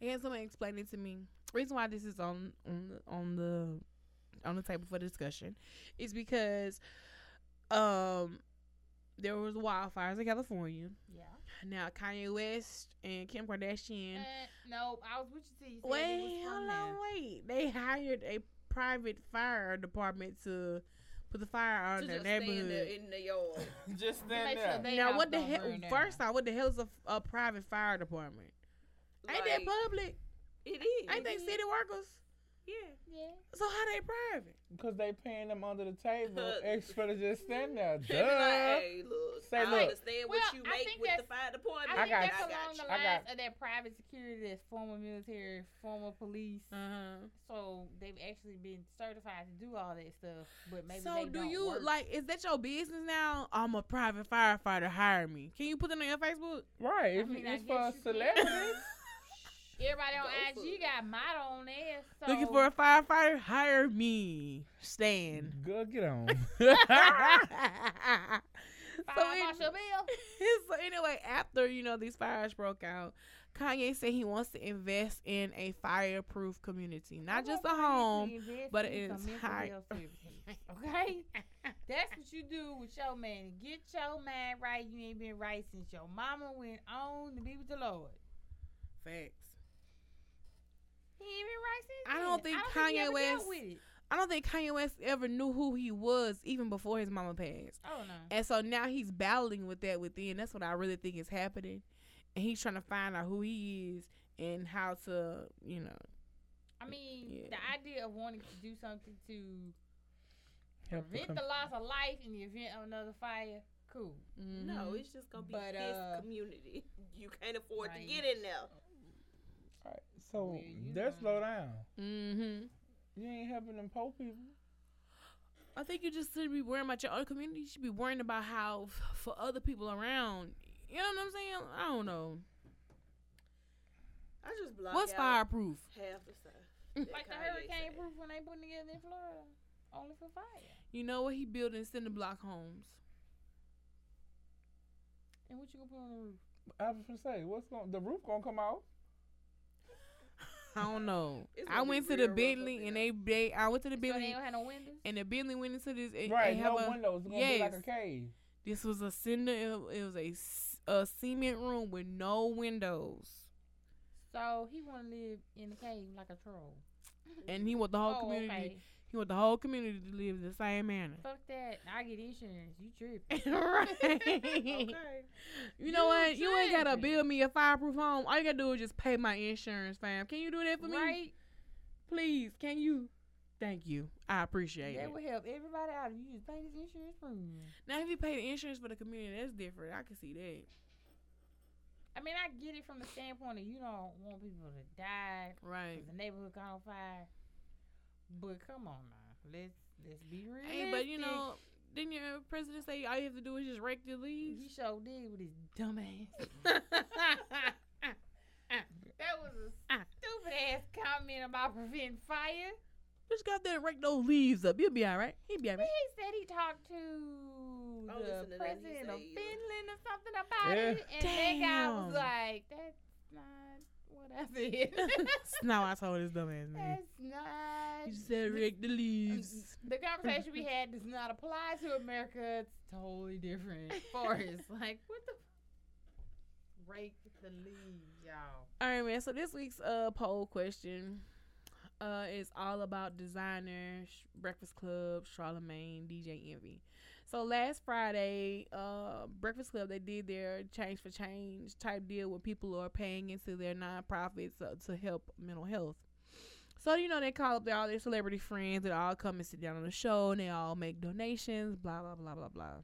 S5: Again, someone explain it to me. Reason why this is on on the- on the on the table for discussion is because um there was wildfires in California.
S4: yeah.
S5: Now Kanye West and Kim Kardashian.
S4: Uh, no, I was with you till you said it was
S5: wait,
S4: from
S5: hold on,
S4: there.
S5: wait. They hired a private fire department to put the fire out in their neighborhood.
S2: in the yard.
S3: Just
S4: Make
S3: stand
S4: sure
S3: there.
S4: they
S5: now
S4: house
S5: what the
S4: don't
S5: hell?
S4: burn down.
S5: First off, what the hell is a, a private fire department? ain't that
S2: Like,
S5: public?
S2: It is.
S5: Ain't they city workers?
S2: Yeah.
S4: Yeah.
S5: So how they private?
S3: Because they paying them under the table extra to just stand there.
S2: They be like,
S3: Duh.
S2: hey, look,
S3: Say
S2: I
S3: look.
S2: understand what
S4: Well,
S2: you
S4: I
S2: make
S4: think
S2: with the
S4: that's-
S2: fire department.
S4: I, think
S3: got
S4: that's
S3: you.
S4: along the
S3: I got
S4: lines of that private security that's former military, former police.
S5: Uh-huh.
S4: So they've actually been certified to do all that stuff, but maybe
S5: so
S4: they
S5: do
S4: don't
S5: you
S4: work.
S5: like? Is that your business now? I'm a private firefighter. Hire me. Can you put that on your Facebook?
S3: Right. If
S4: mean, I
S3: it's for
S4: guess you can.
S3: celebrities.
S4: Everybody on
S2: Go for
S4: IG
S2: it.
S4: got motto on there. So
S5: Looking for a firefighter? Hire me. Stan.
S3: Good, get on.
S5: so,
S4: fire
S5: it-
S4: marshal bill.
S5: so anyway, after you know these fires broke out, Kanye said he wants to invest in a fireproof community, not just a home. but an entire-
S4: Okay, that's what you do with your man. Get your man right. You ain't been right since your mama went on to be with the Lord.
S5: Facts.
S4: He ain't been right since.
S5: I don't
S4: then.
S5: think
S4: he
S5: Kanye
S4: ever dealt
S5: West-
S4: With it.
S5: I don't think Kanye West ever knew who he was even before his mama passed.
S4: Oh no.
S5: And so now he's battling with that within. That's what I really think is happening. And he's trying to find out who he is and how to, you know.
S4: I mean,
S5: Yeah.
S4: the idea of wanting to do something to
S3: Help the
S4: prevent
S3: com-
S4: the loss of life in the event of another fire, cool.
S5: Mm-hmm.
S4: Mm-hmm.
S2: No, it's just gonna be
S4: But,
S2: this
S4: uh,
S2: community. You can't afford
S4: right.
S2: to get in there.
S3: Alright, So
S4: Well, you
S3: they're
S4: know.
S3: slow down.
S5: Mm-hmm.
S3: You ain't helping them poor people.
S5: I think you just should be worrying about your own community. You should be worrying about how f- for other people around. You know what I'm saying? I don't know.
S2: I just block
S5: What's
S2: out
S5: fireproof?
S2: half the stuff. that
S4: Like the
S2: Kanye
S4: hurricane
S2: said.
S4: proof when they put together in Florida, only for fire.
S5: You know what he building cinder block homes.
S4: And what you gonna put on the roof?
S3: I was gonna say, what's going? The roof gonna come out?
S5: I don't know.
S2: It's
S5: I
S2: gonna be
S5: went to the
S2: real rough up
S5: Bentley
S2: in
S5: and
S2: there.
S5: they, they I went to the
S4: So they
S5: Bentley
S4: don't have no windows.
S5: and the Bentley went into this and,
S3: Right,
S5: and have
S3: no
S5: a,
S3: windows. It's gonna be like
S5: yes.
S3: a cave.
S5: This was a cinder. It, it was a, s- a cement room with no windows,
S4: So he wanna live in the cave like a troll.
S5: and he want the whole
S4: Oh,
S5: community.
S4: okay.
S5: He want the whole community to live in the same manner.
S4: Fuck that. I get insurance. You tripping.
S5: right.
S2: Okay.
S5: You know what?
S4: You
S5: You ain't gotta
S4: tripping.
S5: build me a fireproof home. All you gotta do is just pay my insurance, fam. Can you do that for me,
S4: Right?
S5: please? Can you? Thank you. I appreciate
S4: That
S5: it.
S4: would help everybody out. You just pay this insurance premium.
S5: Now, if you pay the insurance for the community, that's different. I can see that.
S4: I mean, I get it from the standpoint of you don't want people to die,
S5: Right.
S4: the neighborhood caught on fire. But come on now, let's let's be real.
S5: Hey, but you know, didn't your president say all you have to do is just rake the
S4: he
S5: leaves?
S4: sure did with his dumb ass. that was a
S3: Ah.
S4: stupid ass comment about preventing fire.
S5: Just go out there and rake those leaves up. You'll be all right. He'll be all
S4: He
S5: right.
S4: said he talked to
S2: I'll Oh, listen to
S4: the
S2: that. He
S4: president
S2: said
S4: of
S2: he- uh,
S4: Finland or something about
S3: Yeah.
S4: it, and that guy
S5: Damn.
S4: was like, "That's not what I said.
S5: That's not what I told this dumbass man.
S4: That's not."
S5: He just said rake the leaves.
S4: the conversation we had does not apply to America. It's totally different. Forest, like what the f- rake the leaves, y'all.
S5: All right, man. So this week's uh poll question uh is all about designers, Breakfast Club, Charlemagne, DJ Envy. So last Friday, uh, Breakfast Club they did their change for change type deal where people are paying into their nonprofits uh, to help mental health. So you know they call up their, all their celebrity friends that all come and sit down on the show and they all make donations. Blah blah blah blah blah.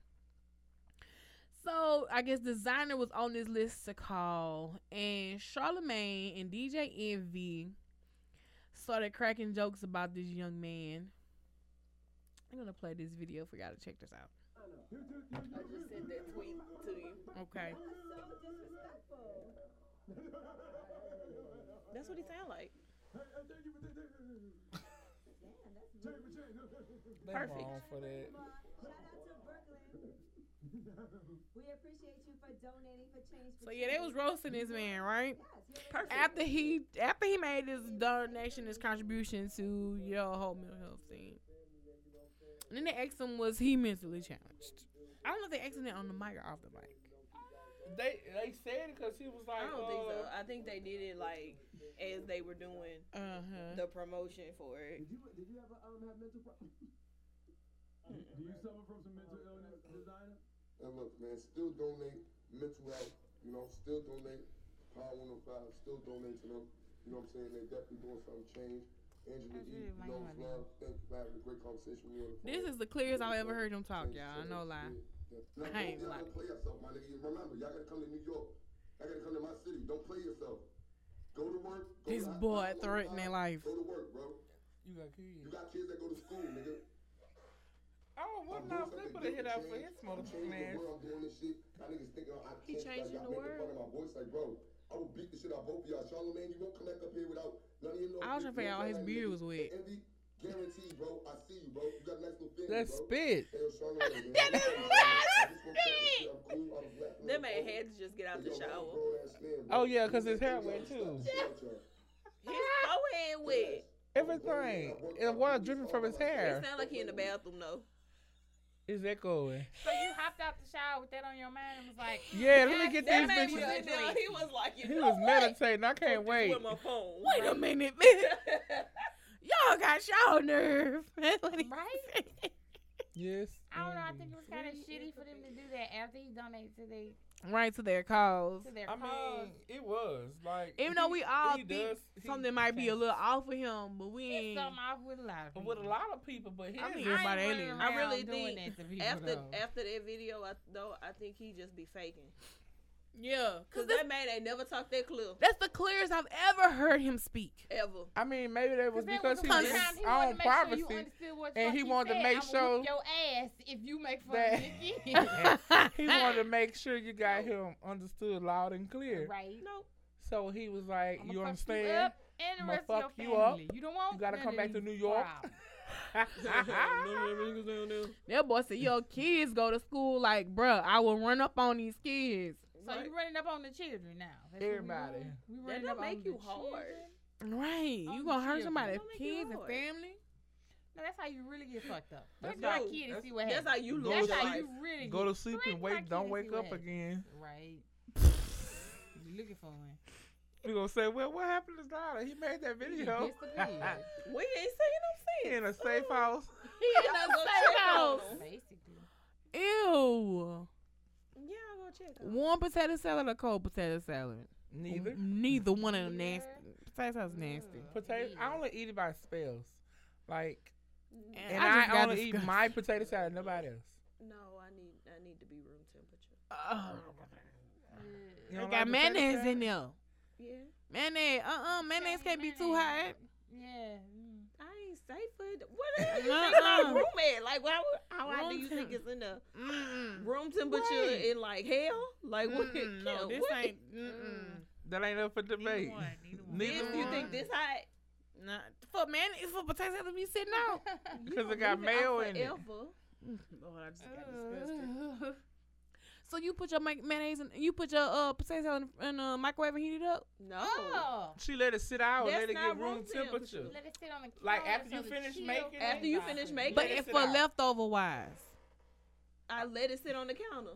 S5: So I guess designer was on this list to call, and Charlemagne and DJ Envy started cracking jokes about this young man. I think gonna play this video for y'all to check this out.
S2: I just sent that tweet to you.
S5: Okay.
S2: That's what he sound like.
S3: They
S2: Perfect.
S3: wrong for that.
S5: So yeah, they was roasting this man, right?
S2: Perfect.
S5: After he after he made this donation, this contribution to your whole mental health thing. And then they asked him, was he mentally challenged? I don't know if they asked him that on the mic or off the mic.
S3: They they said it because he was like,
S2: I don't think so.
S3: uh,
S2: I think they did it like as they were doing
S5: Uh huh.
S2: the promotion for it.
S6: Did you did you ever um have mental problems? Do you suffer from some mental illness, designer?
S7: And look, man, still donate mental health, you know, still donate Power 105, still donate to them. You know what I'm saying? They definitely doing something change. Angela E. knows love. Thank you for having a great conversation with me on the phone.
S5: This is the clearest I've ever heard him talk, y'all. I know lie.
S7: Yeah. Now,
S5: I ain't
S7: don't- y'all
S5: lying.
S7: don't play yourself, my nigga. You Remember, y'all gotta come to New York. Y'all gotta come to my city. Don't play yourself. Go to work. Go
S5: This
S7: to high
S5: boy
S7: school,
S5: threatening life.
S7: Go to work, bro.
S3: you got kids.
S7: You got kids that go to school, nigga.
S3: Oh, what
S7: I'm doing
S3: not? They put
S7: something
S3: a hit
S7: different,
S3: out for his
S7: James. I'm
S3: motherfucking
S7: changing
S3: ass.
S7: the world, doing this shit. Y'all niggas think oh, I
S2: He
S7: can't, like,
S2: changing
S7: y'all
S2: the
S7: making fun
S2: world.
S7: of my voice, like, bro, I will beat the shit out of both of y'all. Charlamagne, you won't come back up here without none of your little
S5: I was trying to figure out
S7: niggas,
S5: what his
S7: niggas,
S5: beard was
S7: niggas.
S5: with.
S7: Envy, guaranteed, bro. I see you, bro. You got nice little family,
S3: That's
S7: bro.
S3: spit.
S7: Hey, yo, Charlamagne, man.
S5: That is
S7: I'm
S5: not
S7: just gonna tell you,
S5: spit.
S7: I'm cool, I'm black, I'm
S2: That man
S7: cool.
S2: had to just get out the
S7: Hey, yo, I'm a
S2: shower.
S7: grown-ass man, bro.
S3: Oh, yeah, 'cause his hair
S7: Y'all
S3: wet,
S7: stop
S3: too.
S7: shit, y'all.
S2: His forehead wet.
S3: Everything. And water dripping from his hair.
S2: It sound like he in the bathroom though.
S3: Is that going?
S4: So you hopped out the shower with that on your mind and was like,
S3: Yeah, let me get
S4: That
S3: these
S4: man was
S3: bitches.
S4: a-
S2: No, he was like, you
S3: He
S2: know
S3: was
S2: what?
S3: meditating. I can't
S2: This
S3: wait.
S2: With my phone.
S5: Wait a minute, man. Y'all got y'all nerve.
S4: Right?
S3: Yes.
S4: I don't know. I
S3: indeed.
S4: think it was kind of shitty for them to do that after he donated to they
S5: right to their cause.
S4: to their
S3: I
S4: cause.
S3: mean, it was like
S5: Even though we all
S3: he
S5: think
S3: does- he
S5: something might be a
S3: can't-
S5: little off with him, but we
S4: It's
S5: ain't.
S4: something off with a lot. Of
S3: with a
S4: people.
S3: lot of people, but his
S5: I
S4: I ain't
S5: mean, Everybody
S4: running
S5: alien.
S4: around
S2: I really
S4: doing
S2: think
S4: that to people,
S2: After
S4: though.
S2: after that video, I though I think he just be faking.
S5: Yeah,
S2: Cause
S5: cause that's,
S2: that man ain't never talked that clear
S5: that's the clearest I've ever heard him speak.
S2: ever.
S3: I mean, maybe that was
S4: that
S3: because
S4: was
S3: he
S4: the
S3: was
S4: first time
S3: his own
S4: he wanted to make sure you
S3: privacy.
S4: understood what
S3: and
S4: fuck
S3: he wanted to
S4: said.
S3: make
S4: I'ma whoop
S3: sure
S4: your ass if you make fun
S3: that-
S4: of me again.
S3: he wanted to make sure you got him understood loud and clear.
S4: right? No,
S3: So he was like,
S4: I'ma
S3: "You
S4: fuck
S3: understand?
S4: You up and the
S3: I'ma
S4: rest of your
S3: fuck you up.
S4: family. You don't want.
S3: You gotta
S4: none
S3: come
S4: of
S3: back to
S4: these
S3: New York.
S4: problems.
S5: That boy said, "Yo, kids go to school like, bruh, I will run up on these kids."
S4: So you running up on the children now? That's what we
S3: Everybody.
S4: doing? We
S2: That
S4: running
S2: don't
S4: up
S2: make
S4: on
S2: you
S4: the
S2: hard.
S4: children?
S5: Right,
S4: Oh,
S5: you gonna hurt
S4: shit.
S5: somebody's
S2: Don't make it
S5: kids and
S2: hard.
S5: family.
S4: No, that's how you really get fucked up.
S3: That's
S4: That's my
S3: how-
S4: kid and
S3: that's-
S4: see what happens.
S2: That's how you
S3: Go
S2: lose
S4: That's
S3: to
S2: your
S4: how
S2: life.
S4: you really
S3: Go
S4: get
S3: to sleep
S4: Bring
S3: and
S4: my
S3: wake.
S4: kid
S3: Don't
S4: to
S3: wake
S4: see
S3: up
S4: what-
S3: again."
S4: right. you looking for him?
S3: We gonna say, "Well, what happened to Dollar? He made that
S4: He
S3: video
S4: disappeared,
S2: We ain't seen him
S3: in a safe house."
S2: since. Y'all go check on him.
S4: basically.
S5: Ew,
S2: Y'all go check on him.
S5: warm potato salad or cold potato salad?
S3: Neither.
S5: Neither one of them
S4: Neither.
S5: nasty. Potato salad's nasty.
S4: Ugh.
S3: Potato. I only eat it by spells. Like,
S5: And,
S3: and
S5: I,
S3: I,
S5: just got
S3: only eat
S5: disgust-
S3: my potato salad. Nobody else.
S2: No, I need I need to be room temperature.
S5: Ugh.
S3: You
S5: I
S3: don't
S5: oh, got
S3: like potato
S5: mayonnaise
S3: salad?
S5: in there.
S2: Yeah,
S5: Mayonnaise, uh, uh mayonnaise can't be too hot.
S4: Yeah. mm.
S2: I ain't safe for it. What the hell you
S5: Uh-uh.
S2: think about room at? Like, why? would- How why do
S5: Room
S2: you think
S5: temp-
S2: it's in the
S5: Mm-mm.
S2: room temperature
S3: Right.
S2: in like hell? Like, what?
S5: Mm-mm,
S2: yeah,
S5: no, this
S2: what?
S5: ain't. Mm-mm.
S3: That ain't up for debate.
S2: This,
S3: Neither
S2: you
S3: one.
S2: think this hot?
S5: Nah, for man, it's for potato salad to be sitting
S3: Oh.
S5: out.
S3: Because it got mayo in it.
S5: Lord, I just got disgusted. Uh, So you put your ma- mayonnaise and you put your uh, potato salad in, in uh, microwave and heat it up.
S2: No.
S4: Oh.
S3: She let it sit out.
S2: That's
S3: let it
S2: not
S3: get room
S2: room temp.
S3: temperature.
S4: Let it sit on the
S3: Like,
S4: counter
S3: after
S4: so
S3: you
S4: the
S3: finish
S4: chill
S3: making it?
S4: comes
S2: After you
S4: out.
S2: finish making
S5: But
S2: Let it
S5: if
S3: sit
S5: for
S3: out.
S5: leftover wise,
S2: I let it sit on the counter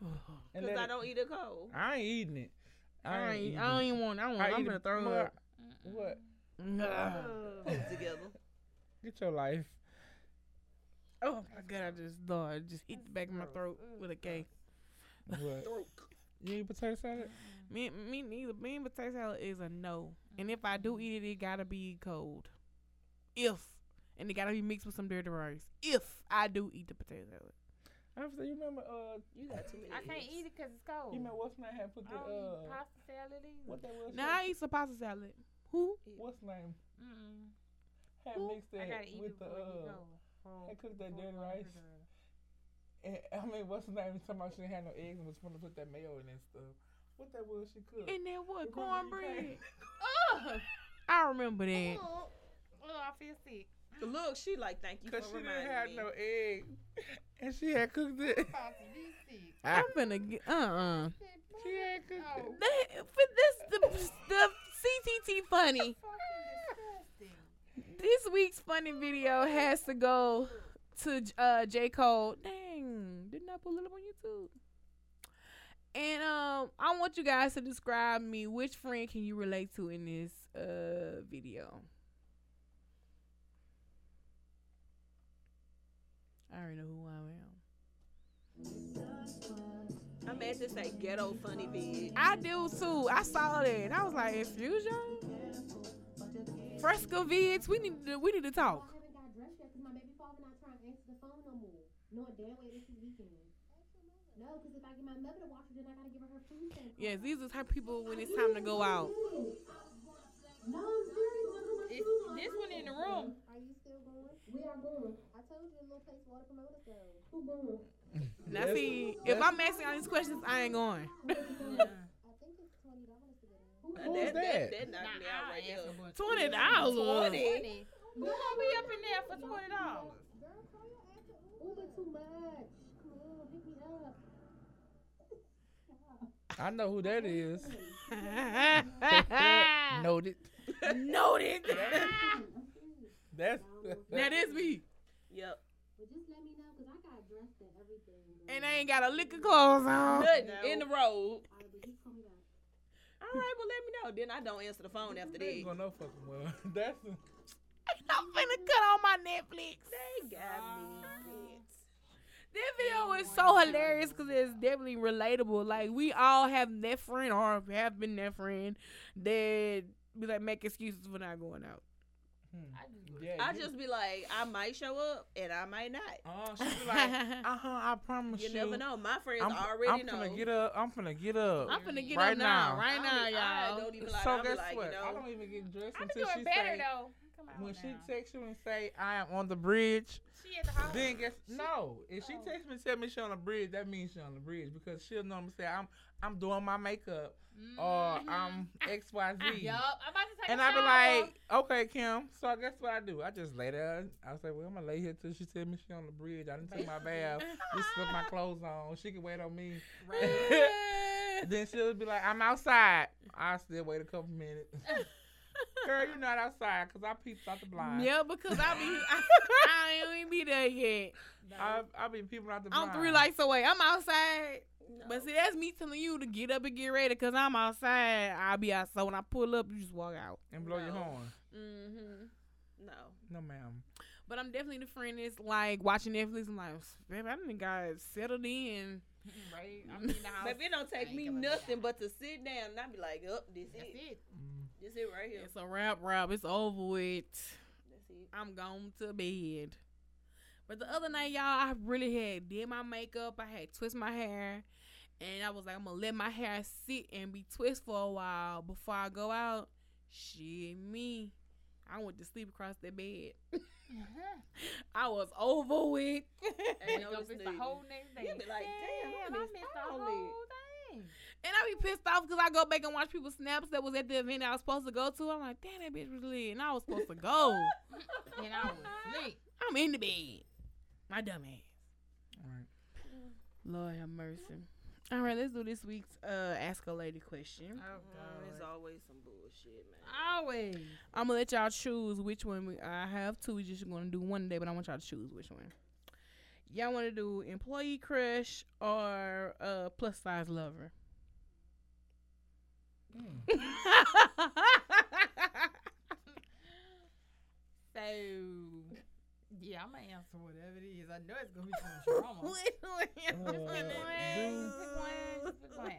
S3: And
S2: because
S3: let
S2: I
S3: it-
S2: don't eat it cold.
S3: I ain't eating it.
S5: I
S3: eating
S5: ain't,
S3: it.
S5: I don't even want. I don't.
S3: I
S5: I'm
S3: eat
S5: gonna
S3: it-
S5: throw
S3: Mar-
S5: up.
S3: What?
S5: Ugh.
S3: Uh.
S2: Put it together.
S3: Get your life.
S5: Oh my god! I just Lord, it just hit the back of my throat with a K.
S3: What? You eat potato salad?
S5: Me, me neither. Me and potato salad is a no. And if I do eat it, it gotta be cold. If and it gotta be mixed with some dirty rice. If I do eat the potato salad.
S3: After you remember, uh,
S2: You got too many.
S4: I can't
S2: eggs.
S4: eat it because it's cold.
S3: you remember what's name had put the
S4: I don't eat
S3: uh,
S4: pasta salad either.
S3: what that was?
S5: Now I eat some pasta salad. Who?
S3: What's name
S4: Mm-mm.
S3: had mixed
S4: I
S3: that
S4: gotta eat
S3: with
S4: it
S3: the
S4: before you
S3: uh,
S4: go.
S3: had had cooked that dirty rice. And, I mean, what's the name? Talking about she didn't have no eggs and was supposed to put that mayo in and stuff. What that was she cooked?
S5: And then what?
S3: Remember you came-
S5: Cornbread.
S4: Ugh.
S5: I remember that.
S4: Oh, I feel sick.
S2: Look, she like thank you for
S3: Cause she didn't
S2: reminding
S3: have
S2: me.
S3: no egg, and she had cooked it.
S4: About to be sick.
S5: I'm finna get uh uh.
S4: Sick,
S3: She
S4: boy.
S3: had cooked
S4: Oh,
S3: it.
S5: That, but this the the CTT funny.
S4: fucking disgusting.
S5: This week's funny video has to go to uh J Cole. Dang, didn't I pull it up on YouTube? And um, I want you guys to describe me which friend can you relate to in this uh video. I already know who I am.
S2: I meant to say ghetto funny bitch.
S5: I do too. I saw that and I was like, "Excuse y'all, Fresco Vids, we need to we need to
S8: I
S5: talk."
S8: haven't got dressed yet because my baby father not trying to answer the phone no more. Knowing damn well this is weekend. No, because if I get my mother to watch her, then I gotta give her her food stamp.
S5: Yes, these are the type of people when it's time to go out.
S8: No, I'm serious. Look at my
S4: It's
S8: food.
S4: this one in the room.
S8: Are you still going? We are going. I told you the little place water promoters go. Who going?
S5: Now see, if I'm asking all these questions, I ain't going.
S8: I think it's twenty dollars to get in.
S2: Now,
S3: Who's that?
S2: that? knocked me out right there.
S5: Twenty dollars.
S4: Twenty. Who gonna be up in there for twenty dollars?
S8: Girl, call your ass to Uber. Uber too much. Come on, pick me
S3: I
S8: up.
S3: know who that is.
S5: Noted.
S3: Noted. That's
S5: That is me,
S2: Yep.
S8: But just let me know because I got dressed and everything. girl.
S5: and I ain't got a lick of clothes on.
S2: Nothing in the road.
S8: All right, but you call me back.
S2: All right, well let me know. Then I don't answer the phone after that.
S3: ain't
S2: They
S3: going no fucking well. That's
S5: I'm finna cut on my Netflix.
S2: got me.
S5: This video is so hilarious because it's definitely relatable. Like we all have that friend or have been that friend that be like make excuses for not going out.
S3: hmm.
S4: I just
S3: yeah.
S2: I
S3: you-
S2: just be like, I might show up and I might not.
S3: Oh, she be like, uh huh. I promise you.
S2: You never know. My friends
S3: I'm,
S2: already
S3: I'm
S2: know.
S3: finna get up. I'm finna get up.
S5: I'm finna get
S3: Right
S5: up now,
S3: now.
S5: right
S2: I
S5: now,
S2: be- I
S5: y'all.
S2: don't even like.
S3: so
S2: I be
S3: guess
S2: like,
S3: what?
S2: you know,
S3: I don't even get dressed
S4: I be
S3: until she
S4: doing better
S3: say,
S4: though. Oh, Come on
S3: when she
S4: now.
S3: texts you and say I am on the bridge.
S4: she at the house.
S3: Then guess no. If she
S4: Oh.
S3: texts me and tell me she on the bridge, that means she on the bridge because she'll normally say I'm I'm doing my makeup or I'm X Y Z.
S4: Yup, I'm about to take
S3: And
S4: a
S3: I
S4: shower.
S3: be like, okay, Kim. So I guess what I do? I just lay there. and I say, well, I'm gonna lay here till she tell me she on the bridge. I didn't take my bath. Just put my clothes on. She can wait on me. then she'll be like, I'm outside. I still wait a couple minutes. Girl, you're not outside because I peeped out the blind.
S5: Yeah, because I be I, I ain't be there yet.
S3: I I be peeping out the blind.
S5: I'm three lights away. I'm outside.
S2: no.
S5: But see, that's me telling you to get up and get ready because I'm outside. I'll be outside. When I pull up, you just walk out.
S3: and blow your
S2: No.
S3: horn.
S5: Mm-hmm.
S2: no.
S3: No, ma'am.
S5: But I'm definitely the friend that's like watching Netflix. I'm like, babe, I done got settled in.
S4: Right, I'm in the house.
S2: Baby, it don't take
S4: ain't
S2: me
S4: gonna do
S2: nothing but to sit down and I be like, up, this
S4: That's
S2: it.
S4: it.
S3: Mm.
S2: This it right here.
S5: It's a wrap, wrap. It's over with.
S2: That's it.
S5: I'm going to bed. But the other night, y'all, I really had did my makeup. I had twist my hair, and I was like, I'm gonna let my hair sit and be twist for a while before I go out. Shit, me, I went to sleep across the bed. I was over with.
S2: Ain't
S4: Wake
S2: no
S4: up, it's the
S2: sleep.
S4: whole next day.
S2: You be like, damn, I missed
S4: the
S2: all
S4: whole thing.
S5: And I be pissed off because I go back and watch people's snaps that was at the event I was supposed to go to. I'm like, damn, that bitch was lit, and I was supposed to go.
S4: And I was late.
S5: I'm in the bed, my dumb ass.
S3: All right.
S5: Lord have mercy. All right, let's do this week's uh ask a lady question.
S4: Oh,
S2: Mm, it's always some bullshit, man.
S4: Always.
S5: I'm gonna let y'all choose which one. We, I have two. We just gonna do one today, but I want y'all to choose which one. Y'all want to do employee crush or uh plus size lover?
S4: So, yeah, I'm going to answer whatever it is. I know it's going to be some drama.
S3: Mm. Uh,
S4: Pick one, just pick one.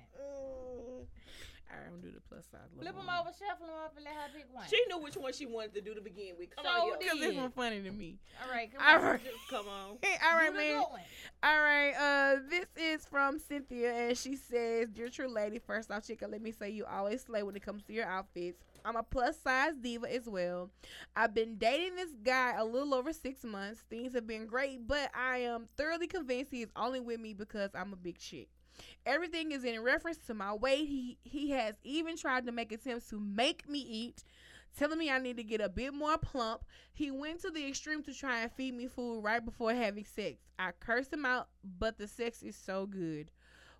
S5: All right, I'm gonna do the plus size lover.
S4: Flip them
S5: one.
S4: over, shuffle them up, and let her pick one.
S2: She knew which one she wanted to do to begin with. Come
S4: So
S2: on,
S4: did-
S2: yo.
S5: Cause this one funny to me.
S4: All right, come
S5: All
S4: on.
S5: right.
S2: Come Come on.
S5: All right,
S4: You the
S5: man.
S4: good one.
S5: All right, uh, this is from Cynthia, and she says, "Dear true lady, first off, chica, let me say you always slay when it comes to your outfits. I'm a plus size diva as well. I've been dating this guy a little over six months. Things have been great, but I am thoroughly convinced he is only with me because I'm a big chick. Everything is in reference to my weight. He he has even tried to make attempts to make me eat." Telling me I need to get a bit more plump, he went to the extreme to try and feed me food right before having sex. I cursed him out, but the sex is so good.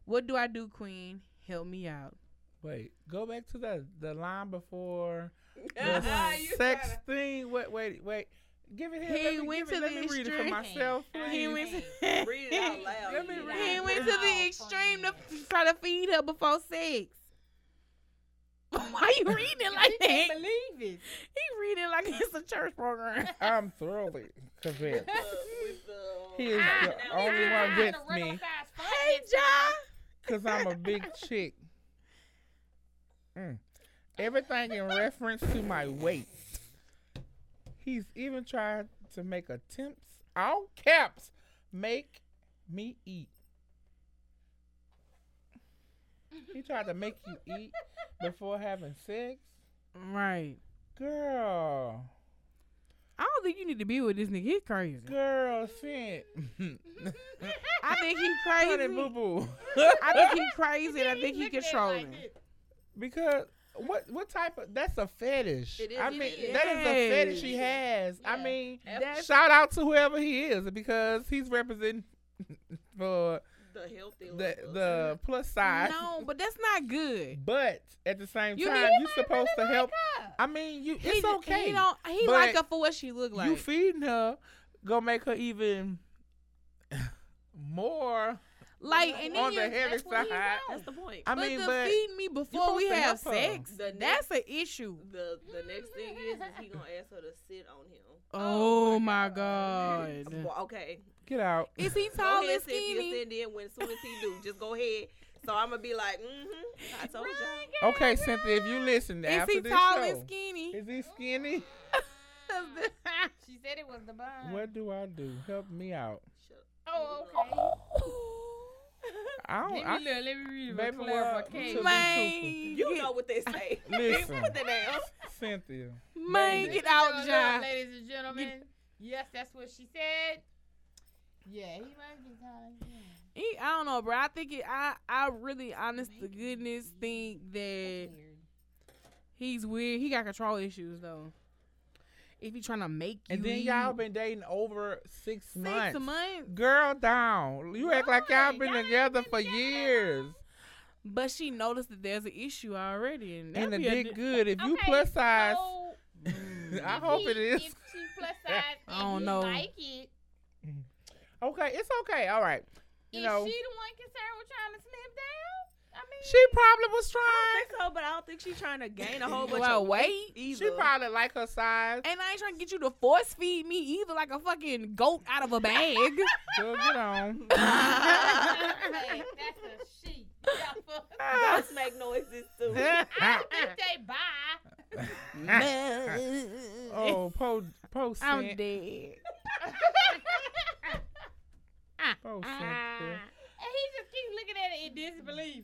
S5: What do I do, Queen? Help me out.
S3: Wait, go back to the the line before the
S4: Ah, you
S3: sex
S4: gotta-
S3: thing. Wait, wait, wait. Give it here.
S5: He
S3: let me,
S5: went
S3: give it,
S5: to
S3: let
S5: the
S3: me read it for
S5: extreme.
S3: myself.
S5: He
S3: please.
S5: went,
S2: Read it out
S5: he
S2: loud.
S3: Let me
S2: you
S3: read
S2: guys.
S3: it.
S5: went to the extreme to f- try to feed her before sex. Why you reading it like
S4: She
S5: that?
S4: can't believe it.
S5: He reading it like it's a church program.
S3: I'm thoroughly convinced.
S2: Uh, with the-
S3: He is
S2: Ah,
S3: the
S2: now
S3: only
S2: we-
S3: one with me.
S5: Hey, John.
S3: Cause I'm a big chick. Mm. Everything in reference to my weight. He's even tried to make attempts, all caps, make me eat. He tried to make you eat before having sex,
S5: Right.
S3: girl.
S5: I don't think you need to be with this nigga. He's crazy.
S3: Girl, shit.
S5: I think he
S3: Honey,
S5: crazy.
S3: boo boo.
S5: I think he crazy and I
S4: He's
S5: think he
S4: looking at it
S5: controlling.
S4: like this.
S3: Because what what type of that's a fetish.
S2: It is,
S3: I
S2: it
S3: mean
S2: is.
S3: that is a
S5: Yes.
S3: fetish he has. I
S4: Yeah.
S3: mean
S5: That's-
S3: shout out to whoever he is because he's representing for
S2: The healthy.
S3: the
S2: level.
S3: the plus size.
S5: No, but that's not good.
S3: But at the same
S5: You-
S3: time
S5: he
S3: you're
S5: might
S3: supposed to
S5: really
S3: help
S5: like her.
S3: I mean you it's
S5: he,
S3: okay.
S5: He don't. He
S3: but
S5: like her for what she look
S3: You
S5: like.
S3: feeding her gonna make her even more
S5: like and then
S3: on
S5: you,
S3: the heavy
S5: that's what he
S3: side.
S5: want.
S2: the point.
S3: I
S5: but
S3: mean
S5: the
S3: but
S5: feeding me before we
S3: supposed to
S5: have
S3: help her.
S5: sex,
S2: The
S5: that's an issue.
S2: The the next thing is, is he gonna ask her to sit on him.
S5: Oh, my god.
S2: Well, okay.
S3: get out.
S5: Is he
S2: Go
S5: tall
S2: ahead,
S5: and
S2: Cynthia.
S5: skinny?
S2: Send in when as soon as he do, just go ahead. So I'm gonna be like, mm-hmm. I told y'all.
S3: Okay, Cynthia, if you listen
S5: Is
S3: after
S5: he
S3: this
S5: tall
S3: show,
S5: and skinny?
S3: is he skinny?
S4: She said it was the bun.
S3: What do I do? Help me out.
S2: Shut
S4: Oh, okay.
S3: I
S4: Let
S3: don't.
S4: me
S3: I,
S4: look. Let me read
S3: Baby,
S4: for
S3: well,
S4: clarification.
S3: to
S5: Man,
S2: You
S5: get-
S2: know what they say.
S3: Listen.
S2: Put that down.
S3: Cynthia.
S5: man, get out,
S4: Look,
S5: John.
S4: Ladies and gentlemen, yes, that's what she said. Yeah, he might be tall. Yeah.
S5: He, I don't know, bro. I think it, I, I really, honest to goodness, think that he's weird. He got control issues though. If he trying to make you,
S3: And then
S5: eat
S3: y'all been dating over six,
S5: six
S3: months.
S5: months,
S3: Girl down. You act like y'all been together for years.
S5: but she noticed that there's an issue already, and,
S3: And the
S5: that'd be a
S3: dick
S5: di-
S3: good. If you
S4: Okay,
S3: plus size,
S4: so
S3: I hope
S4: he-
S3: it is.
S4: If she plus size, and
S5: I don't
S4: he
S5: know.
S4: Like it.
S3: Okay, it's okay. All right. You
S4: is
S3: know,
S4: she the one concerned with trying to slim down? I mean,
S3: she probably was
S5: Oh,
S3: trying.
S2: So, but I don't think she's trying to gain a whole bunch
S5: well,
S2: of
S5: wait.
S2: either.
S3: She probably like her size.
S5: And I ain't trying to get you to force feed me either, like a fucking goat out of a bag.
S3: Girl, get on.
S4: hey, that's a she. Yeah, fuck.
S2: Goats make noises too.
S4: I think they buy.
S3: oh, po, po,
S5: I'm
S3: Cyn-
S5: dead.
S3: po
S5: Ah.
S3: Cynthia.
S4: And he just keeps looking at it in disbelief.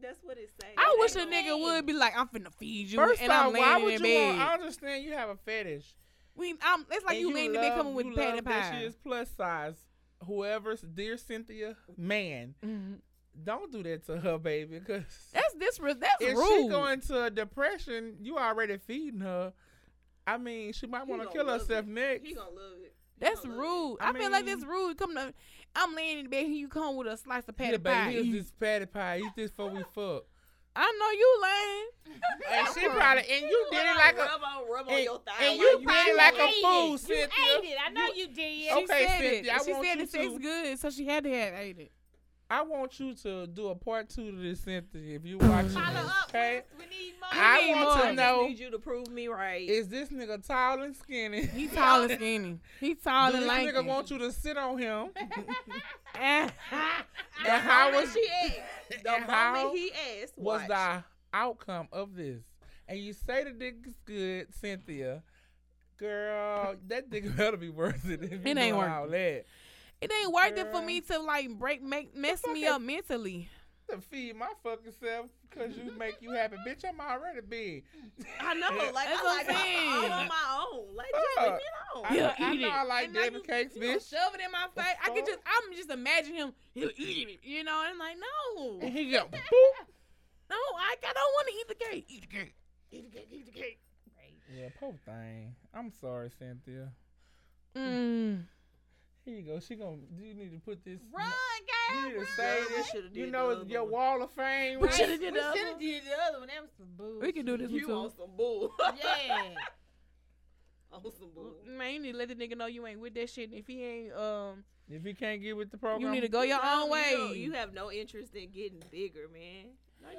S2: That's what it says.
S5: I wish a nigga would be like, I'm finna feed you,
S3: First
S5: and
S3: off,
S5: I'm
S3: why
S5: laying
S3: would
S5: in
S3: you
S5: bed.
S3: want? I understand you have a fetish.
S5: we, I'm, it's like
S3: And
S5: you, laying in bed
S3: love-
S5: coming with
S3: you
S5: patty
S3: love that She
S5: pie.
S3: is plus size. Whoever's dear Cynthia, man,
S5: Mhm.
S3: don't do that to her, baby. Because
S5: That's disres. That's
S3: if
S5: rude.
S3: she going to a depression, you already feeding her. I mean, she might
S2: He
S3: want to
S2: gonna
S3: kill
S2: love
S3: herself
S2: it.
S3: next.
S2: He gonna love it. He
S5: that's
S2: gonna love
S5: rude. I,
S3: I
S5: feel like
S3: mean-
S5: that's rude. Come to, I'm laying in bed. Here you come with a slice of patty
S3: yeah,
S5: pie.
S3: baby, here's this patty pie. Eat this before we fuck.
S5: I know you lying.
S3: and she probably and you
S2: it.
S3: did it
S2: Put
S3: like
S2: rub
S3: a
S2: on, rub on
S3: and,
S2: your thigh.
S3: and
S2: while
S3: you did it like a
S4: ate
S3: fool,
S4: You
S3: Cynthia. Oh.
S4: ate it. I know you, did.
S5: She
S3: Okay,
S5: said
S3: Cynthia,
S5: it.
S3: I
S5: she
S3: want
S5: said
S3: you
S5: it tastes
S3: to-
S5: good, so she had to have ate it.
S3: I want you to do a part two to this, Cynthia. If you watching
S4: Follow
S3: this,
S4: up.
S3: okay?
S4: We need more.
S3: I
S5: need
S3: want
S5: more.
S3: to
S2: I just
S3: know
S2: need you to prove me right.
S3: is this nigga tall and skinny?
S5: He tall and skinny. He tall
S3: Do
S5: and
S3: this
S5: lanky.
S3: nigga want you to sit on him?
S5: Eh.
S3: and how was
S2: she asked. The
S3: and how
S2: moment he asked,
S3: was
S2: watch.
S3: the outcome of this? And you say the dick is good, Cynthia. Girl, that nigga better be worth it. If you
S5: ain't
S3: doing
S5: worth
S3: all
S5: it.
S3: that.
S5: It ain't worth it for
S3: Girl.
S5: me to like break, make, mess me up mentally.
S3: to feed my fucking self because you make you happy. Bitch, I'm already big.
S2: I know, like
S5: That's
S2: I'm
S5: what
S2: like
S5: I'm
S2: I'm
S5: saying.
S2: on my own. Like just leave me alone.
S3: I,
S5: Yeah,
S3: I
S5: eat
S3: know
S5: it.
S3: I like
S5: And now
S3: Devin
S5: you-
S3: cakes,
S5: you gonna
S3: bitch.
S5: Shove it in my face. I
S3: fuck?
S5: can just, I'm just imagine him. He'll eat it, you know. And I'm like, no,
S3: And he go, boop.
S5: no, I, I don't want to eat the cake. Eat the cake.
S3: Yeah, poor thing. I'm sorry, Cynthia.
S5: Mm.
S3: Here you go. She gonna. You need to put this.
S4: Run,
S3: You
S4: guys.
S3: need to say
S2: we
S3: this.
S2: shoulda
S3: You
S2: did
S3: know
S2: the
S3: it's
S2: other
S3: your
S2: one.
S3: wall of fame.
S5: We
S3: right?
S5: shoulda did
S4: We
S5: the other
S4: shoulda
S5: one.
S4: did the other one. That was some bullshit.
S5: We can do this one
S2: You
S5: too.
S2: on some bull.
S4: Yeah.
S2: on some bull.
S5: Man, you need to let the nigga know you ain't with that shit. And if he ain't, um,
S3: If you can't get with the program,
S5: you need to go your
S2: No,
S5: own
S2: you
S5: way.
S2: don't- You, have no interest in getting bigger, man.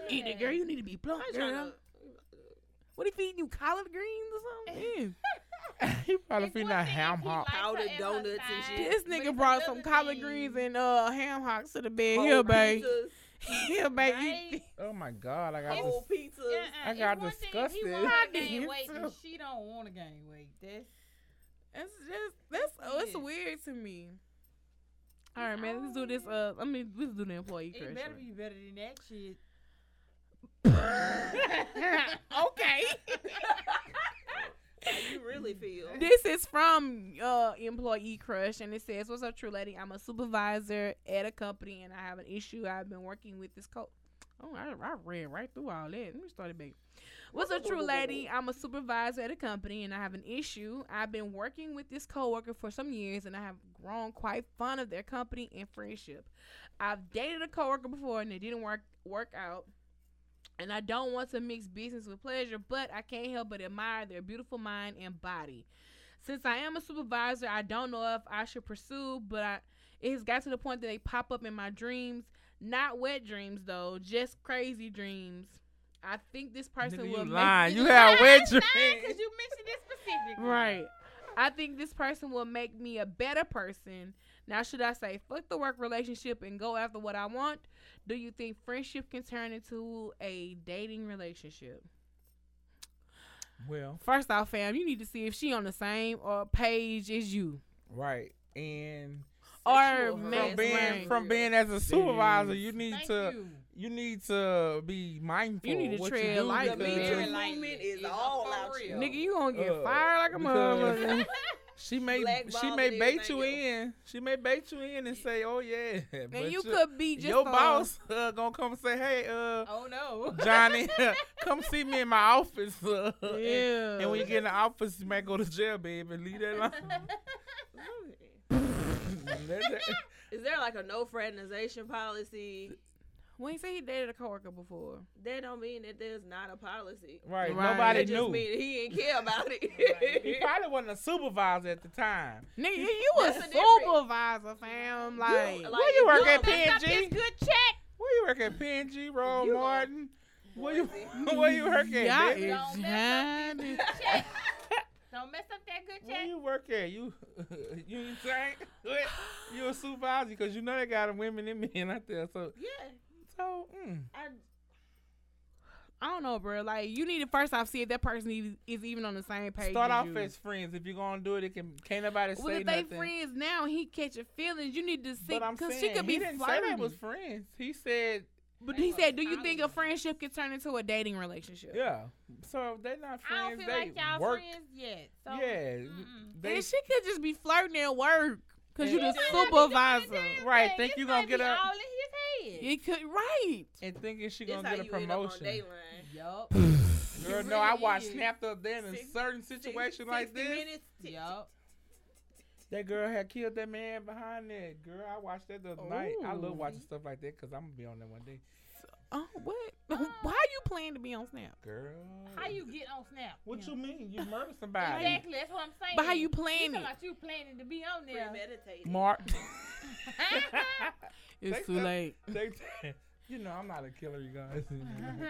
S5: eat it, girl. You need to be plump,
S2: I'm trying
S5: girl.
S2: to,
S5: What if he eating you collard greens or something?
S3: he probably
S4: It's one
S3: feeding out
S4: thing
S3: ham
S4: if he
S3: hock.
S4: likes her
S2: Powdered
S4: in her
S2: donuts and
S4: size,
S2: shit.
S5: this
S4: but
S5: nigga
S4: it's
S5: brought
S4: another
S5: some collard
S4: thing.
S5: greens and uh ham hocks to the bed.
S2: whole
S5: Here, babe.
S2: pizzas,
S5: Here, babe.
S4: Right?
S5: You-
S3: oh my god! I got this.
S2: Whole pizzas.
S4: Uh-uh.
S3: I got
S4: It's one Thing,
S3: disgusted.
S4: if he
S3: I
S4: want to
S3: did
S4: gain weight and
S3: too.
S4: she don't want to gain weight. That's
S5: It's just that's oh, it's
S4: Yeah.
S5: weird to me. All right, man. Let's do this. Uh, I mean, let's do the employee
S4: it better
S5: question.
S4: be better than that shit.
S5: okay.
S2: How you really feel?
S5: This is from uh employee crush, and it says, "What's up, true lady? I'm a supervisor at a company, and I have an issue. I've been working with this co." Oh, I, I read right through all that. Let me start it back. What's up, true lady? I'm a supervisor at a company, and I have an issue. I've been working with this coworker for some years, and I have grown quite fond of their company and friendship. I've dated a coworker before, and it didn't work work out. And I don't want to mix business with pleasure, but I can't help but admire their beautiful mind and body. Since I am a supervisor, I don't know if I should pursue, but I, it has got to the point that they pop up in my dreams. Not wet dreams though, just crazy dreams. I think this person
S3: Nigga,
S5: will
S3: you
S5: make
S3: lying.
S5: me-
S3: You have wet
S4: Because
S3: dreams.
S4: you mentioned it specifically.
S5: Right. I think this person will make me a better person. Now, should I say fuck the work relationship and go after what I want? Do you think friendship can turn into a dating relationship?
S3: Well,
S5: First off, fam, you need to see if she on the same or page as you.
S3: right. And
S5: Or
S3: from
S5: man,
S3: being
S5: right.
S3: from being as a supervisor, you need
S4: Thank
S3: to
S4: you.
S3: you need to be mindful.
S5: You need
S3: of
S5: to
S3: what
S5: tread
S3: you do
S5: lightly.
S2: The Me
S3: because-
S2: Too
S4: Very
S2: movement
S4: lightly.
S2: is
S4: It's
S2: all
S4: for
S2: out
S4: real.
S2: here.
S5: nigga, you gonna get
S3: Uh,
S5: fired like a
S3: because-
S5: motherfucker.
S3: She may she
S2: Blackball
S3: may
S2: and
S3: bait you
S2: everything
S3: in. She may bait you in and say, "Oh yeah." but
S5: and you
S3: your-
S5: could be just
S3: your
S5: a-
S3: boss uh, gonna come say, "Hey, uh,
S4: Oh no.
S3: Johnny, come see me in my office." Uh,
S5: Yeah.
S3: and, and when you get in the office, you might go to jail, baby. Leave that alone. That's it.
S2: Is there like a no fraternization policy?
S5: when you say he dated a coworker before,
S2: That don't mean that there's not a policy.
S3: right.
S5: Right.
S3: Nobody
S2: That just
S3: knew.
S2: mean he didn't care about
S3: He
S2: it.
S3: probably wasn't a supervisor at the time.
S5: nigga, you a
S2: That's the difference.
S5: supervisor, fam. Like,
S2: Like,
S3: Where you work at
S2: don't-
S4: Stop this
S3: PNG?
S4: good check.
S3: Where you work at PNG? Roll
S2: You are
S3: Martin. Where you Where you work at?
S5: y'all
S3: baby?
S5: is
S4: Don't mess up
S5: jiving.
S4: Check. Don't mess up that good
S3: Where
S4: check.
S3: you work at? You you ain't saying What? you a supervisor because you know they got women and men out there. So
S2: Yeah,
S3: so mm.
S2: I,
S5: I don't know, bro. Like, you need to first off see if that person e- is even on the same page.
S3: start
S5: as
S3: off
S5: you.
S3: as friends. If you're gonna do it, it can can't nobody
S5: Well,
S3: say
S5: if they
S3: nothing.
S5: friends now, he catching feelings. You need to see
S3: but I'm saying
S5: because she could
S3: he
S5: be
S3: didn't say
S5: flirty.
S3: they was friends. He said uh,
S5: but he said, "Do you think a friendship can turn into a dating relationship?"
S3: yeah. So if they're not
S4: I don't
S3: friends.
S4: feel
S3: They
S4: like y'all
S3: work.
S4: friends yet. So
S3: yeah,
S4: mm-mm.
S3: they
S5: and she could just be flirting at work because you
S3: Yeah.
S5: the
S4: He might be doing the
S5: supervisor.
S4: damn
S3: Right,
S4: thing.
S3: think
S4: This
S3: you gonna
S4: might
S3: get
S4: be
S3: a-
S4: all in his head.
S5: You could right.
S3: and thinking she
S2: this
S3: gonna
S2: how
S3: get a
S2: you end up on
S3: promotion.
S2: Dateline.
S4: Yup.
S3: Girl,
S4: It
S3: no, I
S4: really
S3: watched
S4: is.
S3: Snapped up then in
S2: Six-
S3: certain situation like
S2: 60
S3: this.
S2: minutes, t-
S4: Yup.
S3: That girl had killed that man behind that girl. I watched that the other night. I
S5: Ooh.
S3: love watching stuff like that because I'm gonna be on that one day.
S5: Oh, what? Why you plan to be on Snap?
S3: Girl,
S4: How you get on Snap?
S3: What
S4: Yeah.
S3: you mean? You murdered somebody,
S4: Exactly. That's what I'm saying.
S5: But how you
S4: You
S5: plan
S4: talking
S5: it?
S4: about you planning to be on there?
S2: premeditated.
S3: Mark.
S5: It's
S3: Take
S5: too
S3: that.
S5: late.
S3: Take that. you know I'm not a killer, you guys.
S2: I ain't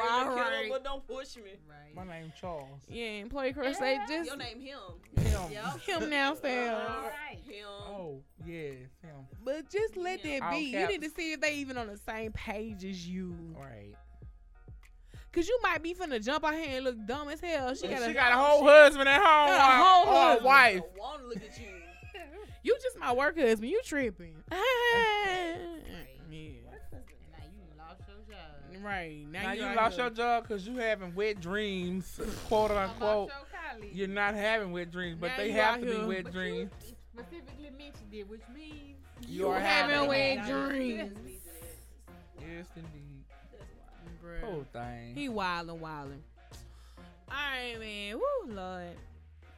S5: All
S2: a killer,
S5: right.
S2: but don't push me.
S3: My
S4: right.
S3: name's Charles.
S5: Yeah, employee crush. Say
S4: Yeah.
S5: just
S2: Your name him.
S3: Him.
S2: Yup.
S5: him downstairs.
S4: All right.
S2: Him.
S3: Oh yeah, it's him.
S5: But just let
S2: Yeah.
S5: that be.
S3: All
S5: You need to
S3: caps.
S5: see if they even on the same page as you.
S3: All right.
S5: Cause you might be finna jump out here and look dumb as hell. She
S3: She
S5: got, a,
S3: got a whole husband at home.
S5: Got a whole
S3: or
S5: husband.
S3: wife.
S2: I want to look at you.
S5: you just my work husband. You tripping? yeah.
S4: Now you lost your job.
S5: Right now,
S3: Now you
S5: out
S3: lost
S5: here.
S3: your job because you having wet dreams, quote unquote.
S4: Lost your colleague.
S3: You're not having wet dreams, but
S5: Now
S3: they
S5: you
S3: have
S5: out
S3: to be
S5: here.
S3: wet
S4: But
S3: dreams.
S4: you specifically mentioned it, which means
S3: You,
S5: You
S3: are
S5: having
S3: having
S5: wet
S3: wet
S5: dreams.
S3: Yes, indeed.
S5: Bruh.
S3: Whole thing.
S5: He wildin', wildin'. All right, man. Woo, Lord.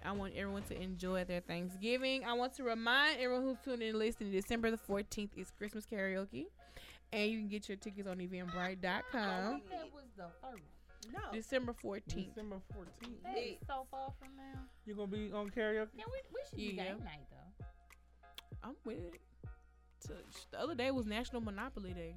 S5: I want everyone to enjoy their Thanksgiving. I want to remind everyone who's tuning in and listening, December the 14th is Christmas karaoke. And you can get your tickets on
S3: Oh,
S5: eventbrite.com.
S4: that was the first.
S2: No.
S5: December 14th.
S3: December 14th.
S4: That is so far from now.
S3: You gonna be on karaoke?
S4: Yeah, we, we should do
S5: Yeah.
S4: game night though.
S5: I'm with it. Touch. The other day was National Monopoly Day.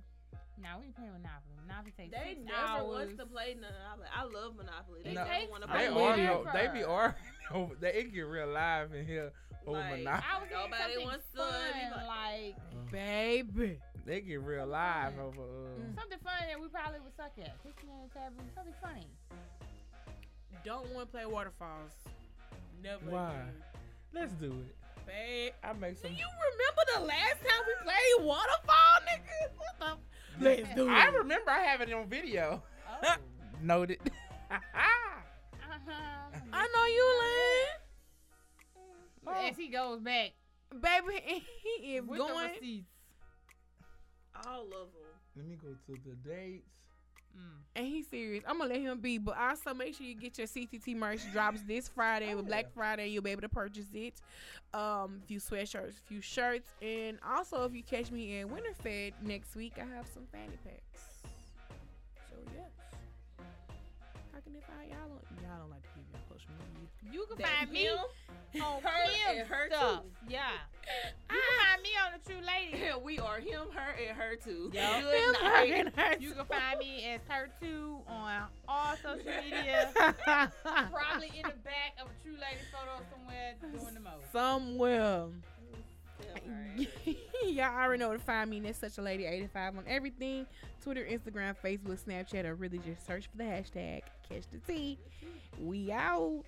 S4: Nah, we playing Monopoly. Monopoly takes
S2: They
S4: six
S2: never
S4: hours.
S2: wants to play Monopoly. I love Monopoly. They
S3: No.
S2: never want to
S4: I
S3: They
S2: play.
S4: love
S3: are yo-
S4: Monopoly. her.
S3: they be arguing over they it get real live in here over
S2: Like,
S3: Monopoly.
S4: I was
S2: Nobody
S4: Nobody
S2: wants
S4: wants
S2: to be
S4: fun,
S2: like-
S4: like
S5: Mm. Baby.
S3: They get real
S4: Mm.
S3: live over uh,
S4: something fun that we probably would suck at. Fishing in the tavern, something funny.
S5: Don't want to play waterfalls. Never.
S3: Why?
S5: again.
S3: Let's do it.
S5: Babe.
S3: I make
S5: Do
S3: some
S5: you remember the last time we played waterfall, nigga? What the? Let's do it.
S3: I remember I have it on video.
S4: Oh, uh-huh. uh
S3: Noted.
S4: huh.
S5: I know you
S4: As he goes back,
S5: lying, baby. He is
S4: with
S5: going.
S4: the receipts.
S2: All of them.
S3: Let me go to the dates.
S4: Mm.
S5: And he's serious. I'm gonna let him be, but also make sure you get your CTT merch drops this Friday with Black Friday. You'll be able to purchase it. Um, few sweatshirts, few shirts, and also if you catch me in Winterfed next week, I have some fanny packs. So yes, how can they find y'all? On, y'all don't like to give y'all social media.
S4: You can
S2: That
S4: find me
S2: him,
S4: on
S2: her,
S4: Kim
S2: and her
S4: stuff.
S2: too.
S4: Yeah, you can find me on the True Lady.
S2: Yeah, we are him, her, and her too.
S4: Yeah.
S2: Good night.
S5: Him, her, and her
S4: You can find me as her too on all social media. Probably in the back of a True Lady photo somewhere doing the most.
S5: somewhere.
S2: Yeah, alright.
S5: Y'all already know where to find me. and That's such a lady 85 on everything Twitter, Instagram, Facebook, Snapchat, or really just search for the hashtag catch the tea. We out.